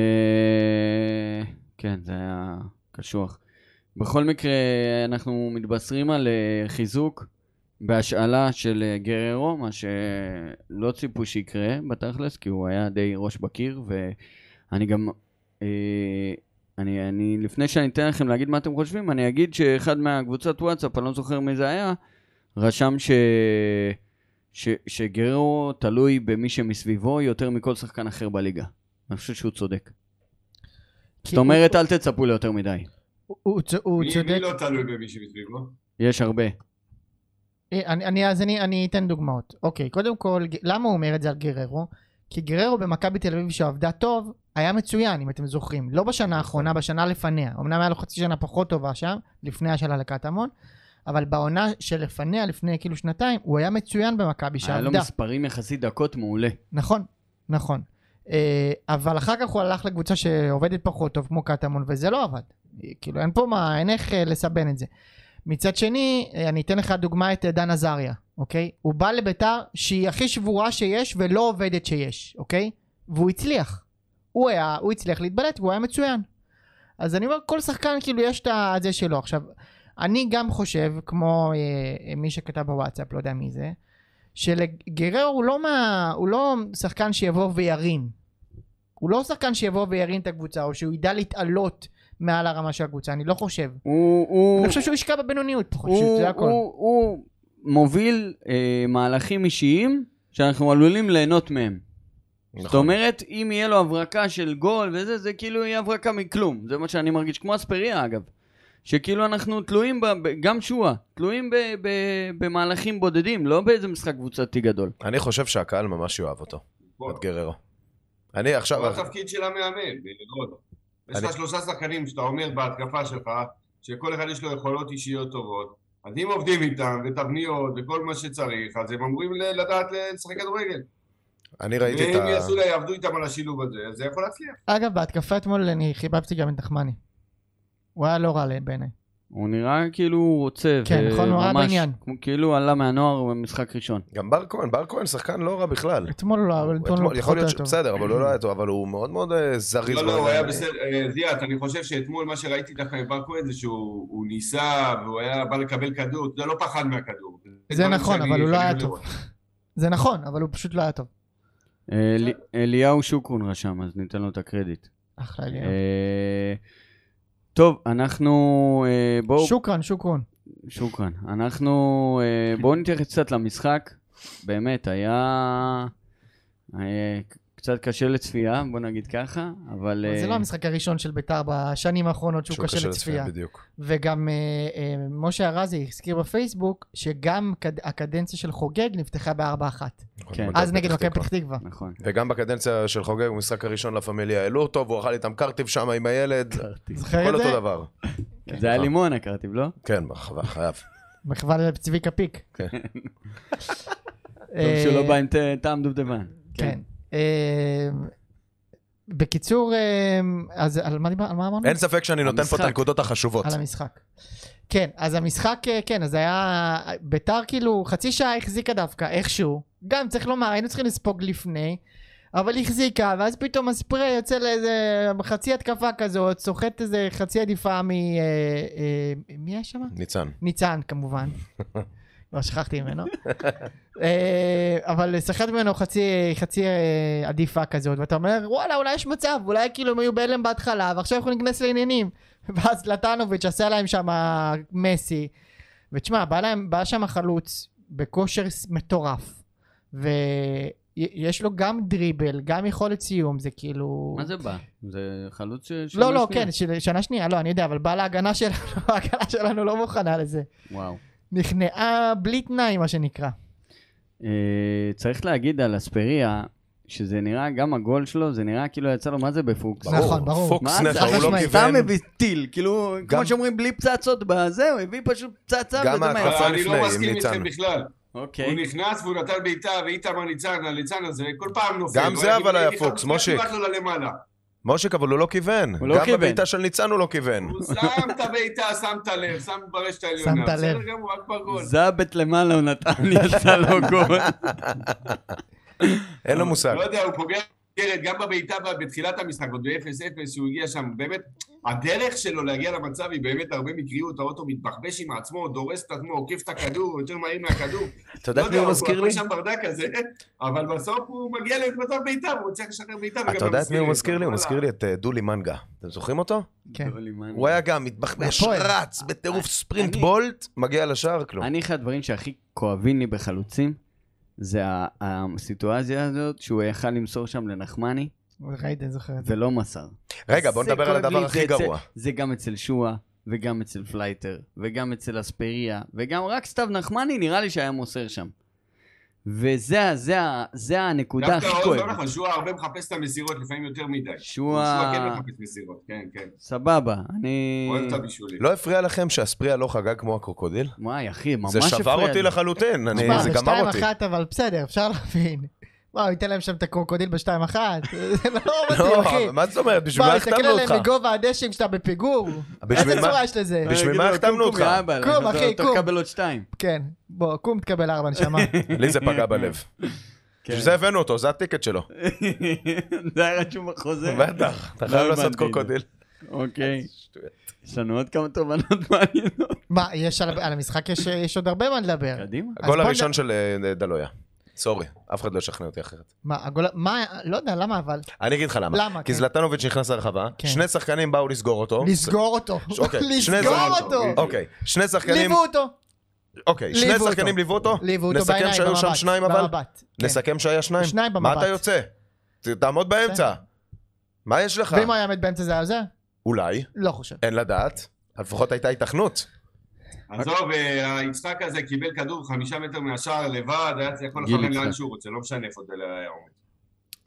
[SPEAKER 2] אה, כן, זה היה קשוח. בכל מקרה, אנחנו מתבשרים על אה, חיזוק בהשאלה של אה, גררו, מה שלא ציפו שיקרה בתכלס, כי הוא היה די ראש בקיר, ואני גם... אה, אני, אני, לפני שאני אתן לכם להגיד מה אתם חושבים, אני אגיד שאחד מהקבוצת וואטסאפ, אני לא זוכר מי זה היה, רשם ש... ש... שגררו תלוי במי שמסביבו יותר מכל שחקן אחר בליגה. אני חושב שהוא צודק.
[SPEAKER 4] כי
[SPEAKER 2] זאת אומרת, אל תצפו ליותר מדי.
[SPEAKER 4] הוא- הוא צ- הוא
[SPEAKER 3] מי,
[SPEAKER 4] צודק.
[SPEAKER 3] מי לא תלוי במי שמסביבו?
[SPEAKER 2] יש הרבה.
[SPEAKER 4] אה, אני, אני, אז אני, אני אתן דוגמאות. אוקיי, קודם כל, ג- למה הוא אומר את זה על גררו? כי גררו במכבי תל אביב שעבדה טוב, היה מצוין, אם אתם זוכרים. לא בשנה האחרונה, בשנה לפניה. אמנם היה לו חצי שנה פחות טובה שם, לפני השאלה לקטמון, אבל בעונה שלפניה, לפני כאילו שנתיים, הוא היה מצוין במכבי,
[SPEAKER 2] היה לו
[SPEAKER 4] שעבדה.
[SPEAKER 2] מספרים יחסית דקות מעולה.
[SPEAKER 4] נכון, נכון. אה, אבל אחר כך הוא הלך לקבוצה שעובדת פחות טוב, כמו קטמון, וזה לא עבד. אה, כאילו, אין פה מה, אין איך אה, לסבן את זה. מצד שני, אה, אני אתן לך דוגמא את אה, דן עזריה, אוקיי? הוא בא לביתר שהיא הכי שבורה שיש ולא עובדת שיש, אוקיי? והוא הצליח. הוא היה, הוא הצליח להתבלט והוא היה מצוין. אז אני אומר, כל שחקן כאילו יש את ה- זה שלו. עכשיו, אני גם חושב, כמו אה, מי שכתב בוואטסאפ, לא יודע מי זה, שלגרר הוא לא, מה, הוא לא שחקן שיבוא וירים. הוא לא שחקן שיבוא וירים את הקבוצה, או שהוא ידע להתעלות מעל הרמה של הקבוצה, אני לא חושב.
[SPEAKER 2] הוא... הוא...
[SPEAKER 4] אני חושב שהוא ישקע בבינוניות, פחות, פשוט,
[SPEAKER 2] הוא,
[SPEAKER 4] זה הכל.
[SPEAKER 2] הוא, הוא מוביל אה, מהלכים אישיים שאנחנו עלולים ליהנות מהם. זאת
[SPEAKER 5] נכון.
[SPEAKER 2] אומרת, אם יהיה לו הברקה של גול וזה, זה כאילו יהיה הברקה מכלום. זה מה שאני מרגיש, כמו אספריה אגב. שכאילו אנחנו תלויים, ב, ב, גם שואה, תלויים ב, ב, במהלכים בודדים, לא באיזה משחק קבוצתי גדול.
[SPEAKER 5] אני חושב שהקהל ממש יאהב אותו,
[SPEAKER 3] בוא,
[SPEAKER 5] את גררו. אני עכשיו...
[SPEAKER 3] זה התפקיד של המאמן, לראות. יש
[SPEAKER 5] אני-
[SPEAKER 3] לך שלושה שחקנים שאתה אומר בהתקפה שלך, שכל אחד יש לו יכולות אישיות טובות, אז אם עובדים איתם, ותבניות, וכל מה שצריך, אז הם אמורים ל- לדעת לשחק כדורגל.
[SPEAKER 5] אני
[SPEAKER 3] ואם
[SPEAKER 5] ראיתי את ה...
[SPEAKER 3] יעשו, לה- יעבדו איתם על השילוב הזה, אז זה יכול להצליח.
[SPEAKER 4] אגב, בהתקפה אתמול אני חיבבתי גם את נחמני. הוא היה לא רע בעיניי.
[SPEAKER 2] הוא נראה כאילו הוא רוצה,
[SPEAKER 4] כן,
[SPEAKER 2] ו-
[SPEAKER 4] נכון, הוא היה
[SPEAKER 2] ממש
[SPEAKER 4] בעניין.
[SPEAKER 2] כמו- כאילו עלה מהנוער במשחק ראשון.
[SPEAKER 5] גם בר כהן, בר כהן שחקן לא רע בכלל.
[SPEAKER 4] אתמול הוא לא, אבל אתמול הוא
[SPEAKER 5] אתמול- יכול
[SPEAKER 4] פחות
[SPEAKER 5] להיות
[SPEAKER 4] היה
[SPEAKER 5] ש...
[SPEAKER 4] טוב.
[SPEAKER 5] בסדר, אבל הוא לא היה טוב, אבל הוא מאוד מאוד אה, זריז.
[SPEAKER 3] לא, לא,
[SPEAKER 5] בעניין.
[SPEAKER 3] הוא היה בסדר. אה, זיאת, אני חושב שאתמול מה שראיתי דווקא עם בר כהן זה שהוא הוא ניסה, והוא היה בא לקבל כדור, זה לא פחד מהכדור.
[SPEAKER 4] זה
[SPEAKER 3] דברים
[SPEAKER 4] נכון,
[SPEAKER 3] שאני-
[SPEAKER 4] אבל הוא לא
[SPEAKER 3] שאני
[SPEAKER 4] היה
[SPEAKER 3] אוהב
[SPEAKER 4] טוב.
[SPEAKER 3] לראות.
[SPEAKER 4] זה נכון, אבל הוא פשוט לא היה טוב.
[SPEAKER 2] אה, אלי- אליהו שוקרון רשם, אז ניתן לו את הקרדיט.
[SPEAKER 4] אחלה אליהו.
[SPEAKER 2] אה, טוב, אנחנו... אה, בואו...
[SPEAKER 4] שוקרן, שוקרון.
[SPEAKER 2] שוקרן. אנחנו... אה, בואו נתייחס קצת למשחק. באמת, היה... אה, קצת קשה לצפייה, בוא נגיד ככה, אבל...
[SPEAKER 4] אבל זה
[SPEAKER 2] אה,
[SPEAKER 4] לא המשחק הראשון של ביתר בשנים האחרונות שהוא קשה לצפייה. כן.
[SPEAKER 5] בדיוק.
[SPEAKER 4] וגם אה, אה, משה ארזי הזכיר בפייסבוק שגם קד- הקדנציה של חוגג נפתחה בארבע אחת.
[SPEAKER 2] כן.
[SPEAKER 4] אז נגד מכבי פתח תקווה.
[SPEAKER 2] נכון.
[SPEAKER 5] נכון, וגם בקדנציה של חוגג, במשחק הראשון לה פמיליה העלו אותו, והוא אכל איתם קרטיב שם עם הילד,
[SPEAKER 4] זוכר
[SPEAKER 5] הכל
[SPEAKER 4] את
[SPEAKER 5] אותו
[SPEAKER 4] זה?
[SPEAKER 5] דבר.
[SPEAKER 4] כן.
[SPEAKER 2] זה היה לימון הקרטיב,
[SPEAKER 4] אה,
[SPEAKER 2] לא?
[SPEAKER 5] כן, בחווה, חייב.
[SPEAKER 4] מחווה לצביקה פיק. אה,
[SPEAKER 5] כן.
[SPEAKER 2] טוב שלא בא עם ט- טעם דובדבן.
[SPEAKER 4] כן. אה, בקיצור, אה, אז על מה דיבר- על מה אמרנו?
[SPEAKER 5] אין ספק שאני נותן פה את
[SPEAKER 2] המשחק.
[SPEAKER 5] הנקודות החשובות.
[SPEAKER 4] על המשחק. כן, אז המשחק, אה, כן, אז היה... ביתר כאילו חצי שעה החזיקה דווקא, איכשהו. גם, צריך לומר, היינו צריכים לספוג לפני, אבל החזיקה, ואז פתאום הספרי יוצא לאיזה חצי התקפה כזאת, סוחט איזה חצי עדיפה מ... אה, אה, מי היה שם?
[SPEAKER 5] ניצן.
[SPEAKER 4] ניצן כמובן. כבר שכחתי ממנו. אה, אבל שחקת ממנו חצי, חצי אה, עדיפה כזאת, ואתה אומר, וואלה, אולי יש מצב, אולי כאילו הם היו בהלם בהתחלה, ועכשיו אנחנו ניכנס לעניינים. ואז לטנוביץ' עשה להם שם מסי. ותשמע, בא, להם- בא שם חלוץ בכושר ס- מטורף. ויש לו גם דריבל, גם יכולת סיום, זה כאילו...
[SPEAKER 2] מה זה בא? זה חלוץ ש... שנה
[SPEAKER 4] לא, לא,
[SPEAKER 2] שנייה?
[SPEAKER 4] כן, של- שנה שנייה, לא, אני יודע, אבל בא להגנה שלנו, ההגנה שלנו לא מוכנה לזה.
[SPEAKER 2] וואו.
[SPEAKER 4] נכנעה בלי תנאי, מה שנקרא.
[SPEAKER 2] אה, צריך להגיד על אספריה, שזה נראה, גם הגול שלו, זה נראה כאילו יצא לו, מה זה בפוקס?
[SPEAKER 4] נכון, ברור.
[SPEAKER 5] פוקס
[SPEAKER 2] מה זה?
[SPEAKER 5] נפח, הוא לא
[SPEAKER 4] חד-משמעית.
[SPEAKER 5] כיוון.
[SPEAKER 2] סתם הביא טיל, כאילו,
[SPEAKER 5] גם-
[SPEAKER 2] כמו שאומרים, בלי פצצות בזה, הוא הביא פשוט פצצה
[SPEAKER 5] גם
[SPEAKER 2] וזה
[SPEAKER 5] ההתקפה-
[SPEAKER 2] מהר.
[SPEAKER 5] יפה
[SPEAKER 3] אבל אני
[SPEAKER 5] לפני, עם
[SPEAKER 3] לא מסכים
[SPEAKER 5] ניצן.
[SPEAKER 3] איתכם בכלל. הוא
[SPEAKER 2] אוקיי.
[SPEAKER 3] נכנס והוא נתן בעיטה, ואיתמר ניצן, הליצן הזה, כל פעם נופל.
[SPEAKER 5] גם
[SPEAKER 3] הוא
[SPEAKER 5] זה
[SPEAKER 3] היה נראה
[SPEAKER 5] אבל היה
[SPEAKER 3] לי
[SPEAKER 5] פוקס,
[SPEAKER 3] חצי
[SPEAKER 5] מושיק.
[SPEAKER 3] כמעט לו ללמעלה.
[SPEAKER 5] מושיק, אבל הוא לא כיוון.
[SPEAKER 2] הוא לא
[SPEAKER 5] גם
[SPEAKER 2] כיוון.
[SPEAKER 5] בבעיטה של ניצן הוא לא כיוון.
[SPEAKER 3] הוא שם את הבעיטה, שם את הלב, שם ברשת העליונה.
[SPEAKER 4] שם את הלב.
[SPEAKER 3] בסדר גמור, רק בגול.
[SPEAKER 2] זאבט למעלה הוא נתן לי, יצא לו גול.
[SPEAKER 5] אין לו מושג.
[SPEAKER 3] לא יודע, הוא פוגע במסגרת, גם בבעיטה ב- בתחילת המשחק, עוד ב-0-0 שהוא הגיע שם, באמת, הדרך שלו להגיע למצב היא באמת הרבה מקריות, האוטו מתבחבש עם עצמו, דורס את עצמו, עוקף את הכדור, הוא יותר מהיר מהכדור. לא
[SPEAKER 5] אתה יודע את מי הוא מזכיר לי?
[SPEAKER 3] הוא הרבה שם ברדק הזה, אבל בסוף הוא מגיע למצב בעיטה, והוא צריך לשחרר בעיטה. וגם
[SPEAKER 5] אתה יודע את מי הוא
[SPEAKER 3] במסגרת.
[SPEAKER 5] מזכיר לי? הוא
[SPEAKER 3] וואלה.
[SPEAKER 5] מזכיר לי את אה, דולי מנגה. אתם זוכרים אותו?
[SPEAKER 4] כן.
[SPEAKER 2] גול עם
[SPEAKER 5] הוא היה גם מתבחבש,
[SPEAKER 4] הפועל.
[SPEAKER 5] רץ, בטירוף ספרינט
[SPEAKER 2] אה, אני-
[SPEAKER 5] בולט, מגיע לשער, כלום.
[SPEAKER 2] אני, אחד הדברים שהכי כואבים לי בחלוצים, זה ה- הסיטואציה הזאת שהוא יכל למסור שם לנחמני,
[SPEAKER 4] ראית, אני זוכר את זה.
[SPEAKER 2] ולא מסר.
[SPEAKER 5] רגע, בוא
[SPEAKER 2] זה
[SPEAKER 5] נדבר על
[SPEAKER 2] כואב לי,
[SPEAKER 5] הדבר הכי
[SPEAKER 2] זה אצל-
[SPEAKER 5] גרוע.
[SPEAKER 2] זה גם אצל שואה, וגם אצל פלייטר, וגם אצל אספריה, וגם רק סתיו נחמני נראה לי שהיה מוסר שם. וזה, ה- זה, ה- זה הנקודה
[SPEAKER 3] דווקא
[SPEAKER 2] הכי
[SPEAKER 3] עוד לא
[SPEAKER 2] כואבת.
[SPEAKER 3] נכון, שועה הרבה מחפש את המסירות, לפעמים יותר מדי. שועה כן
[SPEAKER 2] שועה,
[SPEAKER 3] מחפש מסירות, כן, כן.
[SPEAKER 2] סבבה, אני...
[SPEAKER 3] אוהב את הבישולים.
[SPEAKER 5] לא הפריע לכם שהספריה לא חגג כמו הקרוקודיל?
[SPEAKER 2] וואי, אחי, ממש
[SPEAKER 5] זה
[SPEAKER 2] הפריע
[SPEAKER 5] שבר
[SPEAKER 2] לי.
[SPEAKER 5] אותי לחלוטין, אני-
[SPEAKER 4] תשמע,
[SPEAKER 5] זה גמר אותי.
[SPEAKER 4] בשתיים אחת, אבל בסדר, אפשר להבין. מה, הוא ייתן להם שם את הקרוקודיל בשתיים אחת? זה לא מתאים, אחי.
[SPEAKER 5] לא, מה זאת אומרת? בשביל
[SPEAKER 4] מה,
[SPEAKER 5] מה
[SPEAKER 4] להסתכל
[SPEAKER 5] החתמנו
[SPEAKER 4] עליהם
[SPEAKER 5] אותך?
[SPEAKER 4] מגובה הדשא כשאתה בפיגור?
[SPEAKER 5] בשביל
[SPEAKER 4] איזה
[SPEAKER 5] מה-
[SPEAKER 4] צורה יש לזה?
[SPEAKER 2] אני אגיד
[SPEAKER 5] בשביל מה
[SPEAKER 2] לו,
[SPEAKER 5] החתמנו
[SPEAKER 2] קום,
[SPEAKER 5] אותך?
[SPEAKER 2] יאבא,
[SPEAKER 4] קום,
[SPEAKER 2] אתה-
[SPEAKER 4] אחי,
[SPEAKER 2] אתה
[SPEAKER 4] קום.
[SPEAKER 2] תקבל עוד שתיים.
[SPEAKER 4] כן, בוא, קום תקבל ארבע, נשמה.
[SPEAKER 5] לי זה פגע בלב.
[SPEAKER 2] כן.
[SPEAKER 5] בשביל זה הבאנו אותו, זה הטיקט שלו.
[SPEAKER 2] זה היה רשום בחוזה.
[SPEAKER 5] בטח, אתה
[SPEAKER 2] לא
[SPEAKER 5] חייב
[SPEAKER 2] הבנתי את
[SPEAKER 5] לעשות
[SPEAKER 2] זה.
[SPEAKER 5] קרוקודיל.
[SPEAKER 2] אוקיי.
[SPEAKER 5] שטויות.
[SPEAKER 2] יש לנו עוד כמה תובנות מעניינות.
[SPEAKER 4] מה, יש על על המשחק יש- יש עוד הרבה מה לדבר.
[SPEAKER 2] קדימה.
[SPEAKER 4] אז
[SPEAKER 5] הגול
[SPEAKER 4] בוא נ-
[SPEAKER 5] הראשון של אה, דלויה. סורי, אף אחד לא ישכנע אותי אחרת.
[SPEAKER 4] מה, הגול... מה, לא יודע, למה אבל?
[SPEAKER 5] אני אגיד לך למה.
[SPEAKER 4] למה?
[SPEAKER 5] כי
[SPEAKER 4] כן.
[SPEAKER 5] זלטנוביץ' נכנס לרחבה,
[SPEAKER 4] כן.
[SPEAKER 5] שני שחקנים באו לסגור אותו.
[SPEAKER 4] לסגור אותו.
[SPEAKER 5] אוקיי, שני
[SPEAKER 4] לסגור
[SPEAKER 5] זרים.
[SPEAKER 4] אותו.
[SPEAKER 5] אוקיי, שני שחקנים...
[SPEAKER 4] ליוו אותו.
[SPEAKER 5] אוקיי, שני
[SPEAKER 4] ליוו
[SPEAKER 5] שחקנים
[SPEAKER 4] אותו. כן.
[SPEAKER 5] ליוו אותו?
[SPEAKER 4] ליוו אותו
[SPEAKER 5] נסכם
[SPEAKER 4] בעיניים, במבט.
[SPEAKER 5] שהיו שם שניים, אבל?
[SPEAKER 4] במבט, כן.
[SPEAKER 5] נסכם שהיה שניים?
[SPEAKER 4] שניים
[SPEAKER 5] מה
[SPEAKER 4] במבט.
[SPEAKER 5] אתה יוצא? ת- תעמוד באמצע. מה יש לך?
[SPEAKER 4] ואם הוא היה עומד באמצע זה היה עוזר?
[SPEAKER 5] אולי,
[SPEAKER 4] לא חושב.
[SPEAKER 5] אין לדעת, לפחות הייתה התכנות.
[SPEAKER 3] עזוב, אה, יצחק הזה קיבל כדור חמישה מטר מהשער לבד, היה צריך יכול
[SPEAKER 2] גיל
[SPEAKER 3] לכוון
[SPEAKER 2] יצחק.
[SPEAKER 3] לאן שהוא רוצה, לא משנה איפה זה לא היה עומד.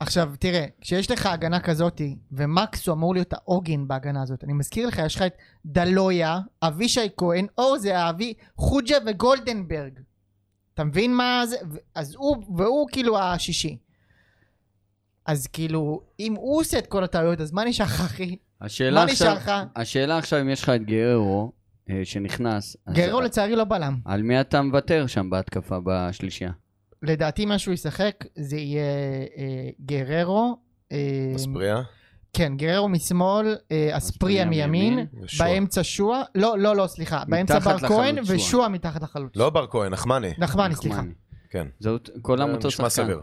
[SPEAKER 4] עכשיו, תראה, כשיש לך הגנה כזאתי, ומקס הוא אמור להיות העוגן בהגנה הזאת, אני מזכיר לך, יש לך את דלויה, אבישי כהן, אור זהבי, חוג'ה וגולדנברג. אתה מבין מה זה? ו- אז הוא, והוא כאילו השישי. אז כאילו, אם הוא עושה את כל הטעויות, אז מה נשאר לך, אחי?
[SPEAKER 2] השאלה
[SPEAKER 4] מה
[SPEAKER 2] עכשיו-
[SPEAKER 4] נשאר לך?
[SPEAKER 2] השאלה עכשיו אם יש לך את גררו אה, שנכנס. אז-
[SPEAKER 4] גרו לצערי לא בלם.
[SPEAKER 2] על מי אתה מוותר שם בהתקפה בשלישייה?
[SPEAKER 4] לדעתי מה שהוא ישחק זה יהיה אה, גררו. אה,
[SPEAKER 5] מספריה?
[SPEAKER 4] כן, גררו משמאל, אה, אספריה מימין,
[SPEAKER 5] ושועה.
[SPEAKER 4] באמצע שועה, לא, לא, לא, סליחה, באמצע
[SPEAKER 2] מתחת
[SPEAKER 4] בר
[SPEAKER 2] לחלוץ
[SPEAKER 4] כהן
[SPEAKER 2] שועה. אה,
[SPEAKER 4] ושועה מתחת לחלוץ.
[SPEAKER 5] לא בר כהן, נחמני.
[SPEAKER 4] נחמני, סליחה.
[SPEAKER 5] כן.
[SPEAKER 2] זאת, כולם אותו
[SPEAKER 5] נשמע
[SPEAKER 2] שחקן.
[SPEAKER 5] סביר.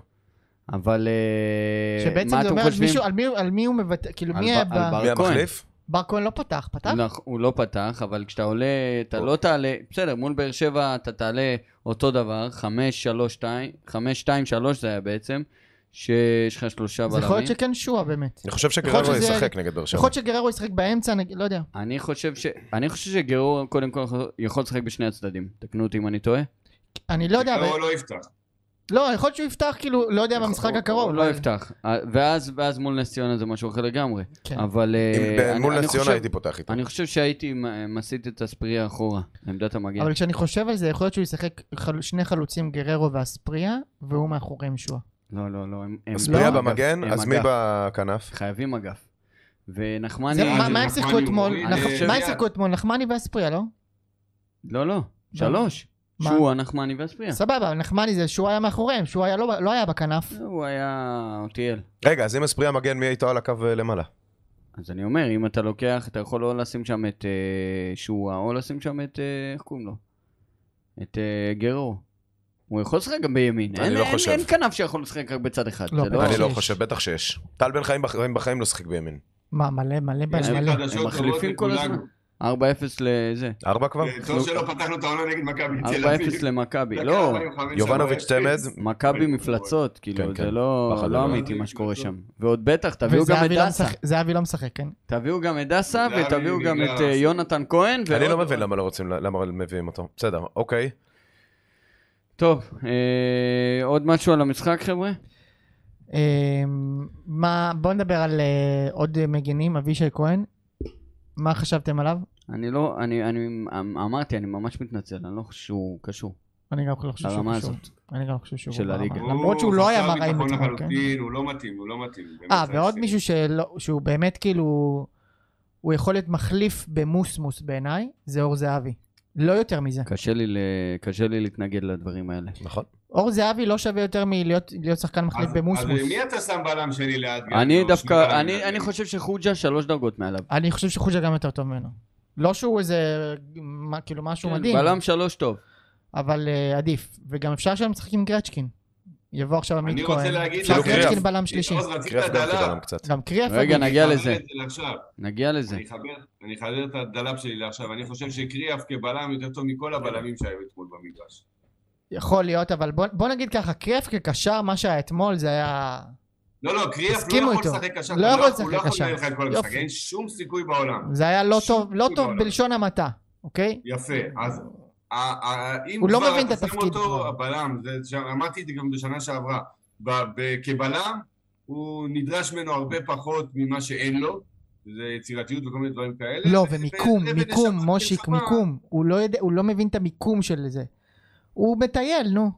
[SPEAKER 2] אבל אה,
[SPEAKER 4] שבעצם
[SPEAKER 2] מה
[SPEAKER 4] זה
[SPEAKER 2] אתם
[SPEAKER 4] אומר על
[SPEAKER 2] חושבים?
[SPEAKER 4] מישהו, על מי, על מי הוא מבטא, כאילו
[SPEAKER 2] על
[SPEAKER 4] מי
[SPEAKER 2] ב-
[SPEAKER 4] היה
[SPEAKER 2] על
[SPEAKER 4] ב...
[SPEAKER 2] בר
[SPEAKER 5] מי
[SPEAKER 2] כהן.
[SPEAKER 5] המחליף?
[SPEAKER 4] בר כהן לא פתח, פתח?
[SPEAKER 2] לא, הוא לא פתח, אבל כשאתה עולה, אתה
[SPEAKER 5] הוא-
[SPEAKER 2] לא תעלה, בסדר, מול באר שבע אתה תעלה אותו דבר, 5, 3, 2, 5, 2, 3 זה היה בעצם, שיש לך שלושה
[SPEAKER 4] זה יכול להיות
[SPEAKER 2] בלמים.
[SPEAKER 4] שכן שועה באמת.
[SPEAKER 5] אני חושב
[SPEAKER 4] יכול להיות
[SPEAKER 5] שגררו
[SPEAKER 4] שזה-
[SPEAKER 5] ישחק נגד באר שבע.
[SPEAKER 4] יכול להיות שגררו ישחק באמצע, נגיד, לא יודע.
[SPEAKER 2] אני חושב ש... אני חושב שגרור קודם כל יכול- יכול לשחק בשני הצדדים, תקנו אותי אם אני טועה.
[SPEAKER 4] אני לא יודע, אבל-
[SPEAKER 3] הוא לא יפתח.
[SPEAKER 4] לא, יכול להיות שהוא יפתח, כאילו, לא יודע,
[SPEAKER 2] יכול-
[SPEAKER 4] במשחק
[SPEAKER 2] הוא-
[SPEAKER 4] הקרוב.
[SPEAKER 2] הוא לא
[SPEAKER 4] אבל-
[SPEAKER 2] יפתח. אה, ואז ואז מול נס ציונה זה משהו אחר לגמרי.
[SPEAKER 4] כן.
[SPEAKER 2] אבל... אה,
[SPEAKER 5] אם ב-
[SPEAKER 2] אני-
[SPEAKER 5] מול
[SPEAKER 2] אני
[SPEAKER 5] נס ציונה
[SPEAKER 2] חושב-
[SPEAKER 5] הייתי פותח איתו.
[SPEAKER 2] אני חושב שהייתי מ- מסיט את אספריה אחורה, עמדת המגן.
[SPEAKER 4] אבל כשאני חושב על זה, יכול להיות שהוא ישחק חל- שני חלוצים, גררו ואספריה, והוא מאחורי עם שועה.
[SPEAKER 2] לא, לא, לא, הם... הם-
[SPEAKER 5] אספריה
[SPEAKER 2] הם אגף,
[SPEAKER 5] במגן,
[SPEAKER 2] הם
[SPEAKER 5] אז מי
[SPEAKER 2] אגף.
[SPEAKER 5] בכנף?
[SPEAKER 2] חייבים אגף. ונחמני...
[SPEAKER 4] זה- מה-
[SPEAKER 3] אני-
[SPEAKER 4] מה הם שיחקו
[SPEAKER 3] נחמני
[SPEAKER 4] אתמול?
[SPEAKER 3] מוריד,
[SPEAKER 4] נח-
[SPEAKER 3] אה,
[SPEAKER 4] מה הם
[SPEAKER 3] יד.
[SPEAKER 4] שיחקו אתמול? נחמני ואספריה, לא?
[SPEAKER 2] לא, לא, שלוש.
[SPEAKER 4] מה?
[SPEAKER 2] שועה, נחמני ואספריה.
[SPEAKER 4] סבבה, אבל נחמני זה שהוא היה מאחוריהם, שהוא היה לא לא היה בכנף.
[SPEAKER 2] הוא היה אותיאל.
[SPEAKER 5] רגע, אז אם אספריה מגן, מי איתו על הקו אה, למעלה?
[SPEAKER 2] אז אני אומר, אם אתה לוקח, אתה יכול או לשים שם את אה, שועה, או לשים שם את, אה, איך קוראים לו? את אה, גרו. הוא יכול לשחק גם בימין.
[SPEAKER 5] אני
[SPEAKER 2] אין-
[SPEAKER 5] לא
[SPEAKER 2] אין-
[SPEAKER 5] חושב.
[SPEAKER 2] אין כנף שיכול לשחק רק בצד אחד.
[SPEAKER 4] לא,
[SPEAKER 2] זה
[SPEAKER 4] בטח
[SPEAKER 5] אני לא
[SPEAKER 4] שיש.
[SPEAKER 5] חושב, בטח שיש. טל בן חיים בחיים- בחיים לא שיחק בימין.
[SPEAKER 4] מה, מלא, מלא,
[SPEAKER 3] יש
[SPEAKER 2] הם-
[SPEAKER 3] לי
[SPEAKER 4] מלא.
[SPEAKER 3] חדשות
[SPEAKER 2] הם מחליפים
[SPEAKER 3] טובות
[SPEAKER 2] כל
[SPEAKER 3] לכולנו.
[SPEAKER 2] הזמן. 4-0 לזה.
[SPEAKER 5] ארבע כבר?
[SPEAKER 3] אה,
[SPEAKER 2] לא.
[SPEAKER 3] טוב שלא פתחנו את העונה נגד מכבי
[SPEAKER 2] אה,
[SPEAKER 3] תל
[SPEAKER 2] 4-0 למכבי.
[SPEAKER 3] דקה
[SPEAKER 2] לא,
[SPEAKER 3] 45,
[SPEAKER 5] יובנוביץ'
[SPEAKER 3] שלוש אפס.
[SPEAKER 5] צמד.
[SPEAKER 2] מכבי מפלצות, כאילו,
[SPEAKER 5] כן,
[SPEAKER 2] זה
[SPEAKER 5] כן.
[SPEAKER 2] לא
[SPEAKER 5] פחד
[SPEAKER 2] לא
[SPEAKER 5] אלוהים.
[SPEAKER 2] אמיתי מה שקורה שם. ועוד בטח, תביאו גם את
[SPEAKER 4] וזהבי לא
[SPEAKER 2] דסה.
[SPEAKER 4] משחק- זהבי לא משחק, כן?
[SPEAKER 2] תביאו גם את דסה,
[SPEAKER 3] זהבי
[SPEAKER 2] ותביאו גם
[SPEAKER 3] נגמר.
[SPEAKER 2] את אה, יונתן כהן.
[SPEAKER 5] אני
[SPEAKER 2] ועוד-
[SPEAKER 5] לא מבין למה לא רוצים, למה מביאים אותו. בסדר, אוקיי.
[SPEAKER 2] אה. טוב, אה, עוד משהו על המשחק, חבר'ה?
[SPEAKER 4] אמ, מה, בוא נדבר על אה, עוד אה, מגנים, אבישי כהן. מה חשבתם עליו?
[SPEAKER 2] אני לא, אני, אני אמ- אמרתי, אני ממש מתנצל, אני לא חושב שהוא קשור
[SPEAKER 4] אני גם לא חושב שהוא
[SPEAKER 2] לרמה
[SPEAKER 4] קשור.
[SPEAKER 2] הזאת.
[SPEAKER 4] אני גם חושב שהוא
[SPEAKER 2] של
[SPEAKER 4] ברמה.
[SPEAKER 2] הליגה.
[SPEAKER 4] למרות שהוא לא היה
[SPEAKER 3] חסר
[SPEAKER 4] מראה עם
[SPEAKER 3] ביטחון
[SPEAKER 4] עצמו, כן?
[SPEAKER 3] לחלוטין, הוא לא מתאים, הוא לא מתאים. באמת,
[SPEAKER 4] אה,
[SPEAKER 3] זה
[SPEAKER 4] ועוד
[SPEAKER 3] רציני.
[SPEAKER 4] מישהו שלא- שהוא באמת כאילו... הוא יכול להיות מחליף במוסמוס בעיניי, זה אור זהבי. לא יותר מזה.
[SPEAKER 2] קשה לי, ל, קשה לי להתנגד לדברים האלה.
[SPEAKER 5] נכון.
[SPEAKER 4] אור זהבי לא שווה יותר מלהיות להיות שחקן
[SPEAKER 3] אז-
[SPEAKER 4] מחליף במוסמוס.
[SPEAKER 3] אז מי אתה שם בלם שני ליד? גלאזר?
[SPEAKER 2] אני
[SPEAKER 3] או שני
[SPEAKER 2] דווקא,
[SPEAKER 3] בלמים
[SPEAKER 2] אני,
[SPEAKER 3] ליד
[SPEAKER 2] אני
[SPEAKER 3] גלאזר?
[SPEAKER 2] חושב שחוג'ה שלוש דרגות מעליו.
[SPEAKER 4] אני חושב שחוג'ה גם יותר טוב ממנו. לא שהוא איזה, מה, כאילו משהו מדהים,
[SPEAKER 2] כן, בלם שלוש טוב.
[SPEAKER 4] אבל אה, עדיף. וגם אפשר שהם משחקים עם גרצ'קין. יבוא עכשיו
[SPEAKER 3] אני
[SPEAKER 4] עמית
[SPEAKER 3] רוצה
[SPEAKER 4] כהן.
[SPEAKER 3] להגיד
[SPEAKER 4] אפשר
[SPEAKER 5] לך,
[SPEAKER 4] גרצ'קין
[SPEAKER 5] קריאף.
[SPEAKER 4] בלם שלישי. כן,
[SPEAKER 3] עוז, רצית
[SPEAKER 5] קריאף גם
[SPEAKER 3] דלאפ.
[SPEAKER 5] קיבל קצת.
[SPEAKER 4] גם קריאף.
[SPEAKER 2] רגע,
[SPEAKER 4] עדיף.
[SPEAKER 2] נגיע
[SPEAKER 3] אני
[SPEAKER 2] לזה,
[SPEAKER 3] אחבר את זה לעכשיו.
[SPEAKER 2] נגיע לזה.
[SPEAKER 3] אני אחבר- אני אחבר את הדלאפ שלי לעכשיו. אני חושב שקריאף כבלם יותר טוב מכל הבלמים שהיו אתמול במגרש.
[SPEAKER 4] יכול להיות, אבל בוא- בוא נגיד ככה, קריאף כקשר, מה שהיה אתמול זה היה...
[SPEAKER 3] לא, לא, קריאף לא
[SPEAKER 4] הסכימו
[SPEAKER 3] יכול
[SPEAKER 4] איתו.
[SPEAKER 3] לשחק קשר.
[SPEAKER 4] לא יכול לשחק
[SPEAKER 3] הוא לא יכול
[SPEAKER 4] קשר.
[SPEAKER 3] לנהל לך את כל
[SPEAKER 4] יופי.
[SPEAKER 3] המשחק. אין שום סיכוי בעולם.
[SPEAKER 4] זה היה לא
[SPEAKER 3] שום
[SPEAKER 4] טוב, לא
[SPEAKER 3] סיכוי
[SPEAKER 4] טוב
[SPEAKER 3] בעולם.
[SPEAKER 4] בלשון המעטה, אוקיי?
[SPEAKER 3] יפה. אז ה- ה- אם
[SPEAKER 4] הוא לא
[SPEAKER 3] כבר
[SPEAKER 4] מבין את
[SPEAKER 3] אתה שם
[SPEAKER 4] התפקיד
[SPEAKER 3] אותו,
[SPEAKER 4] כבר.
[SPEAKER 3] הבלם, זה שם- אמרתי את זה גם בשנה שעברה, ב- ב- כבלם הוא נדרש ממנו הרבה פחות ממה שאין לו, זה יצירתיות וכל מיני דברים כאלה.
[SPEAKER 4] לא,
[SPEAKER 3] ו-
[SPEAKER 4] ומיקום,
[SPEAKER 3] ו-
[SPEAKER 4] מיקום,
[SPEAKER 3] ונשמה,
[SPEAKER 4] מושיק,
[SPEAKER 3] נשמה.
[SPEAKER 4] מיקום. הוא לא יודע- הוא לא מבין את המיקום של זה. הוא מטייל, נו.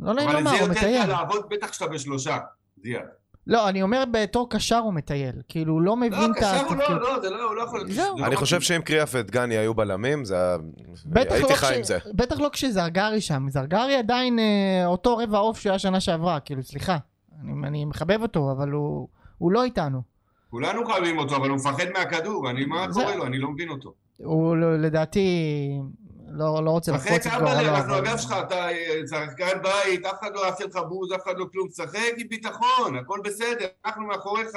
[SPEAKER 4] לא נעים
[SPEAKER 3] אבל את
[SPEAKER 4] לומר,
[SPEAKER 3] זה
[SPEAKER 4] הוא
[SPEAKER 3] יותר קל
[SPEAKER 4] מטייל.
[SPEAKER 3] לעבוד בטח כשאתה בשלושה, זיאד.
[SPEAKER 4] לא, אני אומר בתור קשר הוא מטייל. כאילו, הוא לא
[SPEAKER 3] לא,
[SPEAKER 4] מבין את
[SPEAKER 3] קשר הוא
[SPEAKER 4] התפקיד.
[SPEAKER 3] לא, לא, זה לא, הוא לא יכול...
[SPEAKER 4] זהו.
[SPEAKER 3] זה לא
[SPEAKER 5] אני חושב
[SPEAKER 3] מתאים.
[SPEAKER 5] שאם קריאף ודגני היו בלמים, זה היה...
[SPEAKER 4] בטח
[SPEAKER 5] הייתי
[SPEAKER 4] לא
[SPEAKER 5] חי
[SPEAKER 4] כש-
[SPEAKER 5] עם זה.
[SPEAKER 4] בטח לא כשזרגרי שם. זרגרי עדיין אה, אותו רבע עוף שהיה שנה שעברה, כאילו, סליחה. אני- אני מחבב אותו, אבל הוא- הוא לא איתנו.
[SPEAKER 3] כולנו חייבים אותו, אבל הוא מפחד מהכדור, אני, מה
[SPEAKER 4] זהו.
[SPEAKER 3] קורה לו? אני לא מבין אותו.
[SPEAKER 4] הוא לא- לדעתי לא לא רוצה
[SPEAKER 3] שחק
[SPEAKER 4] לחפוץ את
[SPEAKER 3] אבאלה,
[SPEAKER 4] גורלו.
[SPEAKER 3] אנחנו
[SPEAKER 4] אבל-
[SPEAKER 3] הגב שלך, אתה אה, שחקן בית, אף אחד לא יעשה לך בוז, אף אחד לא כלום, שחק עם ביטחון, הכל בסדר, אנחנו מאחוריך,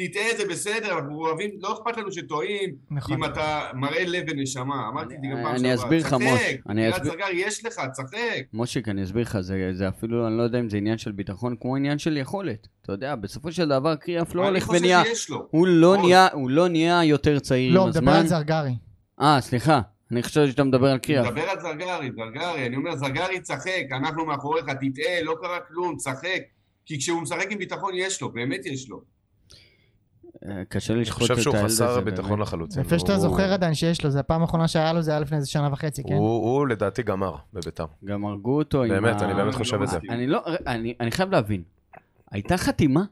[SPEAKER 3] תטעה זה בסדר, אנחנו אוהבים, לא אכפת לנו שטועים,
[SPEAKER 4] נכון.
[SPEAKER 3] אם אתה מראה לב ונשמה, אמרתי את זה גם פעם
[SPEAKER 2] אה, אני-
[SPEAKER 3] שעברה,
[SPEAKER 2] אני אסביר לך, מוש,
[SPEAKER 3] שחק,
[SPEAKER 2] אני
[SPEAKER 3] גלעד
[SPEAKER 2] אסביר-
[SPEAKER 3] סגר, יש לך, שחק,
[SPEAKER 2] מושיק, אני אסביר לך, זה, זה אפילו, אני לא יודע אם זה עניין של ביטחון, כמו עניין של יכולת. אתה יודע, בסופו של דבר קריאף לא
[SPEAKER 3] אני
[SPEAKER 2] הולך
[SPEAKER 3] חושב
[SPEAKER 2] ונהיה...
[SPEAKER 3] שיש לו,
[SPEAKER 2] הוא לא,
[SPEAKER 3] עוז.
[SPEAKER 2] נהיה, הוא לא נהיה יותר צעיר
[SPEAKER 4] לא,
[SPEAKER 2] עם
[SPEAKER 4] הוא מדבר
[SPEAKER 2] הזמן.
[SPEAKER 4] על זרגרי.
[SPEAKER 2] אה, סליחה, אני חושב שאתה מדבר על
[SPEAKER 3] אני
[SPEAKER 2] קריאף.
[SPEAKER 3] מדבר על זרגרי, זרגרי, אני אומר, זרגרי, צחק, אנחנו מאחוריך, תטעה, לא קרה כלום, צחק, כי כשהוא משחק עם ביטחון יש לו, באמת יש לו.
[SPEAKER 2] אה, קשה
[SPEAKER 5] אני
[SPEAKER 2] לשחוט את
[SPEAKER 5] חושב
[SPEAKER 2] הילד הזה.
[SPEAKER 5] שהוא חסר ביטחון
[SPEAKER 2] באמת.
[SPEAKER 5] לחלוצים.
[SPEAKER 4] יפה שאתה
[SPEAKER 5] הוא-
[SPEAKER 4] זוכר עדיין שיש לו, זה הפעם האחרונה שהיה לו, זה היה לפני איזה שנה וחצי, כן?
[SPEAKER 5] הוא הוא לדעתי גמר בביתר.
[SPEAKER 2] גם הרגו אותו עם
[SPEAKER 5] באמת, אני באמת
[SPEAKER 3] לא
[SPEAKER 5] חושב את זה.
[SPEAKER 3] מסכים.
[SPEAKER 2] אני לא, אני, אני חייב להבין. הייתה חתימה?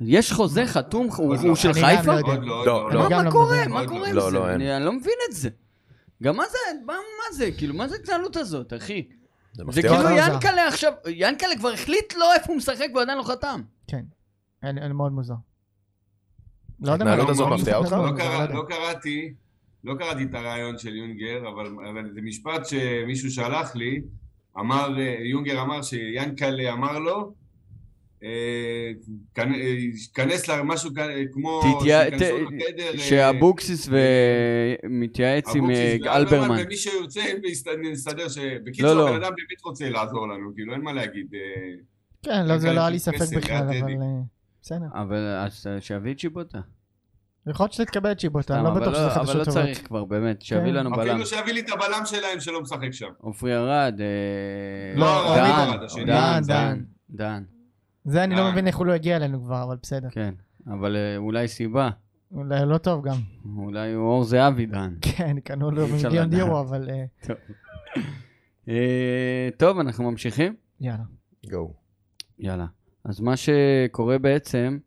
[SPEAKER 2] יש חוזה חתום, הוא, הוא של
[SPEAKER 4] אני גם
[SPEAKER 2] חיפה?
[SPEAKER 4] לא יודע.
[SPEAKER 3] עוד לא, עוד
[SPEAKER 5] לא,
[SPEAKER 3] לא,
[SPEAKER 5] לא.
[SPEAKER 2] מה,
[SPEAKER 4] גם
[SPEAKER 2] מה קורה?
[SPEAKER 4] מבין.
[SPEAKER 2] מה
[SPEAKER 3] עוד
[SPEAKER 2] קורה
[SPEAKER 3] לא.
[SPEAKER 2] עם
[SPEAKER 5] לא,
[SPEAKER 2] זה?
[SPEAKER 5] לא, אין.
[SPEAKER 2] אני, אני לא מבין את זה. גם מה זה, מה, מה זה, כאילו, מה זה ההתנהלות הזאת, אחי?
[SPEAKER 5] זה
[SPEAKER 2] זה
[SPEAKER 5] מפתיע
[SPEAKER 2] כאילו
[SPEAKER 5] אותך?
[SPEAKER 4] אותך?
[SPEAKER 2] ינקלה עכשיו, ינקלה כבר החליט לו איפה הוא משחק והוא עדיין לא חתם.
[SPEAKER 4] כן. אין- אין מאוד מוזר. לא יודע מה-
[SPEAKER 5] ההתנהלות
[SPEAKER 4] לא
[SPEAKER 5] הזו
[SPEAKER 4] יודע.
[SPEAKER 5] מפתיעה אותך?
[SPEAKER 4] לא
[SPEAKER 3] לא,
[SPEAKER 4] יודע.
[SPEAKER 3] קרא, לא קראתי, לא קראתי את הרעיון של יונגר, אבל, אבל זה משפט שמישהו שלח לי, אמר, אה, יונגר אמר שיאנקל'ה אמר לו, אה, כנ- אה, כנס למשהו כ- אה, כמו,
[SPEAKER 2] תתייע-
[SPEAKER 3] שייכנסו
[SPEAKER 2] ת-
[SPEAKER 3] לחדר, אה,
[SPEAKER 2] שאבוקסיס ו- מתייעץ עם
[SPEAKER 3] אבוקסיס
[SPEAKER 2] אה,
[SPEAKER 3] ואלברמן,
[SPEAKER 2] אלברמן.
[SPEAKER 3] ומי שיוצא, ויסת- נסתדר ש... בקיצור,
[SPEAKER 2] לא.
[SPEAKER 3] הבן אדם באמת רוצה לעזור לנו, כאילו, אין מה להגיד. אה,
[SPEAKER 4] כן, לא, זה לא היה לי
[SPEAKER 3] פסל,
[SPEAKER 4] ספק בכלל,
[SPEAKER 3] ליד
[SPEAKER 4] אבל...
[SPEAKER 3] טדי.
[SPEAKER 4] אה, בסדר.
[SPEAKER 2] אבל אז אה, שיביא את שיבוטה.
[SPEAKER 4] יכול להיות שתתקבל את שיבוטה, אני
[SPEAKER 2] סתם,
[SPEAKER 4] לא
[SPEAKER 2] אבל
[SPEAKER 4] בטוח שזה
[SPEAKER 2] אבל
[SPEAKER 4] חדשות
[SPEAKER 2] לא
[SPEAKER 4] טובות.
[SPEAKER 2] צריך כבר, באמת, שיביא
[SPEAKER 4] כן.
[SPEAKER 2] לנו בלם.
[SPEAKER 3] אפילו שיביא לי את הבלם שלהם שלא משחק שם.
[SPEAKER 2] עופרי ארד, אה,
[SPEAKER 3] לא,
[SPEAKER 4] ארד,
[SPEAKER 2] דהן,
[SPEAKER 3] ארד, השני.
[SPEAKER 2] דהן,
[SPEAKER 4] דן,
[SPEAKER 2] דהן,
[SPEAKER 4] דן.
[SPEAKER 2] דהן,
[SPEAKER 4] זה אני לא
[SPEAKER 3] אה.
[SPEAKER 4] מבין איך הוא לא הגיע אלינו כבר, אבל בסדר.
[SPEAKER 2] כן. אבל אה, אולי סיבה,
[SPEAKER 4] אולי לא טוב גם.
[SPEAKER 2] אולי הוא אור זהבי דהן.
[SPEAKER 4] כן, קנו לו
[SPEAKER 2] אי אפשר
[SPEAKER 4] מיליון
[SPEAKER 2] לדעת.
[SPEAKER 4] יורו, אבל אה,
[SPEAKER 2] אה, טוב, אנחנו ממשיכים?
[SPEAKER 4] יאללה.
[SPEAKER 5] גו.
[SPEAKER 2] יאללה. אז מה שקורה בעצם,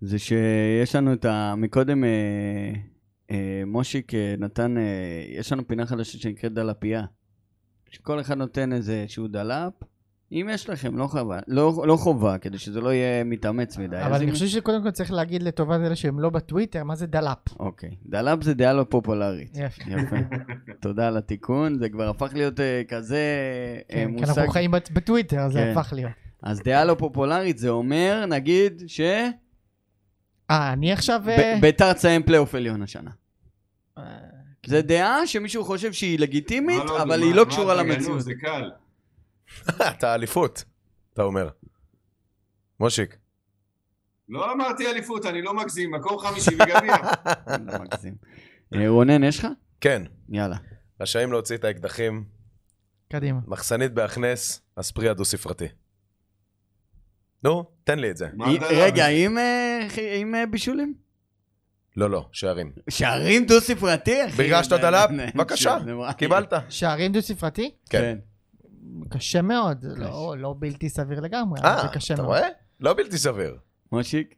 [SPEAKER 2] זה שיש לנו את ה... מקודם אה, אה, מושיק אה, נתן, אה, יש לנו פינה חדשה שנקראת דלפייה. שכל אחד נותן איזה שהוא דלאפ. אם יש לכם, לא חובה, לא, לא חובה, כדי שזה לא יהיה מתאמץ מדי. אז
[SPEAKER 4] אבל
[SPEAKER 2] אם-
[SPEAKER 4] אני חושב שקודם כל צריך להגיד לטובת אלה שהם לא בטוויטר, מה זה דלאפ?
[SPEAKER 2] אוקיי. דלאפ זה דעה לא פופולרית.
[SPEAKER 4] יפה.
[SPEAKER 2] יפה. תודה על התיקון, זה כבר הפך להיות אה, כזה אה,
[SPEAKER 4] כן, כי
[SPEAKER 2] מושג.
[SPEAKER 4] אנחנו חיים בט- בטוויטר, אז זה
[SPEAKER 2] כן.
[SPEAKER 4] הפך להיות.
[SPEAKER 2] אז דעה לא פופולרית זה אומר, נגיד, ש...
[SPEAKER 4] אה, אני עכשיו... אה,
[SPEAKER 2] ב- ביתר תסיים פלייאוף עליון השנה.
[SPEAKER 4] אה,
[SPEAKER 2] זו דעה שמישהו חושב שהיא לגיטימית,
[SPEAKER 3] מה לא-
[SPEAKER 2] אבל
[SPEAKER 3] מה-
[SPEAKER 2] היא לא
[SPEAKER 3] מה
[SPEAKER 2] קשורה
[SPEAKER 3] אתה גנוב?
[SPEAKER 2] למציאות.
[SPEAKER 3] זה קל.
[SPEAKER 5] אתה אליפות, אתה אומר. מושיק.
[SPEAKER 3] לא אמרתי אליפות, אני לא מגזים, מקום חמישי בגביע.
[SPEAKER 2] אתה
[SPEAKER 3] כאילו
[SPEAKER 2] מגזים. אה, רונן, יש לך?
[SPEAKER 5] כן,
[SPEAKER 2] יאללה.
[SPEAKER 5] רשאים להוציא את האקדחים,
[SPEAKER 4] קדימה.
[SPEAKER 5] מחסנית בהכנס, אספרי הדו-ספרתי. נו, תן לי את זה.
[SPEAKER 3] מה אתה-
[SPEAKER 2] רגע, עם, אה, חי- עם אה, בישולים?
[SPEAKER 5] לא, לא, שערים.
[SPEAKER 4] אה,
[SPEAKER 2] שערים דו-ספרתי, אחי.
[SPEAKER 5] ביקשת דלאפ?
[SPEAKER 2] זה-
[SPEAKER 5] בבקשה,
[SPEAKER 2] זה נורא.
[SPEAKER 5] קיבלת.
[SPEAKER 4] אה, שערים דו-ספרתי?
[SPEAKER 5] כן.
[SPEAKER 2] כן.
[SPEAKER 4] קשה מאוד, לא, לא בלתי סביר לגמרי, אבל
[SPEAKER 5] אה,
[SPEAKER 4] זה קשה
[SPEAKER 5] אתה
[SPEAKER 4] מאוד.
[SPEAKER 5] רואה? לא בלתי סביר.
[SPEAKER 2] מושיק?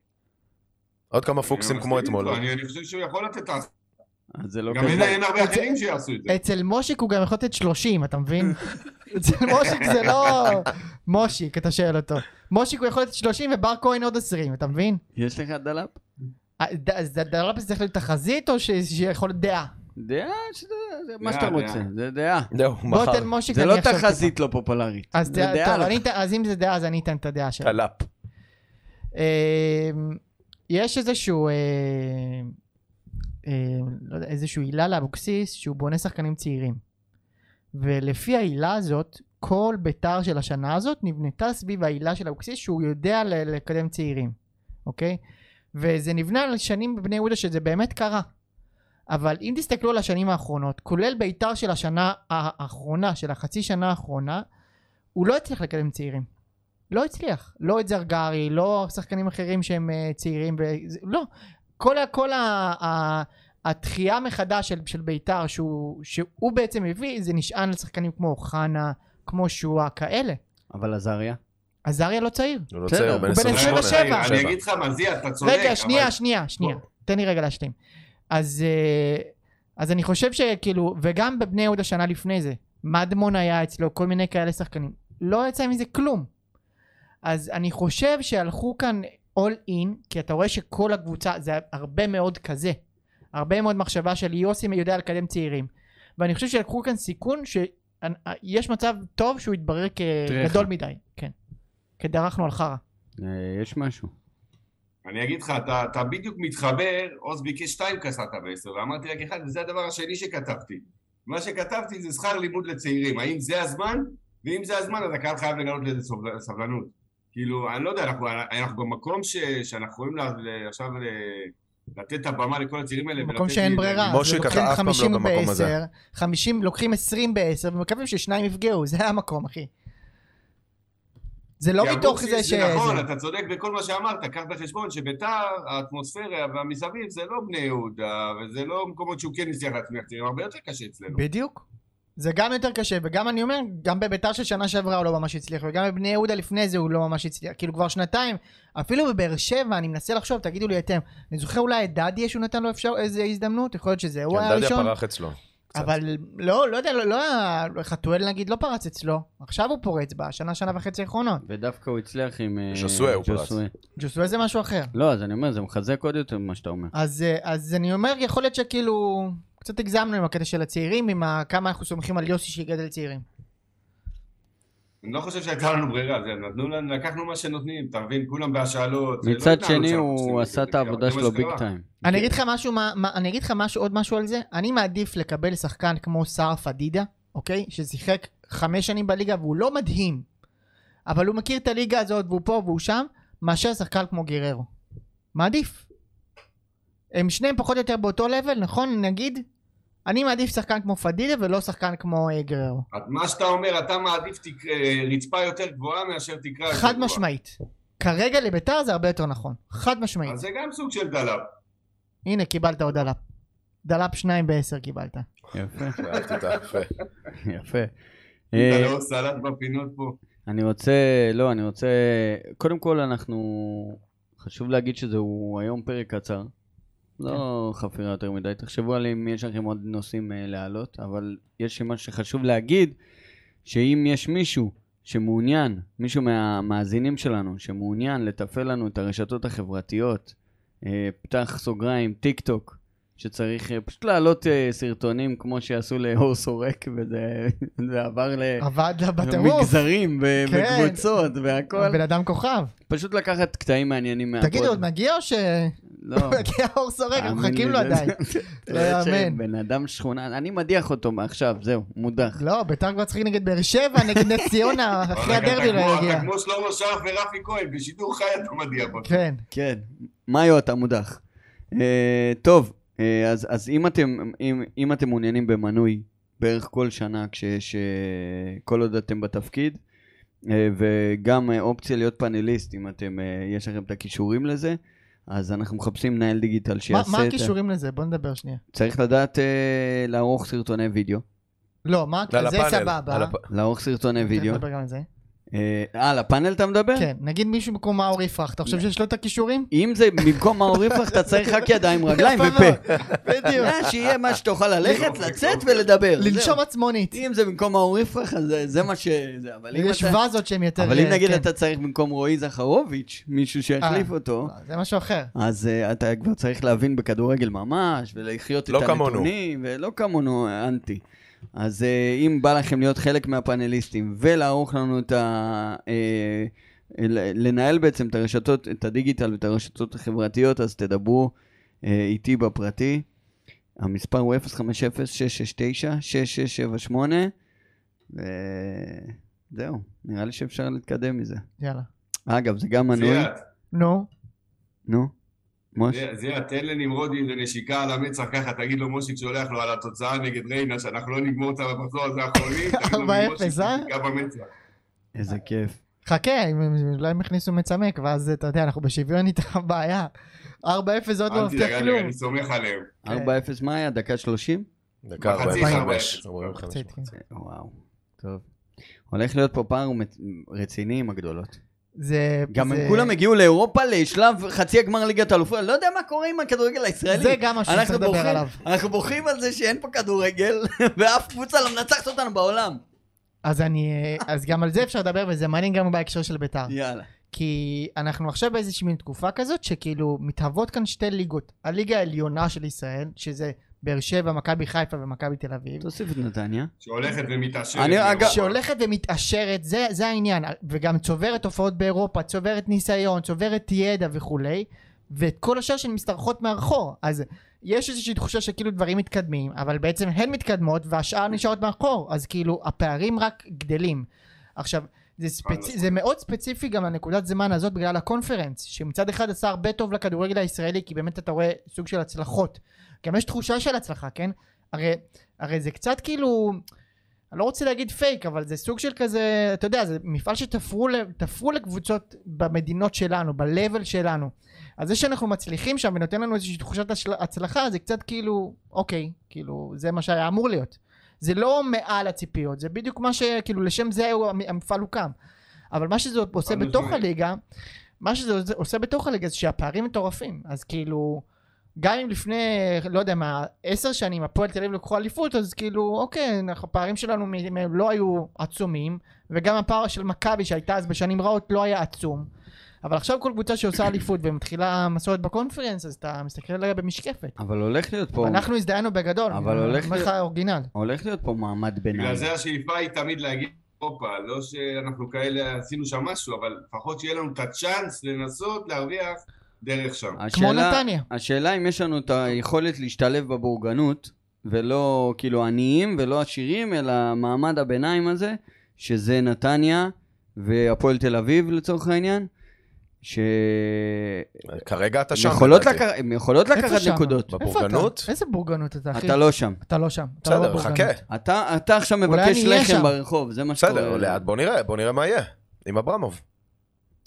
[SPEAKER 5] עוד כמה
[SPEAKER 3] אני
[SPEAKER 5] פוקסים
[SPEAKER 3] מסכים
[SPEAKER 5] כמו
[SPEAKER 3] איתו,
[SPEAKER 5] אתמול. לא?
[SPEAKER 3] אני אני חושב שהוא יכול לתת, את ה-
[SPEAKER 2] אז זה לא
[SPEAKER 3] גם אין-
[SPEAKER 2] כזה. אה,
[SPEAKER 3] אין הרבה אחרים שיעשו
[SPEAKER 2] כן.
[SPEAKER 3] את זה.
[SPEAKER 4] אצל מושיק הוא גם יכול לתת 30, אתה מבין? אצל מושיק זה לא... מושיק, אתה שואל אותו. מושיק הוא יכול לתת 30 ובר כהן עוד 20, אתה מבין?
[SPEAKER 2] יש לך דלאפ?
[SPEAKER 4] אה, ד- אז דלאפס צריך להיות תחזית או ש- שיכול להיות דעה?
[SPEAKER 2] דעה, שזה זה מה
[SPEAKER 3] דעה,
[SPEAKER 2] שאתה
[SPEAKER 3] דעה.
[SPEAKER 2] רוצה, זה דעה.
[SPEAKER 5] זהו,
[SPEAKER 4] בוא
[SPEAKER 5] מחר.
[SPEAKER 4] תן מושיק,
[SPEAKER 2] זה
[SPEAKER 4] אני
[SPEAKER 2] לא
[SPEAKER 4] אחשוב
[SPEAKER 2] תחזית לא פופולרית.
[SPEAKER 4] טיפה. אז
[SPEAKER 2] זה
[SPEAKER 4] דעה-
[SPEAKER 2] דעה
[SPEAKER 4] טוב,
[SPEAKER 2] לא-
[SPEAKER 4] אני אתן- אז אם זה דעה, אז אני אתן את הדעה שלי.
[SPEAKER 5] טלאפ.
[SPEAKER 4] אמ, יש איזשהו, אה, אה, לא יודע, איזשהו עילה לאבוקסיס שהוא בונה שחקנים צעירים. ולפי העילה הזאת, כל ביתר של השנה הזאת נבנתה סביב העילה של אבוקסיס שהוא יודע ל- לקדם צעירים, אוקיי? וזה נבנה על שנים בבני יהודה שזה באמת קרה. אבל אם תסתכלו על השנים האחרונות, כולל בית"ר של השנה האחרונה, של החצי שנה האחרונה, הוא לא הצליח לקדם צעירים. לא הצליח. לא את זרגרי, לא שחקנים אחרים שהם אה, צעירים, וזה- לא. כל, ה- כל ה, ה, התחייה מחדש של, של בית"ר שהוא, שהוא בעצם הביא, זה נשען על שחקנים כמו אוחנה, כמו שואה, כאלה.
[SPEAKER 2] אבל עזריה?
[SPEAKER 4] עזריה לא צעיר.
[SPEAKER 5] הוא לא
[SPEAKER 2] בסדר,
[SPEAKER 5] צעיר,
[SPEAKER 2] הוא
[SPEAKER 5] בן
[SPEAKER 2] בן
[SPEAKER 5] 28.
[SPEAKER 4] 27.
[SPEAKER 5] שבע.
[SPEAKER 3] אני אגיד לך מה, זי, אתה צודק.
[SPEAKER 4] רגע,
[SPEAKER 3] אבל-
[SPEAKER 4] שנייה, שנייה, שנייה. תן לי רגע להשלים. אז, אה, אז אני חושב שכאילו, וגם בבני יהודה שנה לפני זה, מדמון היה אצלו, כל מיני כאלה שחקנים. לא יצא מזה כלום. אז אני חושב שהלכו כאן אול אין, כי אתה רואה שכל הקבוצה, זה הרבה מאוד כזה. הרבה מאוד מחשבה של יוסי יודע לקדם צעירים. ואני חושב שלקחו כאן סיכון שיש מצב טוב שהוא יתברר
[SPEAKER 2] טרחה.
[SPEAKER 4] כגדול מדי. כן. כי דרכנו על חרא.
[SPEAKER 2] אה, יש משהו.
[SPEAKER 3] אני אגיד לך, אתה, אתה בדיוק מתחבר, עוז ביקש שתיים קסעת בעשר, ואמרתי רק אחד, וזה הדבר השני שכתבתי. מה שכתבתי זה שכר לימוד לצעירים, האם זה הזמן? ואם זה הזמן, אז הקהל חייב לגלות לזה סובל- סבלנות. כאילו, אני לא יודע, אנחנו, אנחנו במקום ש, שאנחנו יכולים לה- ל- עכשיו ל, לתת את הבמה לכל הצעירים האלה.
[SPEAKER 4] מקום
[SPEAKER 3] ולתת
[SPEAKER 4] שאין
[SPEAKER 3] לי-
[SPEAKER 4] ברירה, אז
[SPEAKER 5] מושיק, אתה
[SPEAKER 4] לוקחים
[SPEAKER 5] אף פעם לא
[SPEAKER 4] 50
[SPEAKER 5] במקום הזה.
[SPEAKER 4] ב-10, 50, לוקחים 20 ב-10 ומקווים ששניים יפגעו, זה המקום אחי. זה לא
[SPEAKER 3] כי אמרו
[SPEAKER 4] מתוך
[SPEAKER 3] ש-
[SPEAKER 4] זה ש...
[SPEAKER 3] זה נכון,
[SPEAKER 4] זה-
[SPEAKER 3] אתה צודק בכל מה שאמרת, קח בחשבון שביתר, האטמוספירה והמסביב זה לא בני יהודה, וזה לא מקומות שהוא כן הצליח להצמיח צעירים, הרבה יותר קשה אצלנו.
[SPEAKER 4] בדיוק. זה גם יותר קשה, וגם אני אומר, גם בביתר של שנה שעברה הוא לא ממש הצליח, וגם בבני יהודה לפני זה הוא לא ממש הצליח, כאילו כבר שנתיים, אפילו בבאר שבע, אני מנסה לחשוב, תגידו לי אתם, אני זוכר אולי את דדיה שהוא נתן לו אפשר, איזה הזדמנות, יכול להיות שזה הוא
[SPEAKER 5] כן,
[SPEAKER 4] היה
[SPEAKER 5] דדיה
[SPEAKER 4] הראשון,
[SPEAKER 5] פרח אצלו. קצת.
[SPEAKER 4] אבל לא, לא יודע, לא, לא, היה- חתואל נגיד לא פרץ אצלו, עכשיו הוא פורץ בשנה, שנה וחצי האחרונות.
[SPEAKER 2] ודווקא הוא הצליח עם... אה,
[SPEAKER 5] ז'וסואה הוא פרץ.
[SPEAKER 2] ז'וסואה.
[SPEAKER 4] ג'וסווה זה משהו אחר.
[SPEAKER 2] לא, אז אני אומר, זה מחזק עוד יותר ממה שאתה אומר.
[SPEAKER 4] אז, אה, אז אני אומר, יכול להיות שכאילו, קצת הגזמנו עם הקטע של הצעירים, עם ה- כמה אנחנו סומכים על יוסי שיגדל צעירים.
[SPEAKER 3] אני לא חושב שהייתה לנו ברירה, זה נתנו לנו, לקחנו מה שנותנים, אתה מבין? כולם בהשאלות. זה לא
[SPEAKER 2] מצד
[SPEAKER 3] התנהלות
[SPEAKER 2] שני,
[SPEAKER 3] שאנחנו
[SPEAKER 2] הוא
[SPEAKER 3] צריכים
[SPEAKER 2] עשה את
[SPEAKER 3] לקחת,
[SPEAKER 2] העבודה
[SPEAKER 3] זה מה
[SPEAKER 2] שלו
[SPEAKER 3] שקרה.
[SPEAKER 2] ביג טיים.
[SPEAKER 4] אני אגיד לך משהו, מה, מה, אני אגיד לך משהו, עוד משהו על זה. אני מעדיף לקבל שחקן כמו סער פדידה, אוקיי? ששיחק חמש שנים בליגה והוא לא מדהים, אבל הוא מכיר את הליגה הזאת והוא פה והוא שם, מאשר שחקן כמו גררו. מעדיף. הם שניהם פחות או יותר באותו לבל, נכון? נגיד? אני מעדיף שחקן כמו פדידה ולא שחקן כמו אה, גררו.
[SPEAKER 3] את- מה שאתה אומר, אתה מעדיף תק- אה, רצפה יותר גבוהה מאשר תקרה. יותר
[SPEAKER 4] חד
[SPEAKER 3] גבוהה.
[SPEAKER 4] משמעית. כרגע לביתר זה הרבה יותר נכון. חד משמעית.
[SPEAKER 3] אז זה גם סוג של דלאפ.
[SPEAKER 4] הנה, קיבלת עוד דלאפ. דלאפ שניים בעשר קיבלת.
[SPEAKER 2] כן. יפה,
[SPEAKER 5] שאלתי אותה, יפה.
[SPEAKER 2] יפה.
[SPEAKER 3] אתה
[SPEAKER 2] אה,
[SPEAKER 3] לא סלט בפינות פה.
[SPEAKER 2] אני רוצה, לא, אני רוצה, קודם כל אנחנו, חשוב להגיד שזהו היום פרק קצר. לא חפירה יותר מדי, תחשבו על אם יש לכם עוד נושאים אה, להעלות, אבל יש מה שחשוב להגיד, שאם יש מישהו שמעוניין, מישהו מהמאזינים שלנו, שמעוניין לתפעל לנו את הרשתות החברתיות, אה, פתח סוגריים, טיק טוק, שצריך אה, פשוט להעלות אה, סרטונים כמו שעשו לאור סורק, וזה זה עבר ל...
[SPEAKER 4] עבד לה בטירוף.
[SPEAKER 2] מגזרים ו-
[SPEAKER 4] כן.
[SPEAKER 2] וקבוצות והכל.
[SPEAKER 4] בן אדם כוכב.
[SPEAKER 2] פשוט לקחת קטעים מעניינים מהפוד.
[SPEAKER 4] תגידו, עוד נגיע או ש...
[SPEAKER 2] לא.
[SPEAKER 4] מגיע אור סורק,
[SPEAKER 2] תאמין
[SPEAKER 4] אנחנו מחכים
[SPEAKER 2] לי,
[SPEAKER 4] לו
[SPEAKER 2] זה-
[SPEAKER 4] עדיין.
[SPEAKER 2] אתה
[SPEAKER 4] לא
[SPEAKER 2] יודע
[SPEAKER 4] יאמן.
[SPEAKER 2] שבן אדם שכונה, אני מדיח אותו מעכשיו, זהו, מודח.
[SPEAKER 4] לא, ביתר כבר צריכים נגד באר שבע, נגד נס ציונה, אחרי
[SPEAKER 3] אבל אתה
[SPEAKER 4] הדרבי
[SPEAKER 3] כמו-
[SPEAKER 4] לא יגיע.
[SPEAKER 3] אתה כמו שלמה שרף ורפי כהן, בשידור חי אתה מדיע פה.
[SPEAKER 4] כן.
[SPEAKER 2] כן. מאיו אתה מודח. אה, טוב, אה, אז, אז אם, אתם, אם, אם אתם מעוניינים במנוי בערך כל שנה כשיש... אה, כל עוד אתם בתפקיד, אה, וגם אה, אופציה להיות פאנליסט, אם אתם, אה, יש לכם את הכישורים לזה, אז אנחנו מחפשים מנהל דיגיטל
[SPEAKER 4] מה-
[SPEAKER 2] שיעשה
[SPEAKER 4] מה
[SPEAKER 2] את ה...
[SPEAKER 4] הכישורים לזה? בוא נדבר שנייה.
[SPEAKER 2] צריך לדעת אה, לערוך סרטוני וידאו.
[SPEAKER 4] לא, מה...
[SPEAKER 5] על
[SPEAKER 4] זה
[SPEAKER 5] הפאנל,
[SPEAKER 4] סבבה.
[SPEAKER 5] על הפ-
[SPEAKER 2] לערוך סרטוני
[SPEAKER 4] תכף
[SPEAKER 2] וידאו.
[SPEAKER 4] נדבר גם על זה.
[SPEAKER 2] אה, אה, לפאנל אתה מדבר?
[SPEAKER 4] כן, נגיד מישהו במקום מאור יפרח, אתה חושב שיש לו את הכישורים?
[SPEAKER 2] אם זה במקום מאור לך, אתה צריך רק ידיים, רגליים
[SPEAKER 4] יפה
[SPEAKER 2] ופה.
[SPEAKER 4] מאוד. בדיוק.
[SPEAKER 2] אה, שיהיה מה שתוכל ללכת, לצאת ולדבר.
[SPEAKER 4] לנשום
[SPEAKER 2] זהו.
[SPEAKER 4] עצמונית.
[SPEAKER 2] אם זה במקום מאור יפרח, אז זה- זה מה ש... זה, אבל אם
[SPEAKER 4] יש
[SPEAKER 2] אתה-
[SPEAKER 4] וזות שהם יותר...
[SPEAKER 2] אבל אם
[SPEAKER 4] אה,
[SPEAKER 2] נגיד
[SPEAKER 4] כן.
[SPEAKER 2] אתה צריך במקום רועי זכרוביץ', מישהו שיחליף
[SPEAKER 4] אה,
[SPEAKER 2] אותו,
[SPEAKER 4] לא, זה משהו אחר.
[SPEAKER 2] אז אה, אתה כבר צריך להבין בכדורגל ממש, ולחיות את
[SPEAKER 5] לא כמונו.
[SPEAKER 2] הנתונים, ולא כמונו, אנטי. אז אה, אם בא לכם להיות חלק מהפאנליסטים, ולערוך לנו את ה... אה, ל- לנהל בעצם את הרשתות, את הדיגיטל ואת הרשתות החברתיות, אז תדברו אה, איתי בפרטי. המספר הוא 050-669-6678, וזהו, נראה לי שאפשר להתקדם מזה.
[SPEAKER 4] יאללה.
[SPEAKER 2] אגב, זה גם מנוי.
[SPEAKER 3] זה את.
[SPEAKER 4] נו,
[SPEAKER 2] נו, מוש?
[SPEAKER 3] זה- זה תן לנמרודי איזה נשיקה על המצח ככה, תגיד לו מושיק שולח לו על התוצאה נגד ריינה, שאנחנו לא נגמור אותה במחזור הזה האחרונים, תגיד לו
[SPEAKER 4] 4-0,
[SPEAKER 3] מושיק
[SPEAKER 4] אה?
[SPEAKER 3] נשיקה במצח.
[SPEAKER 2] איזה כיף.
[SPEAKER 4] חכה, אם הם- אולי הם הכניסו מצמק, ואז אתה יודע, אנחנו בשוויון איתך בעיה. 4-0 זה עוד לא
[SPEAKER 3] אל
[SPEAKER 4] מבטיח
[SPEAKER 3] תדאג, אני-
[SPEAKER 4] כלום.
[SPEAKER 3] אני סומך עליהם.
[SPEAKER 2] 4-0
[SPEAKER 4] כן.
[SPEAKER 2] מה היה? דקה 30?
[SPEAKER 5] דקה
[SPEAKER 3] מחצית,
[SPEAKER 5] 45.
[SPEAKER 3] 45.
[SPEAKER 4] מחצית, כן.
[SPEAKER 2] וואו, טוב. הולך להיות פה פער מת- רציני עם הגדולות.
[SPEAKER 4] זה...
[SPEAKER 2] גם
[SPEAKER 4] זה-
[SPEAKER 2] הם כולם הגיעו לאירופה לשלב חצי הגמר ליגת האלופות, אני לא יודע מה קורה עם הכדורגל הישראלי.
[SPEAKER 4] זה גם משהו
[SPEAKER 2] אנחנו
[SPEAKER 4] שצריך לדבר
[SPEAKER 2] בוכים-
[SPEAKER 4] עליו.
[SPEAKER 2] אנחנו בוכים על זה שאין פה כדורגל, ואף קבוצה לא מנצחת אותנו בעולם.
[SPEAKER 4] אז אני... אה, אז גם על זה אפשר לדבר, וזה מעניין גם בהקשר של ביתר.
[SPEAKER 2] יאללה.
[SPEAKER 4] כי אנחנו עכשיו באיזושהי מין תקופה כזאת שכאילו מתהוות כאן שתי ליגות. הליגה העליונה של ישראל, שזה באר שבע, מכבי חיפה ומכבי תל אביב,
[SPEAKER 2] תוסיף את נתניה.
[SPEAKER 3] שהולכת ומתעשרת.
[SPEAKER 2] אני, אגב-
[SPEAKER 4] שהולכת ומתעשרת, זה, זה העניין, וגם צוברת הופעות באירופה, צוברת ניסיון, צוברת ידע וכולי, ואת כל השאר שהן משתרכות מאחור. אז יש איזושהי תחושה שכאילו דברים מתקדמים, אבל בעצם הן מתקדמות והשאר נשארות מאחור, אז כאילו הפערים רק גדלים. עכשיו, זה, ספצ... זה מאוד ספציפי גם לנקודת זמן הזאת בגלל הקונפרנס, שמצד אחד עשה הרבה טוב לכדורגל הישראלי, כי באמת אתה רואה סוג של הצלחות. גם יש תחושה של הצלחה, כן? הרי, הרי זה קצת כאילו, אני לא רוצה להגיד פייק, אבל זה סוג של כזה, אתה יודע, זה מפעל שתפרו ל- תפרו לקבוצות במדינות שלנו, ב-level שלנו. אז זה שאנחנו מצליחים שם ונותן לנו איזושהי תחושת השל- הצלחה, זה קצת כאילו, אוקיי, כאילו, זה מה שהיה אמור להיות. זה לא מעל הציפיות, זה בדיוק מה שכאילו, לשם זה הוא- המ- המפעל הוקם. אבל מה שזה עושה
[SPEAKER 3] חד
[SPEAKER 4] בתוך
[SPEAKER 3] משמעית.
[SPEAKER 4] הליגה, מה שזה עושה- עושה בתוך הליגה זה שהפערים מטורפים. אז כאילו, גם אם לפני, לא יודע מה, עשר שנים הפועל תל אביב לקחו אליפות, אז כאילו, אוקיי, אנחנו- הפערים שלנו מ- מ- לא היו עצומים, וגם הפער של מכבי שהייתה אז בשנים רעות לא היה עצום. אבל עכשיו כל קבוצה שעושה אליפות ומתחילה מסורת בקונפרנס, אז אתה מסתכל עליה במשקפת.
[SPEAKER 2] אבל הולך להיות פה,
[SPEAKER 4] אנחנו הזדיינו בגדול,
[SPEAKER 2] אבל
[SPEAKER 4] אני
[SPEAKER 2] הולך
[SPEAKER 4] אומר לך
[SPEAKER 2] להיות-
[SPEAKER 4] אורגינל.
[SPEAKER 2] הולך להיות פה מעמד
[SPEAKER 3] בגלל
[SPEAKER 2] ביניים.
[SPEAKER 3] זה השאיפה היא תמיד להגיע לאירופה, לא שאנחנו כאלה עשינו שם משהו, אבל לפחות שיהיה לנו את הצ'אנס לנסות להרוויח דרך שם.
[SPEAKER 4] כמו
[SPEAKER 2] השאלה-
[SPEAKER 4] נתניה.
[SPEAKER 2] השאלה אם יש לנו את היכולת להשתלב בבורגנות, ולא כאילו עניים ולא עשירים, אלא מעמד הביניים הזה, שזה נתניה והפועל תל אביב לצורך העניין, ש...
[SPEAKER 5] כרגע אתה שם.
[SPEAKER 2] יכולות
[SPEAKER 5] לדעתי.
[SPEAKER 2] לקח- הן יכולות לקחת
[SPEAKER 4] שם?
[SPEAKER 2] נקודות.
[SPEAKER 4] איפה
[SPEAKER 5] בבורגנות?
[SPEAKER 4] אתה? איזה בורגנות אתה, אחי?
[SPEAKER 2] אתה לא שם.
[SPEAKER 4] אתה לא שם. אתה לא
[SPEAKER 5] בסדר,
[SPEAKER 4] בבורגנות.
[SPEAKER 5] חכה.
[SPEAKER 2] אתה אתה עכשיו
[SPEAKER 4] אולי
[SPEAKER 2] מבקש
[SPEAKER 4] אני אהיה
[SPEAKER 2] לחם
[SPEAKER 4] שם.
[SPEAKER 2] ברחוב, זה מה שקורה.
[SPEAKER 5] בסדר, לאט, בוא נראה, בוא נראה מה יהיה. עם אברמוב.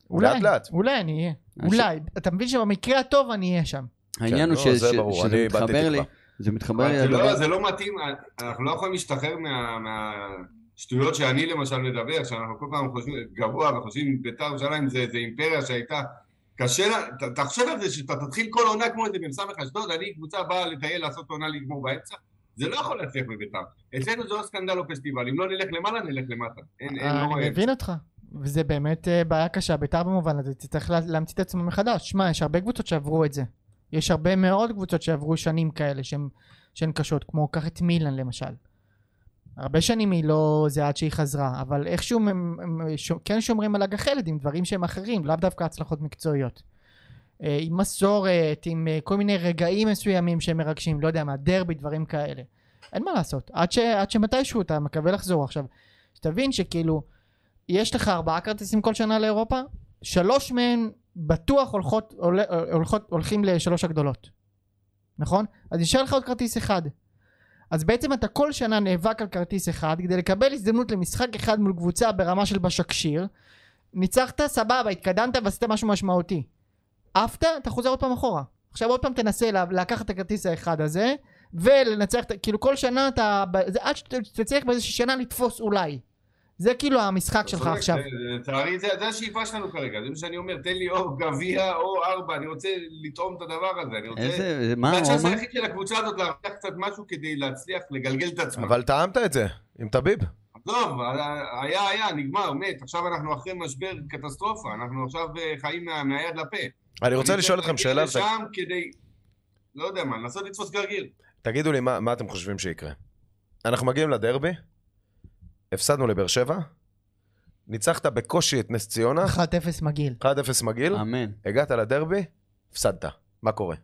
[SPEAKER 4] אולי,
[SPEAKER 5] לאט לאט.
[SPEAKER 4] אולי אני אהיה. אולי. אתה מבין שבמקרה הטוב אני אהיה שם.
[SPEAKER 2] העניין
[SPEAKER 5] כן,
[SPEAKER 2] הוא
[SPEAKER 5] לא,
[SPEAKER 2] ש-
[SPEAKER 5] זה
[SPEAKER 2] ש-
[SPEAKER 5] ברור,
[SPEAKER 2] שזה
[SPEAKER 5] אני איבדתי
[SPEAKER 2] מתחבר לי,
[SPEAKER 5] תקווה.
[SPEAKER 2] זה מתחבר לי
[SPEAKER 3] אבל זה
[SPEAKER 2] לדבר.
[SPEAKER 3] לא- זה לא מתאים, אנחנו לא יכולים להשתחרר מה- מהשטויות שאני למשל מדבר, שאנחנו כל פעם חושבים גבוה וחושבים בית"ר ירושלים זה זה אימפריה שהייתה קשה, לה- ת- תחשוב על זה שאתה תתחיל כל עונה כמו איזה במס"ך אשדוד, אני קבוצה באה לטייל לעשות עונה לגמור באמצע, זה לא יכול להצליח בבית"ר. אצלנו זה או סקנדל או פסטיבל, אם לא נלך למעלה נלך למטה. אין, אין, לא
[SPEAKER 4] אני
[SPEAKER 3] רואה.
[SPEAKER 4] מבין אותך. וזה באמת אה, בעיה קשה, ביתר במובן הזה, תצטרך לה- להמציא את עצמו מחדש. שמע, יש הרבה קבוצות שעברו את זה. יש הרבה מאוד קבוצות שעברו שנים כאלה שהן- שהן קשות, כמו קח את מילאן למשל. הרבה שנים היא לא זה עד שהיא חזרה, אבל איכשהו הם, הם, הם ש... כן שומרים על הגחלת עם דברים שהם אחרים, לאו דווקא הצלחות מקצועיות. אה, עם מסורת, עם אה, כל מיני רגעים מסוימים שהם מרגשים, לא יודע מה, דרבי, דברים כאלה. אין מה לעשות, עד, ש... עד שמתישהו אתה מקווה לחזור עכשיו. שתבין שכאילו, יש לך ארבעה כרטיסים כל שנה לאירופה, שלוש מהן בטוח הולכות, הול- הולכות, הולכים לשלוש הגדולות, נכון? אז נשאר לך עוד כרטיס אחד. אז בעצם אתה כל שנה נאבק על כרטיס אחד כדי לקבל הזדמנות למשחק אחד מול קבוצה ברמה של בשקשיר. ניצחת, סבבה, התקדמת ועשית משהו משמעותי. עפת, אתה חוזר עוד פעם אחורה. עכשיו עוד פעם תנסה לה- לקחת את הכרטיס האחד הזה ולנצח, את- כאילו כל שנה אתה, ב- זה עד שתצליח באיזושהי שנה לתפוס אולי. זה כאילו המשחק שלך
[SPEAKER 3] צודק,
[SPEAKER 4] עכשיו.
[SPEAKER 3] זה- לצערי, זה זה השאיפה שלנו כרגע, זה מה שאני אומר, תן לי או גביע או ארבע, אני רוצה לטעום את הדבר הזה, אני רוצה...
[SPEAKER 5] לא,
[SPEAKER 2] איזה, מה
[SPEAKER 3] זה
[SPEAKER 2] הוא
[SPEAKER 3] הצ'אנס
[SPEAKER 2] אמר?
[SPEAKER 3] היחיד של הקבוצה הזאת להרוויח קצת משהו כדי להצליח לגלגל את עצמה.
[SPEAKER 5] אבל טעמת את זה, עם טביב.
[SPEAKER 3] עזוב, אה, היה, היה, נגמר, מת. עכשיו אנחנו אחרי משבר קטסטרופה, אנחנו עכשיו אה, חיים מה- מהיד לפה.
[SPEAKER 5] אני רוצה
[SPEAKER 3] אני
[SPEAKER 5] לשאול
[SPEAKER 3] צריך
[SPEAKER 5] אתכם שאלה,
[SPEAKER 3] להגיע לשם כדי, לא יודע מה, לנסות לתפוס גרגיר.
[SPEAKER 5] תגידו לי מה מה אתם חושבים שיקרה. אנחנו מגיעים לדרבי, הפסדנו לבאר שבע, ניצחת בקושי את נס ציונה,
[SPEAKER 4] 1-0 מגעיל.
[SPEAKER 2] אמ.
[SPEAKER 5] 1-0 מגעיל,
[SPEAKER 2] אמן.
[SPEAKER 5] הגעת לדרבי, הפסדת. מה קורה?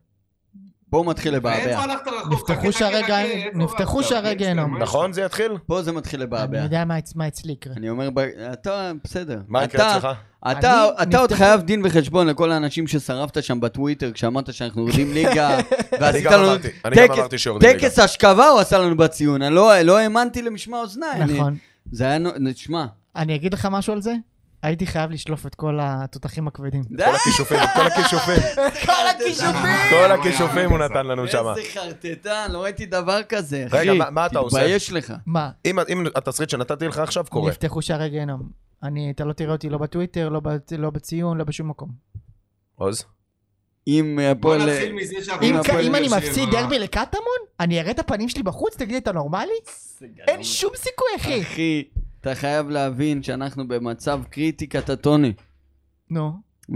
[SPEAKER 2] פה הוא מתחיל
[SPEAKER 3] איפה
[SPEAKER 2] לבעבע.
[SPEAKER 3] הלכת רחוק?
[SPEAKER 4] נפתחו
[SPEAKER 3] חכה, חכה,
[SPEAKER 4] שערי
[SPEAKER 3] חכה,
[SPEAKER 4] גהנום.
[SPEAKER 3] איפה
[SPEAKER 4] נפתחו
[SPEAKER 3] הלכת?
[SPEAKER 4] שערי
[SPEAKER 3] אוקיי,
[SPEAKER 4] גהנום.
[SPEAKER 3] מה יש?
[SPEAKER 5] נכון זה יתחיל?
[SPEAKER 2] פה זה מתחיל
[SPEAKER 4] אני
[SPEAKER 2] לבעבע.
[SPEAKER 4] יודע מה אצ- מה אצלי יקרה.
[SPEAKER 2] אני אומר, ב- אתה בסדר.
[SPEAKER 5] מה יקרה
[SPEAKER 2] אתה-
[SPEAKER 5] אצלך?
[SPEAKER 2] אתה,
[SPEAKER 4] אני-
[SPEAKER 2] אתה עוד
[SPEAKER 4] נפתחו-
[SPEAKER 2] חייב דין וחשבון לכל האנשים ששרפת שם בטוויטר כשאמרת שאנחנו יורדים ליגה
[SPEAKER 5] אני
[SPEAKER 2] ועשית
[SPEAKER 5] גם
[SPEAKER 2] לנו
[SPEAKER 5] אמרתי, אני גם
[SPEAKER 2] טקס-
[SPEAKER 5] אמרתי שיורדים ליגה.
[SPEAKER 2] טקס השכבה הוא עשה לנו בציון, אני לא לא האמנתי למשמע אוזניי. לא, אני-
[SPEAKER 4] נכון.
[SPEAKER 2] זה היה, נו- תשמע,
[SPEAKER 4] אני אגיד לך משהו על זה? הייתי חייב לשלוף את כל התותחים הכבדים.
[SPEAKER 2] די,
[SPEAKER 5] כל הכישופים, כל הכישופים,
[SPEAKER 2] כל הכישופים!
[SPEAKER 5] כל הכישופים הוא נתן לנו שם.
[SPEAKER 2] איזה חרטטן, לא ראיתי דבר כזה, אחי.
[SPEAKER 5] רגע, מה- מה אתה עושה?
[SPEAKER 2] תתבייש לך.
[SPEAKER 4] מה?
[SPEAKER 5] אם אם התסריט שנתתי לך עכשיו קורה.
[SPEAKER 4] נפתחו שערי גיהנום. אני, אתה לא תראה אותי לא בטוויטר, לא בת- לא בציון, לא בשום מקום.
[SPEAKER 5] עוז?
[SPEAKER 2] אם
[SPEAKER 3] בוא
[SPEAKER 2] הפועל...
[SPEAKER 3] נתחיל מזה שאנחנו... לא
[SPEAKER 4] אם כן,
[SPEAKER 2] הפועל
[SPEAKER 4] אם אני
[SPEAKER 3] באר שבע.
[SPEAKER 4] מפסיד דרבי לקטמון, אני אראה את הפנים שלי בחוץ? תגיד לי, אתה נורמלי? אין שום סיכוי, אחי.
[SPEAKER 2] אחי, אתה חייב להבין שאנחנו במצב קריטי קטטוני,
[SPEAKER 4] נו,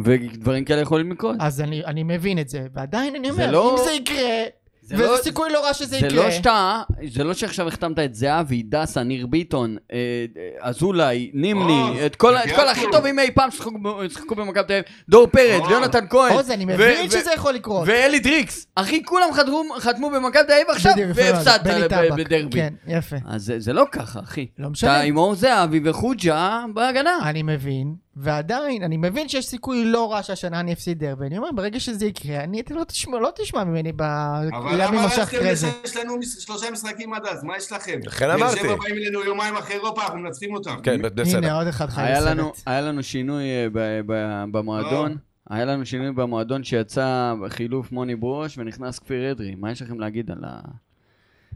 [SPEAKER 2] ודברים כאלה יכולים לקרות.
[SPEAKER 4] אז אני אני מבין את זה. ועדיין אני
[SPEAKER 2] זה
[SPEAKER 4] אומר,
[SPEAKER 2] לא-
[SPEAKER 4] אם זה יקרה,
[SPEAKER 2] זה לא-
[SPEAKER 4] וזה סיכוי לא רע שזה
[SPEAKER 2] זה לא
[SPEAKER 4] יקרה.
[SPEAKER 2] שאתה, זה לא שעכשיו החתמת את זהבי, דסה, ניר ביטון, אה, אה, אזולאי, נימני,
[SPEAKER 3] עוז,
[SPEAKER 2] את כל ה- את כל הכי
[SPEAKER 3] התייעצנו.
[SPEAKER 2] טובים אי פעם ששיחקו ב- שיחקו במכבי תל אביב, דור פרץ,
[SPEAKER 3] עוז.
[SPEAKER 2] ויונתן כהן,
[SPEAKER 4] עוז, אני
[SPEAKER 2] ו-
[SPEAKER 4] מבין
[SPEAKER 2] ו-
[SPEAKER 4] שזה נכון. יכול לקרות.
[SPEAKER 2] ואלי דריקס. אחי, כולם חתמו- חתמו במכבי תל אביב עכשיו,
[SPEAKER 4] בדיוק, יפה מאוד,
[SPEAKER 2] והפסדת
[SPEAKER 4] בני
[SPEAKER 2] ב-
[SPEAKER 4] טבק.
[SPEAKER 2] בדרבי.
[SPEAKER 4] כן, יפה.
[SPEAKER 2] אז זה- זה לא ככה, אחי.
[SPEAKER 4] לא
[SPEAKER 2] אתה
[SPEAKER 4] משנה.
[SPEAKER 2] עם אור זהבי וחוג'ה בהגנה.
[SPEAKER 4] אני מבין, ועדיין, אני מבין שיש סיכוי לא רע שהשנה אני אפסיד דרבי. אני אומר, ברגע שזה יקרה, אני, אתה לא תשמע, לא תשמע ממני
[SPEAKER 3] אבל
[SPEAKER 4] בקריאה
[SPEAKER 3] למה
[SPEAKER 4] ממש
[SPEAKER 3] רצתם
[SPEAKER 4] אחרי זה.
[SPEAKER 3] לזה? יש לנו מש- שלושה משחקים עד אז, מה יש לכם?
[SPEAKER 5] לכן
[SPEAKER 3] באר שבע
[SPEAKER 5] אמרתי.
[SPEAKER 3] באים אלינו יומיים אחרי אירופה, אנחנו מנצחים אותם.
[SPEAKER 5] כן, בסדר.
[SPEAKER 4] הנה, עוד אחד חי
[SPEAKER 2] היה לנו,
[SPEAKER 4] בסרט.
[SPEAKER 2] היה לנו שינוי אה, ב- ב- במועדון, היה לנו שינוי במועדון שיצא חילוף מוני ברוש ונכנס כפיר אדרי. מה יש לכם להגיד על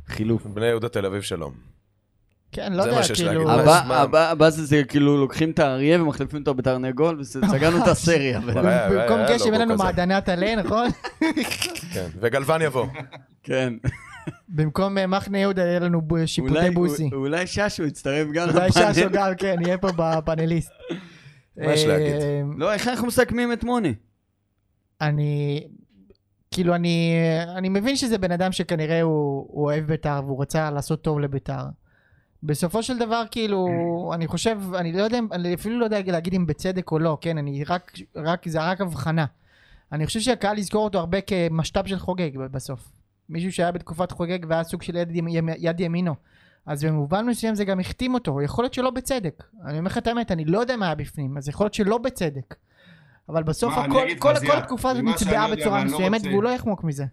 [SPEAKER 2] החילוף?
[SPEAKER 5] בני יהודה תל אביב שלום.
[SPEAKER 4] כן, לא
[SPEAKER 5] זה
[SPEAKER 4] יודע,
[SPEAKER 5] מה שיש
[SPEAKER 4] כאילו...
[SPEAKER 5] להגיד.
[SPEAKER 2] הבא-
[SPEAKER 5] מה?
[SPEAKER 2] הבא הבא זה זה כאילו לוקחים את האריה ומחליפים אותו בתרנגול וסגרנו את הסריה.
[SPEAKER 5] אבל היה- היה-
[SPEAKER 4] במקום
[SPEAKER 5] היה
[SPEAKER 4] גשם אין
[SPEAKER 5] לוגו
[SPEAKER 4] לנו
[SPEAKER 5] כזה.
[SPEAKER 4] מעדני עטלה, נכון?
[SPEAKER 5] כן, וגלוון יבוא.
[SPEAKER 2] כן.
[SPEAKER 4] במקום אה, מחנה יהודה יהיה לנו בו- שיפוטי
[SPEAKER 2] אולי-
[SPEAKER 4] בוסי.
[SPEAKER 2] אולי ששו יצטרף גם
[SPEAKER 4] אולי ששו
[SPEAKER 2] לפאנל.
[SPEAKER 4] גם, כן, יהיה פה בפאנליסט.
[SPEAKER 5] מה יש להגיד?
[SPEAKER 4] אה,
[SPEAKER 2] לא, איך אנחנו מסכמים את מוני?
[SPEAKER 4] אני... כאילו, אני, אני מבין שזה בן אדם שכנראה הוא, הוא אוהב בית"ר והוא רצה לעשות טוב לבית"ר. בסופו של דבר, כאילו,
[SPEAKER 3] אה.
[SPEAKER 4] אני חושב, אני לא יודע, אם- אני אפילו לא יודע להגיד אם בצדק או לא, כן, אני רק, רק זה רק הבחנה. אני חושב שהקהל יזכור אותו הרבה כמשת"פ של חוגג ב- בסוף. מישהו שהיה בתקופת חוגג והיה סוג של יד, ימ- יד ימינו. אז במובן מסוים זה גם החתים אותו, יכול להיות שלא בצדק. אני אומר לך את האמת, אני לא יודע מה היה בפנים, אז יכול להיות שלא בצדק. אבל בסוף
[SPEAKER 3] מה, אני
[SPEAKER 4] הכל,
[SPEAKER 3] אגיד לך,
[SPEAKER 4] כל, כל
[SPEAKER 3] זיהה,
[SPEAKER 4] התקופה הזאת
[SPEAKER 3] ממה שאני
[SPEAKER 4] נצבעה
[SPEAKER 3] יודע
[SPEAKER 4] בצורה
[SPEAKER 3] ואני לא
[SPEAKER 4] מסוימת,
[SPEAKER 3] רוצה-
[SPEAKER 4] והוא לא יחמוק מזה.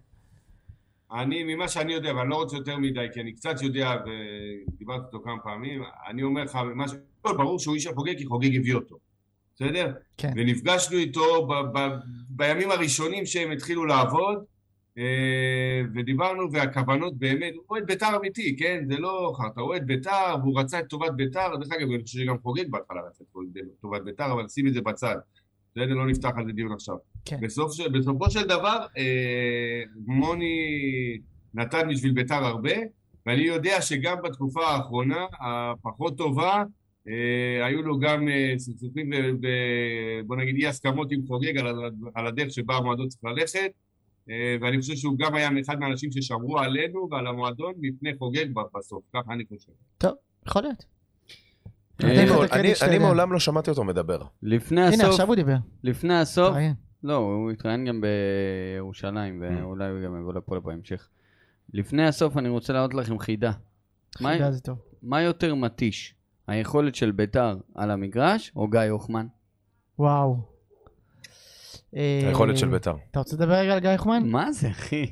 [SPEAKER 3] אני, ממה שאני יודע, ואני לא רוצה יותר מדי, כי אני קצת יודע, ודיברתי איתו כמה פעמים, אני אומר לך, מה ש... לא, ברור שהוא איש החוגג, כי חוגג הביא אותו, בסדר?
[SPEAKER 4] כן.
[SPEAKER 3] ונפגשנו איתו ב- ב- בימים הראשונים שהם התחילו לעבוד, אה, ודיברנו, והכוונות באמת, הוא אוהד בית"ר אמיתי, כן? זה לא חרטא, הוא אוהד בית"ר, והוא רצה את טובת בית"ר, דרך אגב, אני חושב שגם חוגג בהתחלה רצה את טובת בית"ר, אבל שים את זה בצד. בסדר, לא נפתח על זה דיון עכשיו.
[SPEAKER 4] כן.
[SPEAKER 3] בסוף, ש- בסופו של דבר, אה, מוני נתן בשביל ביתר הרבה, ואני יודע שגם בתקופה האחרונה, הפחות טובה, אה, היו לו גם אה, סכסוכים, ו- ו- בוא נגיד, אי הסכמות עם חוגג על, ה- על הדרך שבה המועדון צריך ללכת, אה, ואני חושב שהוא גם היה אחד מהאנשים ששמרו עלינו ועל המועדון מפני חוגג ב- בסוף, ככה אני חושב.
[SPEAKER 4] יכול להיות.
[SPEAKER 2] אה,
[SPEAKER 5] אני
[SPEAKER 4] לו את
[SPEAKER 5] מעול-
[SPEAKER 4] הקרדיט
[SPEAKER 5] אני-
[SPEAKER 4] שאתה
[SPEAKER 5] אני
[SPEAKER 4] יודע.
[SPEAKER 5] מעולם לא שמעתי אותו מדבר.
[SPEAKER 2] לפני
[SPEAKER 4] הנה,
[SPEAKER 2] הסוף,
[SPEAKER 4] עכשיו הוא דיבר.
[SPEAKER 2] לפני הסוף,
[SPEAKER 4] תראיין.
[SPEAKER 2] לא, הוא התראיין גם בירושלים, ואולי הוא גם יבוא לפה לפה בהמשך. לפני הסוף אני רוצה להראות לכם חידה. מה-
[SPEAKER 4] חידה זה טוב.
[SPEAKER 2] מה יותר מתיש, היכולת של ביתר על המגרש, או גיא הוחמן?
[SPEAKER 4] וואו. אה,
[SPEAKER 5] היכולת של בית"ר.
[SPEAKER 4] אתה רוצה לדבר רגע על גיא יחמן?
[SPEAKER 2] מה זה, אחי?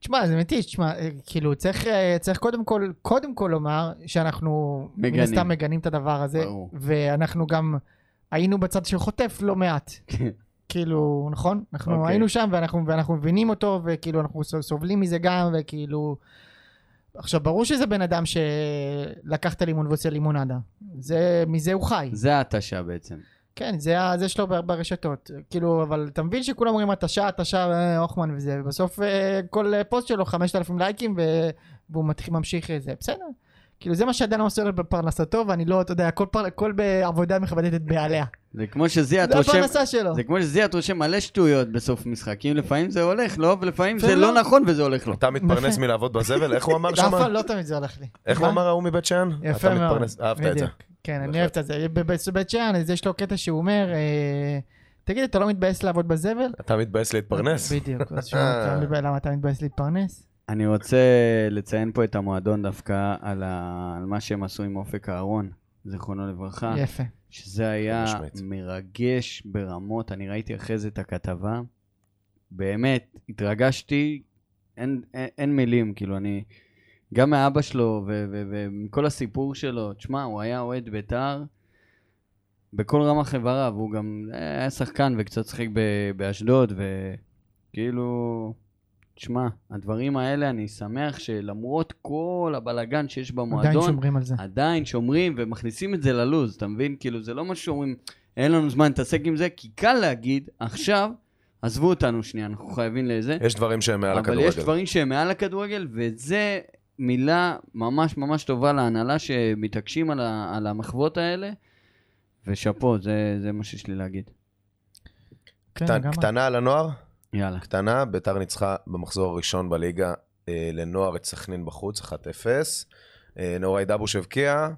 [SPEAKER 4] תשמע, זה מתיש, תשמע, אה, כאילו, צריך, אה, צריך קודם כל, קודם כל לומר שאנחנו
[SPEAKER 2] מגנים.
[SPEAKER 4] מן הסתם מגנים את הדבר הזה,
[SPEAKER 2] ברור.
[SPEAKER 4] ואנחנו גם היינו בצד של חוטף לא מעט. כאילו, נכון? אנחנו
[SPEAKER 2] כן. אוקיי.
[SPEAKER 4] היינו שם ואנחנו, ואנחנו מבינים אותו, וכאילו אנחנו סו- סובלים מזה גם, וכאילו... עכשיו, ברור שזה בן אדם שלקח את הלימון ועושה לימונדה. זה, מזה הוא חי.
[SPEAKER 2] זה ההתשה בעצם.
[SPEAKER 4] כן, זה, ה- זה שלו בר- ברשתות. כאילו, אבל אתה מבין שכולם אומרים התשה, התשה, אה, הוכמן וזה, ובסוף אה, כל אה, פוסט שלו 5,000 לייקים, ו- והוא מתחיל, ממשיך את זה. בסדר. כאילו, זה מה שאדם עושה לו בפרנסתו, ואני לא, אתה יודע, כל, פר, כל בעבודה מכבדת את בעליה.
[SPEAKER 2] זה כמו שזיאת
[SPEAKER 4] זה
[SPEAKER 2] רושם...
[SPEAKER 4] הפרנסה שלו.
[SPEAKER 2] זה כמו שזיאת רושם מלא שטויות בסוף משחק, אם לפעמים זה הולך לו, ולפעמים זה
[SPEAKER 4] לפעמים
[SPEAKER 2] לא
[SPEAKER 4] לא.
[SPEAKER 2] נכון וזה הולך לו.
[SPEAKER 5] אתה מתפרנס
[SPEAKER 4] יפה.
[SPEAKER 5] מלעבוד בזבל? איך הוא אמר
[SPEAKER 4] אף
[SPEAKER 5] שמה?
[SPEAKER 4] פעם לא תמיד זה הולך לי.
[SPEAKER 5] איך הוא
[SPEAKER 4] מה?
[SPEAKER 5] אמר ההוא מבית שאן?
[SPEAKER 4] יפה
[SPEAKER 5] אתה
[SPEAKER 4] מאוד.
[SPEAKER 5] מתפרנס, אהבת את זה.
[SPEAKER 4] בדיוק. כן, אני
[SPEAKER 5] בהחלט.
[SPEAKER 4] אוהב את זה. בבית שאן, אז יש לו קטע שהוא אומר, אה, תגיד, אתה לא מתבאס לעבוד בזבל?
[SPEAKER 5] אתה מתבאס להתפרנס? אה.
[SPEAKER 4] בדיוק, אז שמה, אתה לא מתבאס- למה אתה מתבאס להתפרנס?
[SPEAKER 2] אני רוצה לציין פה את המועדון דווקא על, ה... על מה שהם עשו עם אופק אהרון, זיכרונו לברכה.
[SPEAKER 4] יפה.
[SPEAKER 2] שזה היה
[SPEAKER 5] משמעית.
[SPEAKER 2] מרגש ברמות, אני ראיתי אחרי זה את הכתבה, באמת, התרגשתי, אין, אין, אין מילים, כאילו, אני, גם מאבא שלו ו- ו- ומכל הסיפור שלו, תשמע, הוא היה אוהד בית"ר בכל רמ"ח איבריו, הוא גם אה, היה שחקן וקצת שיחק ב- באשדוד, וכאילו, תשמע, הדברים האלה, אני שמח שלמרות כל הבלגן שיש
[SPEAKER 4] עדיין
[SPEAKER 2] במועדון,
[SPEAKER 4] שומרים על זה.
[SPEAKER 2] עדיין שומרים ומכניסים את זה ללוז, אתה מבין? כאילו, זה לא מה שאומרים, אין לנו זמן להתעסק עם זה, כי קל להגיד, עכשיו, עזבו אותנו שנייה, אנחנו חייבים לזה.
[SPEAKER 5] יש דברים שהם מעל
[SPEAKER 2] אבל
[SPEAKER 5] הכדורגל.
[SPEAKER 2] יש דברים שהם מעל הכדורגל, וזה מילה ממש ממש טובה להנהלה שמתעקשים על, ה, על המחוות האלה, ושאפו, זה, זה מה שיש לי להגיד.
[SPEAKER 4] כן,
[SPEAKER 5] קטן-
[SPEAKER 4] לגמרי.
[SPEAKER 5] קטנה על הנוער?
[SPEAKER 2] יאללה.
[SPEAKER 5] קטנה, ביתר ניצחה במחזור הראשון בליגה אה, לנוער את סכנין בחוץ, 1-0. אה, נאורי דבוש הבקיע,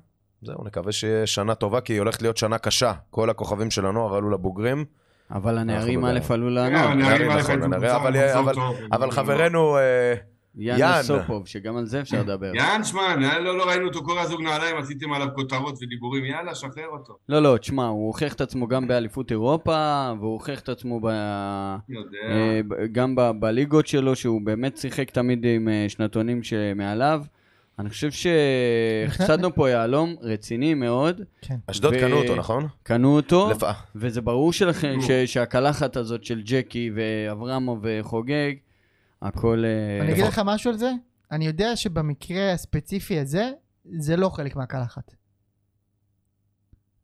[SPEAKER 5] זהו, נקווה שיהיה שנה טובה, כי היא הולכת להיות שנה קשה. כל הכוכבים של הנוער עלו לבוגרים.
[SPEAKER 2] אבל הנערים א'
[SPEAKER 5] בבעיה.
[SPEAKER 2] עלו
[SPEAKER 3] כן,
[SPEAKER 2] לענות.
[SPEAKER 5] הנערים,
[SPEAKER 3] הנערים האלה
[SPEAKER 5] נכון,
[SPEAKER 3] היו
[SPEAKER 5] הנערים,
[SPEAKER 3] קבוצה
[SPEAKER 5] אבל-
[SPEAKER 3] במחזור
[SPEAKER 5] אבל-
[SPEAKER 3] טוב.
[SPEAKER 5] אבל חברנו, אה,
[SPEAKER 2] יאן
[SPEAKER 5] יאן.
[SPEAKER 2] סופוב, שגם על זה אפשר לדבר.
[SPEAKER 3] יאן, שמע, נראה- לא לא ראינו אותו קורע זוג נעליים, עשיתם עליו כותרות ודיבורים, יאללה, שחרר אותו.
[SPEAKER 2] לא, לא, תשמע, הוא הוכיח את עצמו גם באליפות אירופה, והוא הוכיח את עצמו ב...
[SPEAKER 3] אני יודע.
[SPEAKER 2] אה, ב- גם ב- בליגות שלו, שהוא באמת שיחק תמיד עם אה, שנתונים שמעליו. אני חושב שהחצדנו פה יהלום רציני מאוד,
[SPEAKER 4] כן.
[SPEAKER 5] אשדוד
[SPEAKER 2] ו-
[SPEAKER 5] קנו אותו, נכון?
[SPEAKER 2] קנו אותו,
[SPEAKER 5] לפ- אה,
[SPEAKER 2] וזה ברור שלכם ש- שהקלחת הזאת של ג'קי ואברמו וחוגג, הכל... אה,
[SPEAKER 4] אני אגיד לך משהו על זה, אני יודע שבמקרה הספציפי הזה, זה לא חלק מהקלחת.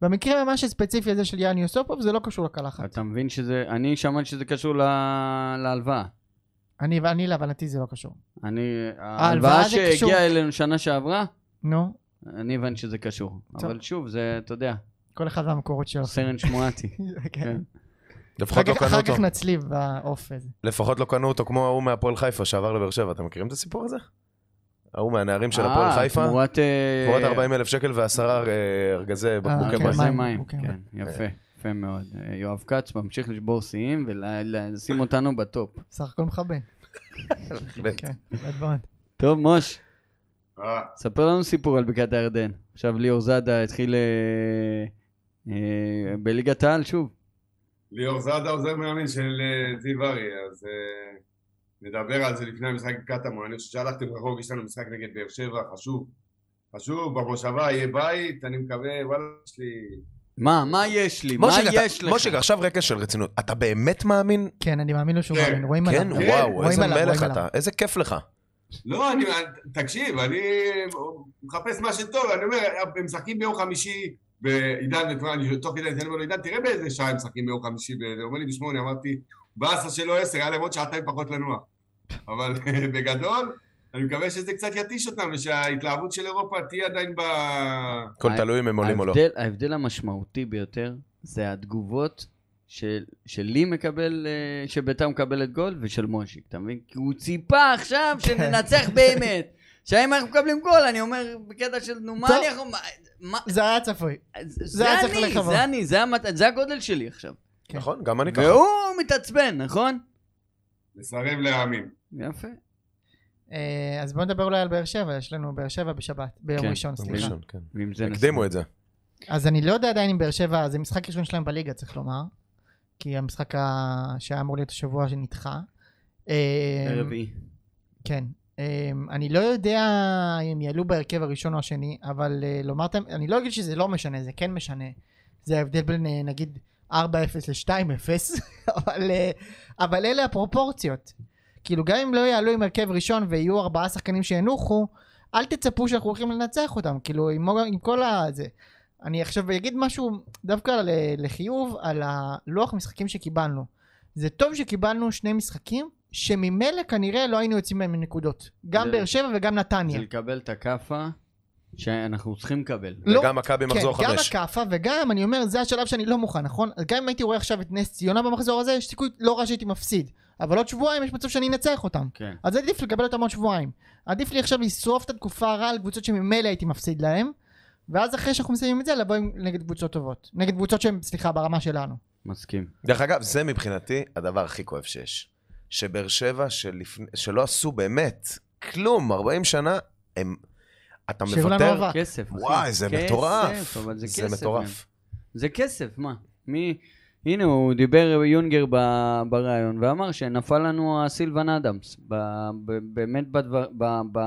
[SPEAKER 4] במקרה ממש הספציפי הזה של יאן יוסופוב, זה לא קשור לקלחת.
[SPEAKER 2] נכון. אתה מבין שזה... אני שמעתי שזה קשור ל- להלוואה.
[SPEAKER 4] אני, אני להבנתי זה לא קשור.
[SPEAKER 2] אני...
[SPEAKER 4] ההלוואה
[SPEAKER 2] ההלוואה
[SPEAKER 4] זה קשור.
[SPEAKER 2] שהגיעה אלינו שנה שעברה,
[SPEAKER 4] נו,
[SPEAKER 2] אני הבנתי שזה קשור.
[SPEAKER 4] טוב.
[SPEAKER 2] אבל שוב, זה, אתה יודע,
[SPEAKER 4] כל אחד והמקורות שלו.
[SPEAKER 2] סרן שמואטי.
[SPEAKER 4] כן. אחר
[SPEAKER 5] לפחות לא
[SPEAKER 4] כך-
[SPEAKER 5] קנו
[SPEAKER 4] אחר
[SPEAKER 5] אותו.
[SPEAKER 4] כך נצליב באוף הזה.
[SPEAKER 5] לפחות לא קנו אותו כמו ההוא מהפועל חיפה שעבר לבאר שבע. אתם מכירים את הסיפור הזה? ההוא מהנערים של הפועל חיפה?
[SPEAKER 2] אה, תמורת... אה,
[SPEAKER 5] תמורת 40 אלף שקל ועשרה אה, ארגזי בקבוקי
[SPEAKER 4] כן,
[SPEAKER 5] מים.
[SPEAKER 2] ארגזי
[SPEAKER 4] מים,
[SPEAKER 2] מים.
[SPEAKER 4] אוקיי,
[SPEAKER 2] כן, יפה. יפה מאוד. אה, יואב כץ ממשיך לשבור שיאים ולשים אותנו בטופ.
[SPEAKER 4] סך הכל מכבד. כן, בהחלט מאוד.
[SPEAKER 2] טוב, מוש,
[SPEAKER 3] אה,
[SPEAKER 2] ספר לנו סיפור על בקעת הירדן. עכשיו ליאור זאדה התחיל אה, אה, בליגת העל שוב.
[SPEAKER 3] ליאור זאדה עוזר מאמן של אה, זיו אריה, אז אה, נדבר על זה לפני המשחק עם קטמון. אני חושב שהלכתם רחוק, יש לנו משחק נגד באר שבע, חשוב. חשוב, במושבה יהיה בית, אני מקווה, וואלה, יש לי...
[SPEAKER 2] מה, מה יש לי? מה
[SPEAKER 5] מושיק, אתה-
[SPEAKER 2] יש לך?
[SPEAKER 5] מושיק, עכשיו רקש של רצינות. אתה באמת מאמין?
[SPEAKER 4] כן, אני מאמין לו שהוא
[SPEAKER 3] כן,
[SPEAKER 4] מאמין, רואים עליו.
[SPEAKER 5] כן,
[SPEAKER 3] כן,
[SPEAKER 5] וואו,
[SPEAKER 4] רואים
[SPEAKER 5] איזה
[SPEAKER 4] עליו,
[SPEAKER 5] מלך
[SPEAKER 4] רואים
[SPEAKER 5] אתה.
[SPEAKER 4] עליו.
[SPEAKER 5] איזה כיף לך.
[SPEAKER 3] לא, אני... תקשיב, אני מחפש מה שטוב, אני אומר, הם משחקים ביום חמישי בעידן, וכבר אני תוך כדי זה אני אומר לו, עידן, תראה באיזה שעה הם משחקים ביום חמישי, באיזה-" הוא אומר לי בשמונה, אמרתי, באסה שלא עשר, היה להם עוד שעתיים פחות לנוע. אבל בגדול, אני מקווה שזה קצת יתיש אותם, ושההתלהבות של אירופה תהיה עדיין ב...
[SPEAKER 5] הכל
[SPEAKER 2] אה,
[SPEAKER 5] תלוי אם הם עולים או לא.
[SPEAKER 2] ההבדל- ההבדל המשמעותי ביותר זה התגובות של, שלי מקבל, אה, שביתר מקבלת גול ושל מושיק, אתה מבין? כי הוא ציפה עכשיו
[SPEAKER 4] כן.
[SPEAKER 2] שננצח באמת. שהאם אנחנו מקבלים גול, אני אומר בקטע של נו מה
[SPEAKER 4] טוב.
[SPEAKER 2] אני יכול... מה- מה-
[SPEAKER 4] זה היה צפוי.
[SPEAKER 2] זה
[SPEAKER 4] היה צריך
[SPEAKER 2] אני,
[SPEAKER 4] לקוות.
[SPEAKER 2] זה אני, זה המת- זה הגודל שלי עכשיו.
[SPEAKER 4] כן.
[SPEAKER 5] נכון, גם אני ככה.
[SPEAKER 2] והוא מתעצבן, נכון?
[SPEAKER 3] לסרב להאמין.
[SPEAKER 2] יפה.
[SPEAKER 4] אה, אז בואו נדבר אולי על באר שבע, יש לנו באר שבע בשבת, ביום
[SPEAKER 2] כן,
[SPEAKER 4] ראשון,
[SPEAKER 5] יום
[SPEAKER 4] סליחה.
[SPEAKER 5] ראשון, כן.
[SPEAKER 2] ועם זה
[SPEAKER 5] הקדימו את זה.
[SPEAKER 4] אז אני לא יודע עדיין אם באר שבע, זה משחק ראשון שלהם בליגה, צריך לומר. כי המשחק ה- שהיה אמור להיות השבוע שנדחה. אה,
[SPEAKER 2] רביעי.
[SPEAKER 4] כן. אמ, אני לא יודע אם יעלו בהרכב הראשון או השני, אבל אה, לומר, את האמת- אני לא אגיד שזה לא משנה, זה כן משנה. זה ההבדל בין אה, נגיד 4-0 ל-2-0, אבל, אה, אבל אלה הפרופורציות. כאילו גם אם לא יעלו עם הרכב ראשון ויהיו ארבעה שחקנים שינוחו, אל תצפו שאנחנו הולכים לנצח אותם, כאילו עם, עם כל ה... זה. אני עכשיו אגיד משהו דווקא ל, לחיוב על הלוח משחקים שקיבלנו. זה טוב שקיבלנו שני משחקים שממילא כנראה לא היינו יוצאים מהם מנקודות. גם
[SPEAKER 2] זה-
[SPEAKER 4] באר שבע וגם
[SPEAKER 2] זה
[SPEAKER 4] נתניה.
[SPEAKER 2] לקבל את הכאפה שאנחנו צריכים לקבל.
[SPEAKER 4] לא-
[SPEAKER 5] וגם מכבי מחזור
[SPEAKER 4] כן,
[SPEAKER 5] חמש.
[SPEAKER 4] גם הכאפה וגם, אני אומר, זה השלב שאני לא מוכן, נכון? אז גם אם הייתי רואה עכשיו את נס ציונה במחזור הזה, יש סיכוי לא רע שהייתי מפסיד. אבל עוד שבועיים יש מצב שאני אנצח אותם.
[SPEAKER 2] כן.
[SPEAKER 4] אז עדיף לקבל אותם עוד שבועיים. עדיף לי עכשיו לשרוף את התקופה הרעה על קבוצות שממילא הייתי מפסיד להם, ואז אחרי שאנחנו מסיימים את זה, לבוא עם, נגד קבוצות טובות. נגד קבוצות שהן, סליחה, ברמה שלנו.
[SPEAKER 2] מסכים.
[SPEAKER 5] דרך אגב, זה מבחינתי הדבר הכי כואב שיש. שבאר שבע, שלפני, שלא עשו באמת כלום, 40 שנה, הם... אתה
[SPEAKER 4] שירו לנו
[SPEAKER 5] מוותר...
[SPEAKER 4] אבק.
[SPEAKER 2] כסף, אחי.
[SPEAKER 5] וואי, זה
[SPEAKER 2] כסף,
[SPEAKER 5] מטורף.
[SPEAKER 2] אבל זה
[SPEAKER 5] זה
[SPEAKER 2] כסף,
[SPEAKER 5] מטורף.
[SPEAKER 2] זה כסף, מה? מי... הנה, הוא דיבר יונגר ב- בריאיון ואמר שנפל לנו הסילבן אדמס. ב... ב... באמת בדבר... ב... ב...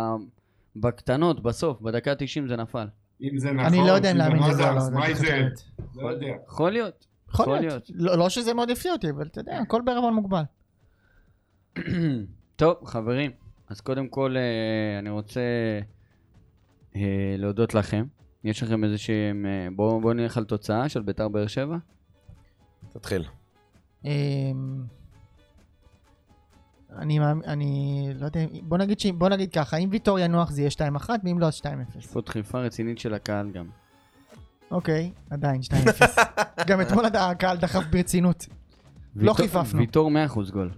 [SPEAKER 2] בקטנות, בסוף, בדקה 90 זה נפל.
[SPEAKER 3] אם זה נכון,
[SPEAKER 4] אני לא יודע אם
[SPEAKER 3] זה
[SPEAKER 4] להאמין לזה או לא.
[SPEAKER 3] אז מה
[SPEAKER 4] אני אגיד לך את
[SPEAKER 3] זה?
[SPEAKER 4] האמת.
[SPEAKER 3] לא יודע.
[SPEAKER 2] יכול להיות.
[SPEAKER 4] יכול
[SPEAKER 2] יכול
[SPEAKER 4] להיות. כן. לא לא שזה מאוד הפתיע אותי, אבל אתה יודע, הכל בערבון מוגבל.
[SPEAKER 2] טוב, חברים, אז קודם כל אה, אני רוצה אה, להודות לכם. יש לכם איזה שהם... בואו בוא נלך על תוצאה של ביתר באר שבע. כן.
[SPEAKER 5] תתחיל.
[SPEAKER 4] אמ, אני, מאמ- אני לא יודע, בוא נגיד, ש... בוא נגיד ככה, אם ויטור ינוח זה יהיה 2-1, ואם לא אז 2-0.
[SPEAKER 2] יש פה דחיפה רצינית של הקהל גם.
[SPEAKER 4] אוקיי, עדיין 2-0. גם אתמול הד- הקהל דחף ברצינות. לא
[SPEAKER 2] ויטור-
[SPEAKER 4] חיפפנו.
[SPEAKER 2] ויטור 100% גול.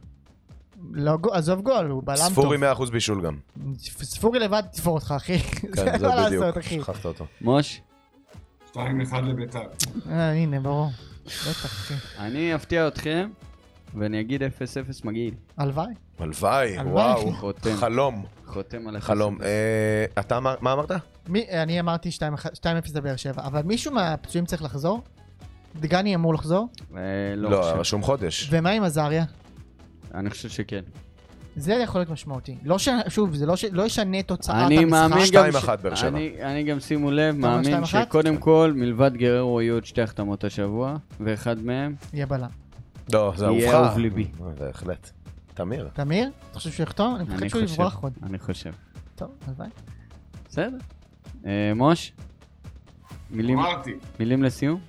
[SPEAKER 4] לא, גו- עזוב גול, הוא בלם טוב.
[SPEAKER 5] ספורי 100% בישול גם.
[SPEAKER 4] ספורי לבד תתפור אותך, אחי.
[SPEAKER 5] כן,
[SPEAKER 4] זה
[SPEAKER 5] זה
[SPEAKER 4] מה לא לעשות,
[SPEAKER 5] בדיוק.
[SPEAKER 4] אחי.
[SPEAKER 5] שכחת אותו.
[SPEAKER 2] מוש?
[SPEAKER 3] 2-1 לביתר.
[SPEAKER 4] אה, הנה, ברור. בטח, אחי.
[SPEAKER 2] אני אפתיע אתכם, ואני אגיד 0-0 מגעיל.
[SPEAKER 4] הלוואי.
[SPEAKER 5] הלוואי,
[SPEAKER 4] הלוואי.
[SPEAKER 5] וואו.
[SPEAKER 2] חותם.
[SPEAKER 5] חלום,
[SPEAKER 2] חותם על 0-0.
[SPEAKER 5] חלום. אה, אתה אמר, מה אמרת?
[SPEAKER 4] מי- אני אמרתי 2-1 2-0 לבאר שבע, אבל מישהו מהפצועים צריך לחזור? דגני אמור לחזור?
[SPEAKER 2] אה, לא,
[SPEAKER 5] לא,
[SPEAKER 2] לא חושב.
[SPEAKER 5] רשום חודש.
[SPEAKER 4] ומה עם עזריה?
[SPEAKER 2] אני חושב שכן. זה
[SPEAKER 4] זה יכול להיות משמעותי. לא ש... שוב, זה לא, ש... לא ישנה תוצאת המשחק.
[SPEAKER 2] אני מאמין גם...
[SPEAKER 5] אה, שתיים אחת באר שבע.
[SPEAKER 2] אני- אני גם, שימו לב,
[SPEAKER 4] אומר שתיים
[SPEAKER 2] מאמין
[SPEAKER 4] אחת?
[SPEAKER 2] שקודם כל, מלבד גררו יהיו עוד שתי החתמות השבוע, ואחד מהם,
[SPEAKER 4] יהיה בלם.
[SPEAKER 5] לא, זה
[SPEAKER 2] יהיה
[SPEAKER 5] ארוחה.
[SPEAKER 2] אהוב ליבי.
[SPEAKER 5] אה, בהחלט. תמיר.
[SPEAKER 4] תמיר, אתה חושב שהוא יחתום? אני מפחד
[SPEAKER 2] אני
[SPEAKER 4] שהוא
[SPEAKER 2] חושב.
[SPEAKER 4] יברח עוד.
[SPEAKER 2] אני חושב.
[SPEAKER 4] טוב, הלוואי.
[SPEAKER 2] בסדר. אה, מוש? מילים-
[SPEAKER 3] אמרתי,
[SPEAKER 2] מילים לסיום?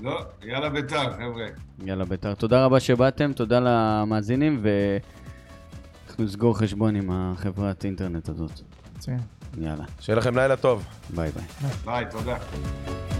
[SPEAKER 3] לא, יאללה ביתר, חבר'ה.
[SPEAKER 2] יאללה ביתר. תודה רבה שבאתם, תודה למאזינים, ואנחנו נסגור חשבון עם החברת אינטרנט הזאת.
[SPEAKER 4] מצוין.
[SPEAKER 2] יאללה,
[SPEAKER 5] שיהיה לכם לילה טוב.
[SPEAKER 2] ביי ביי.
[SPEAKER 3] ביי, תודה.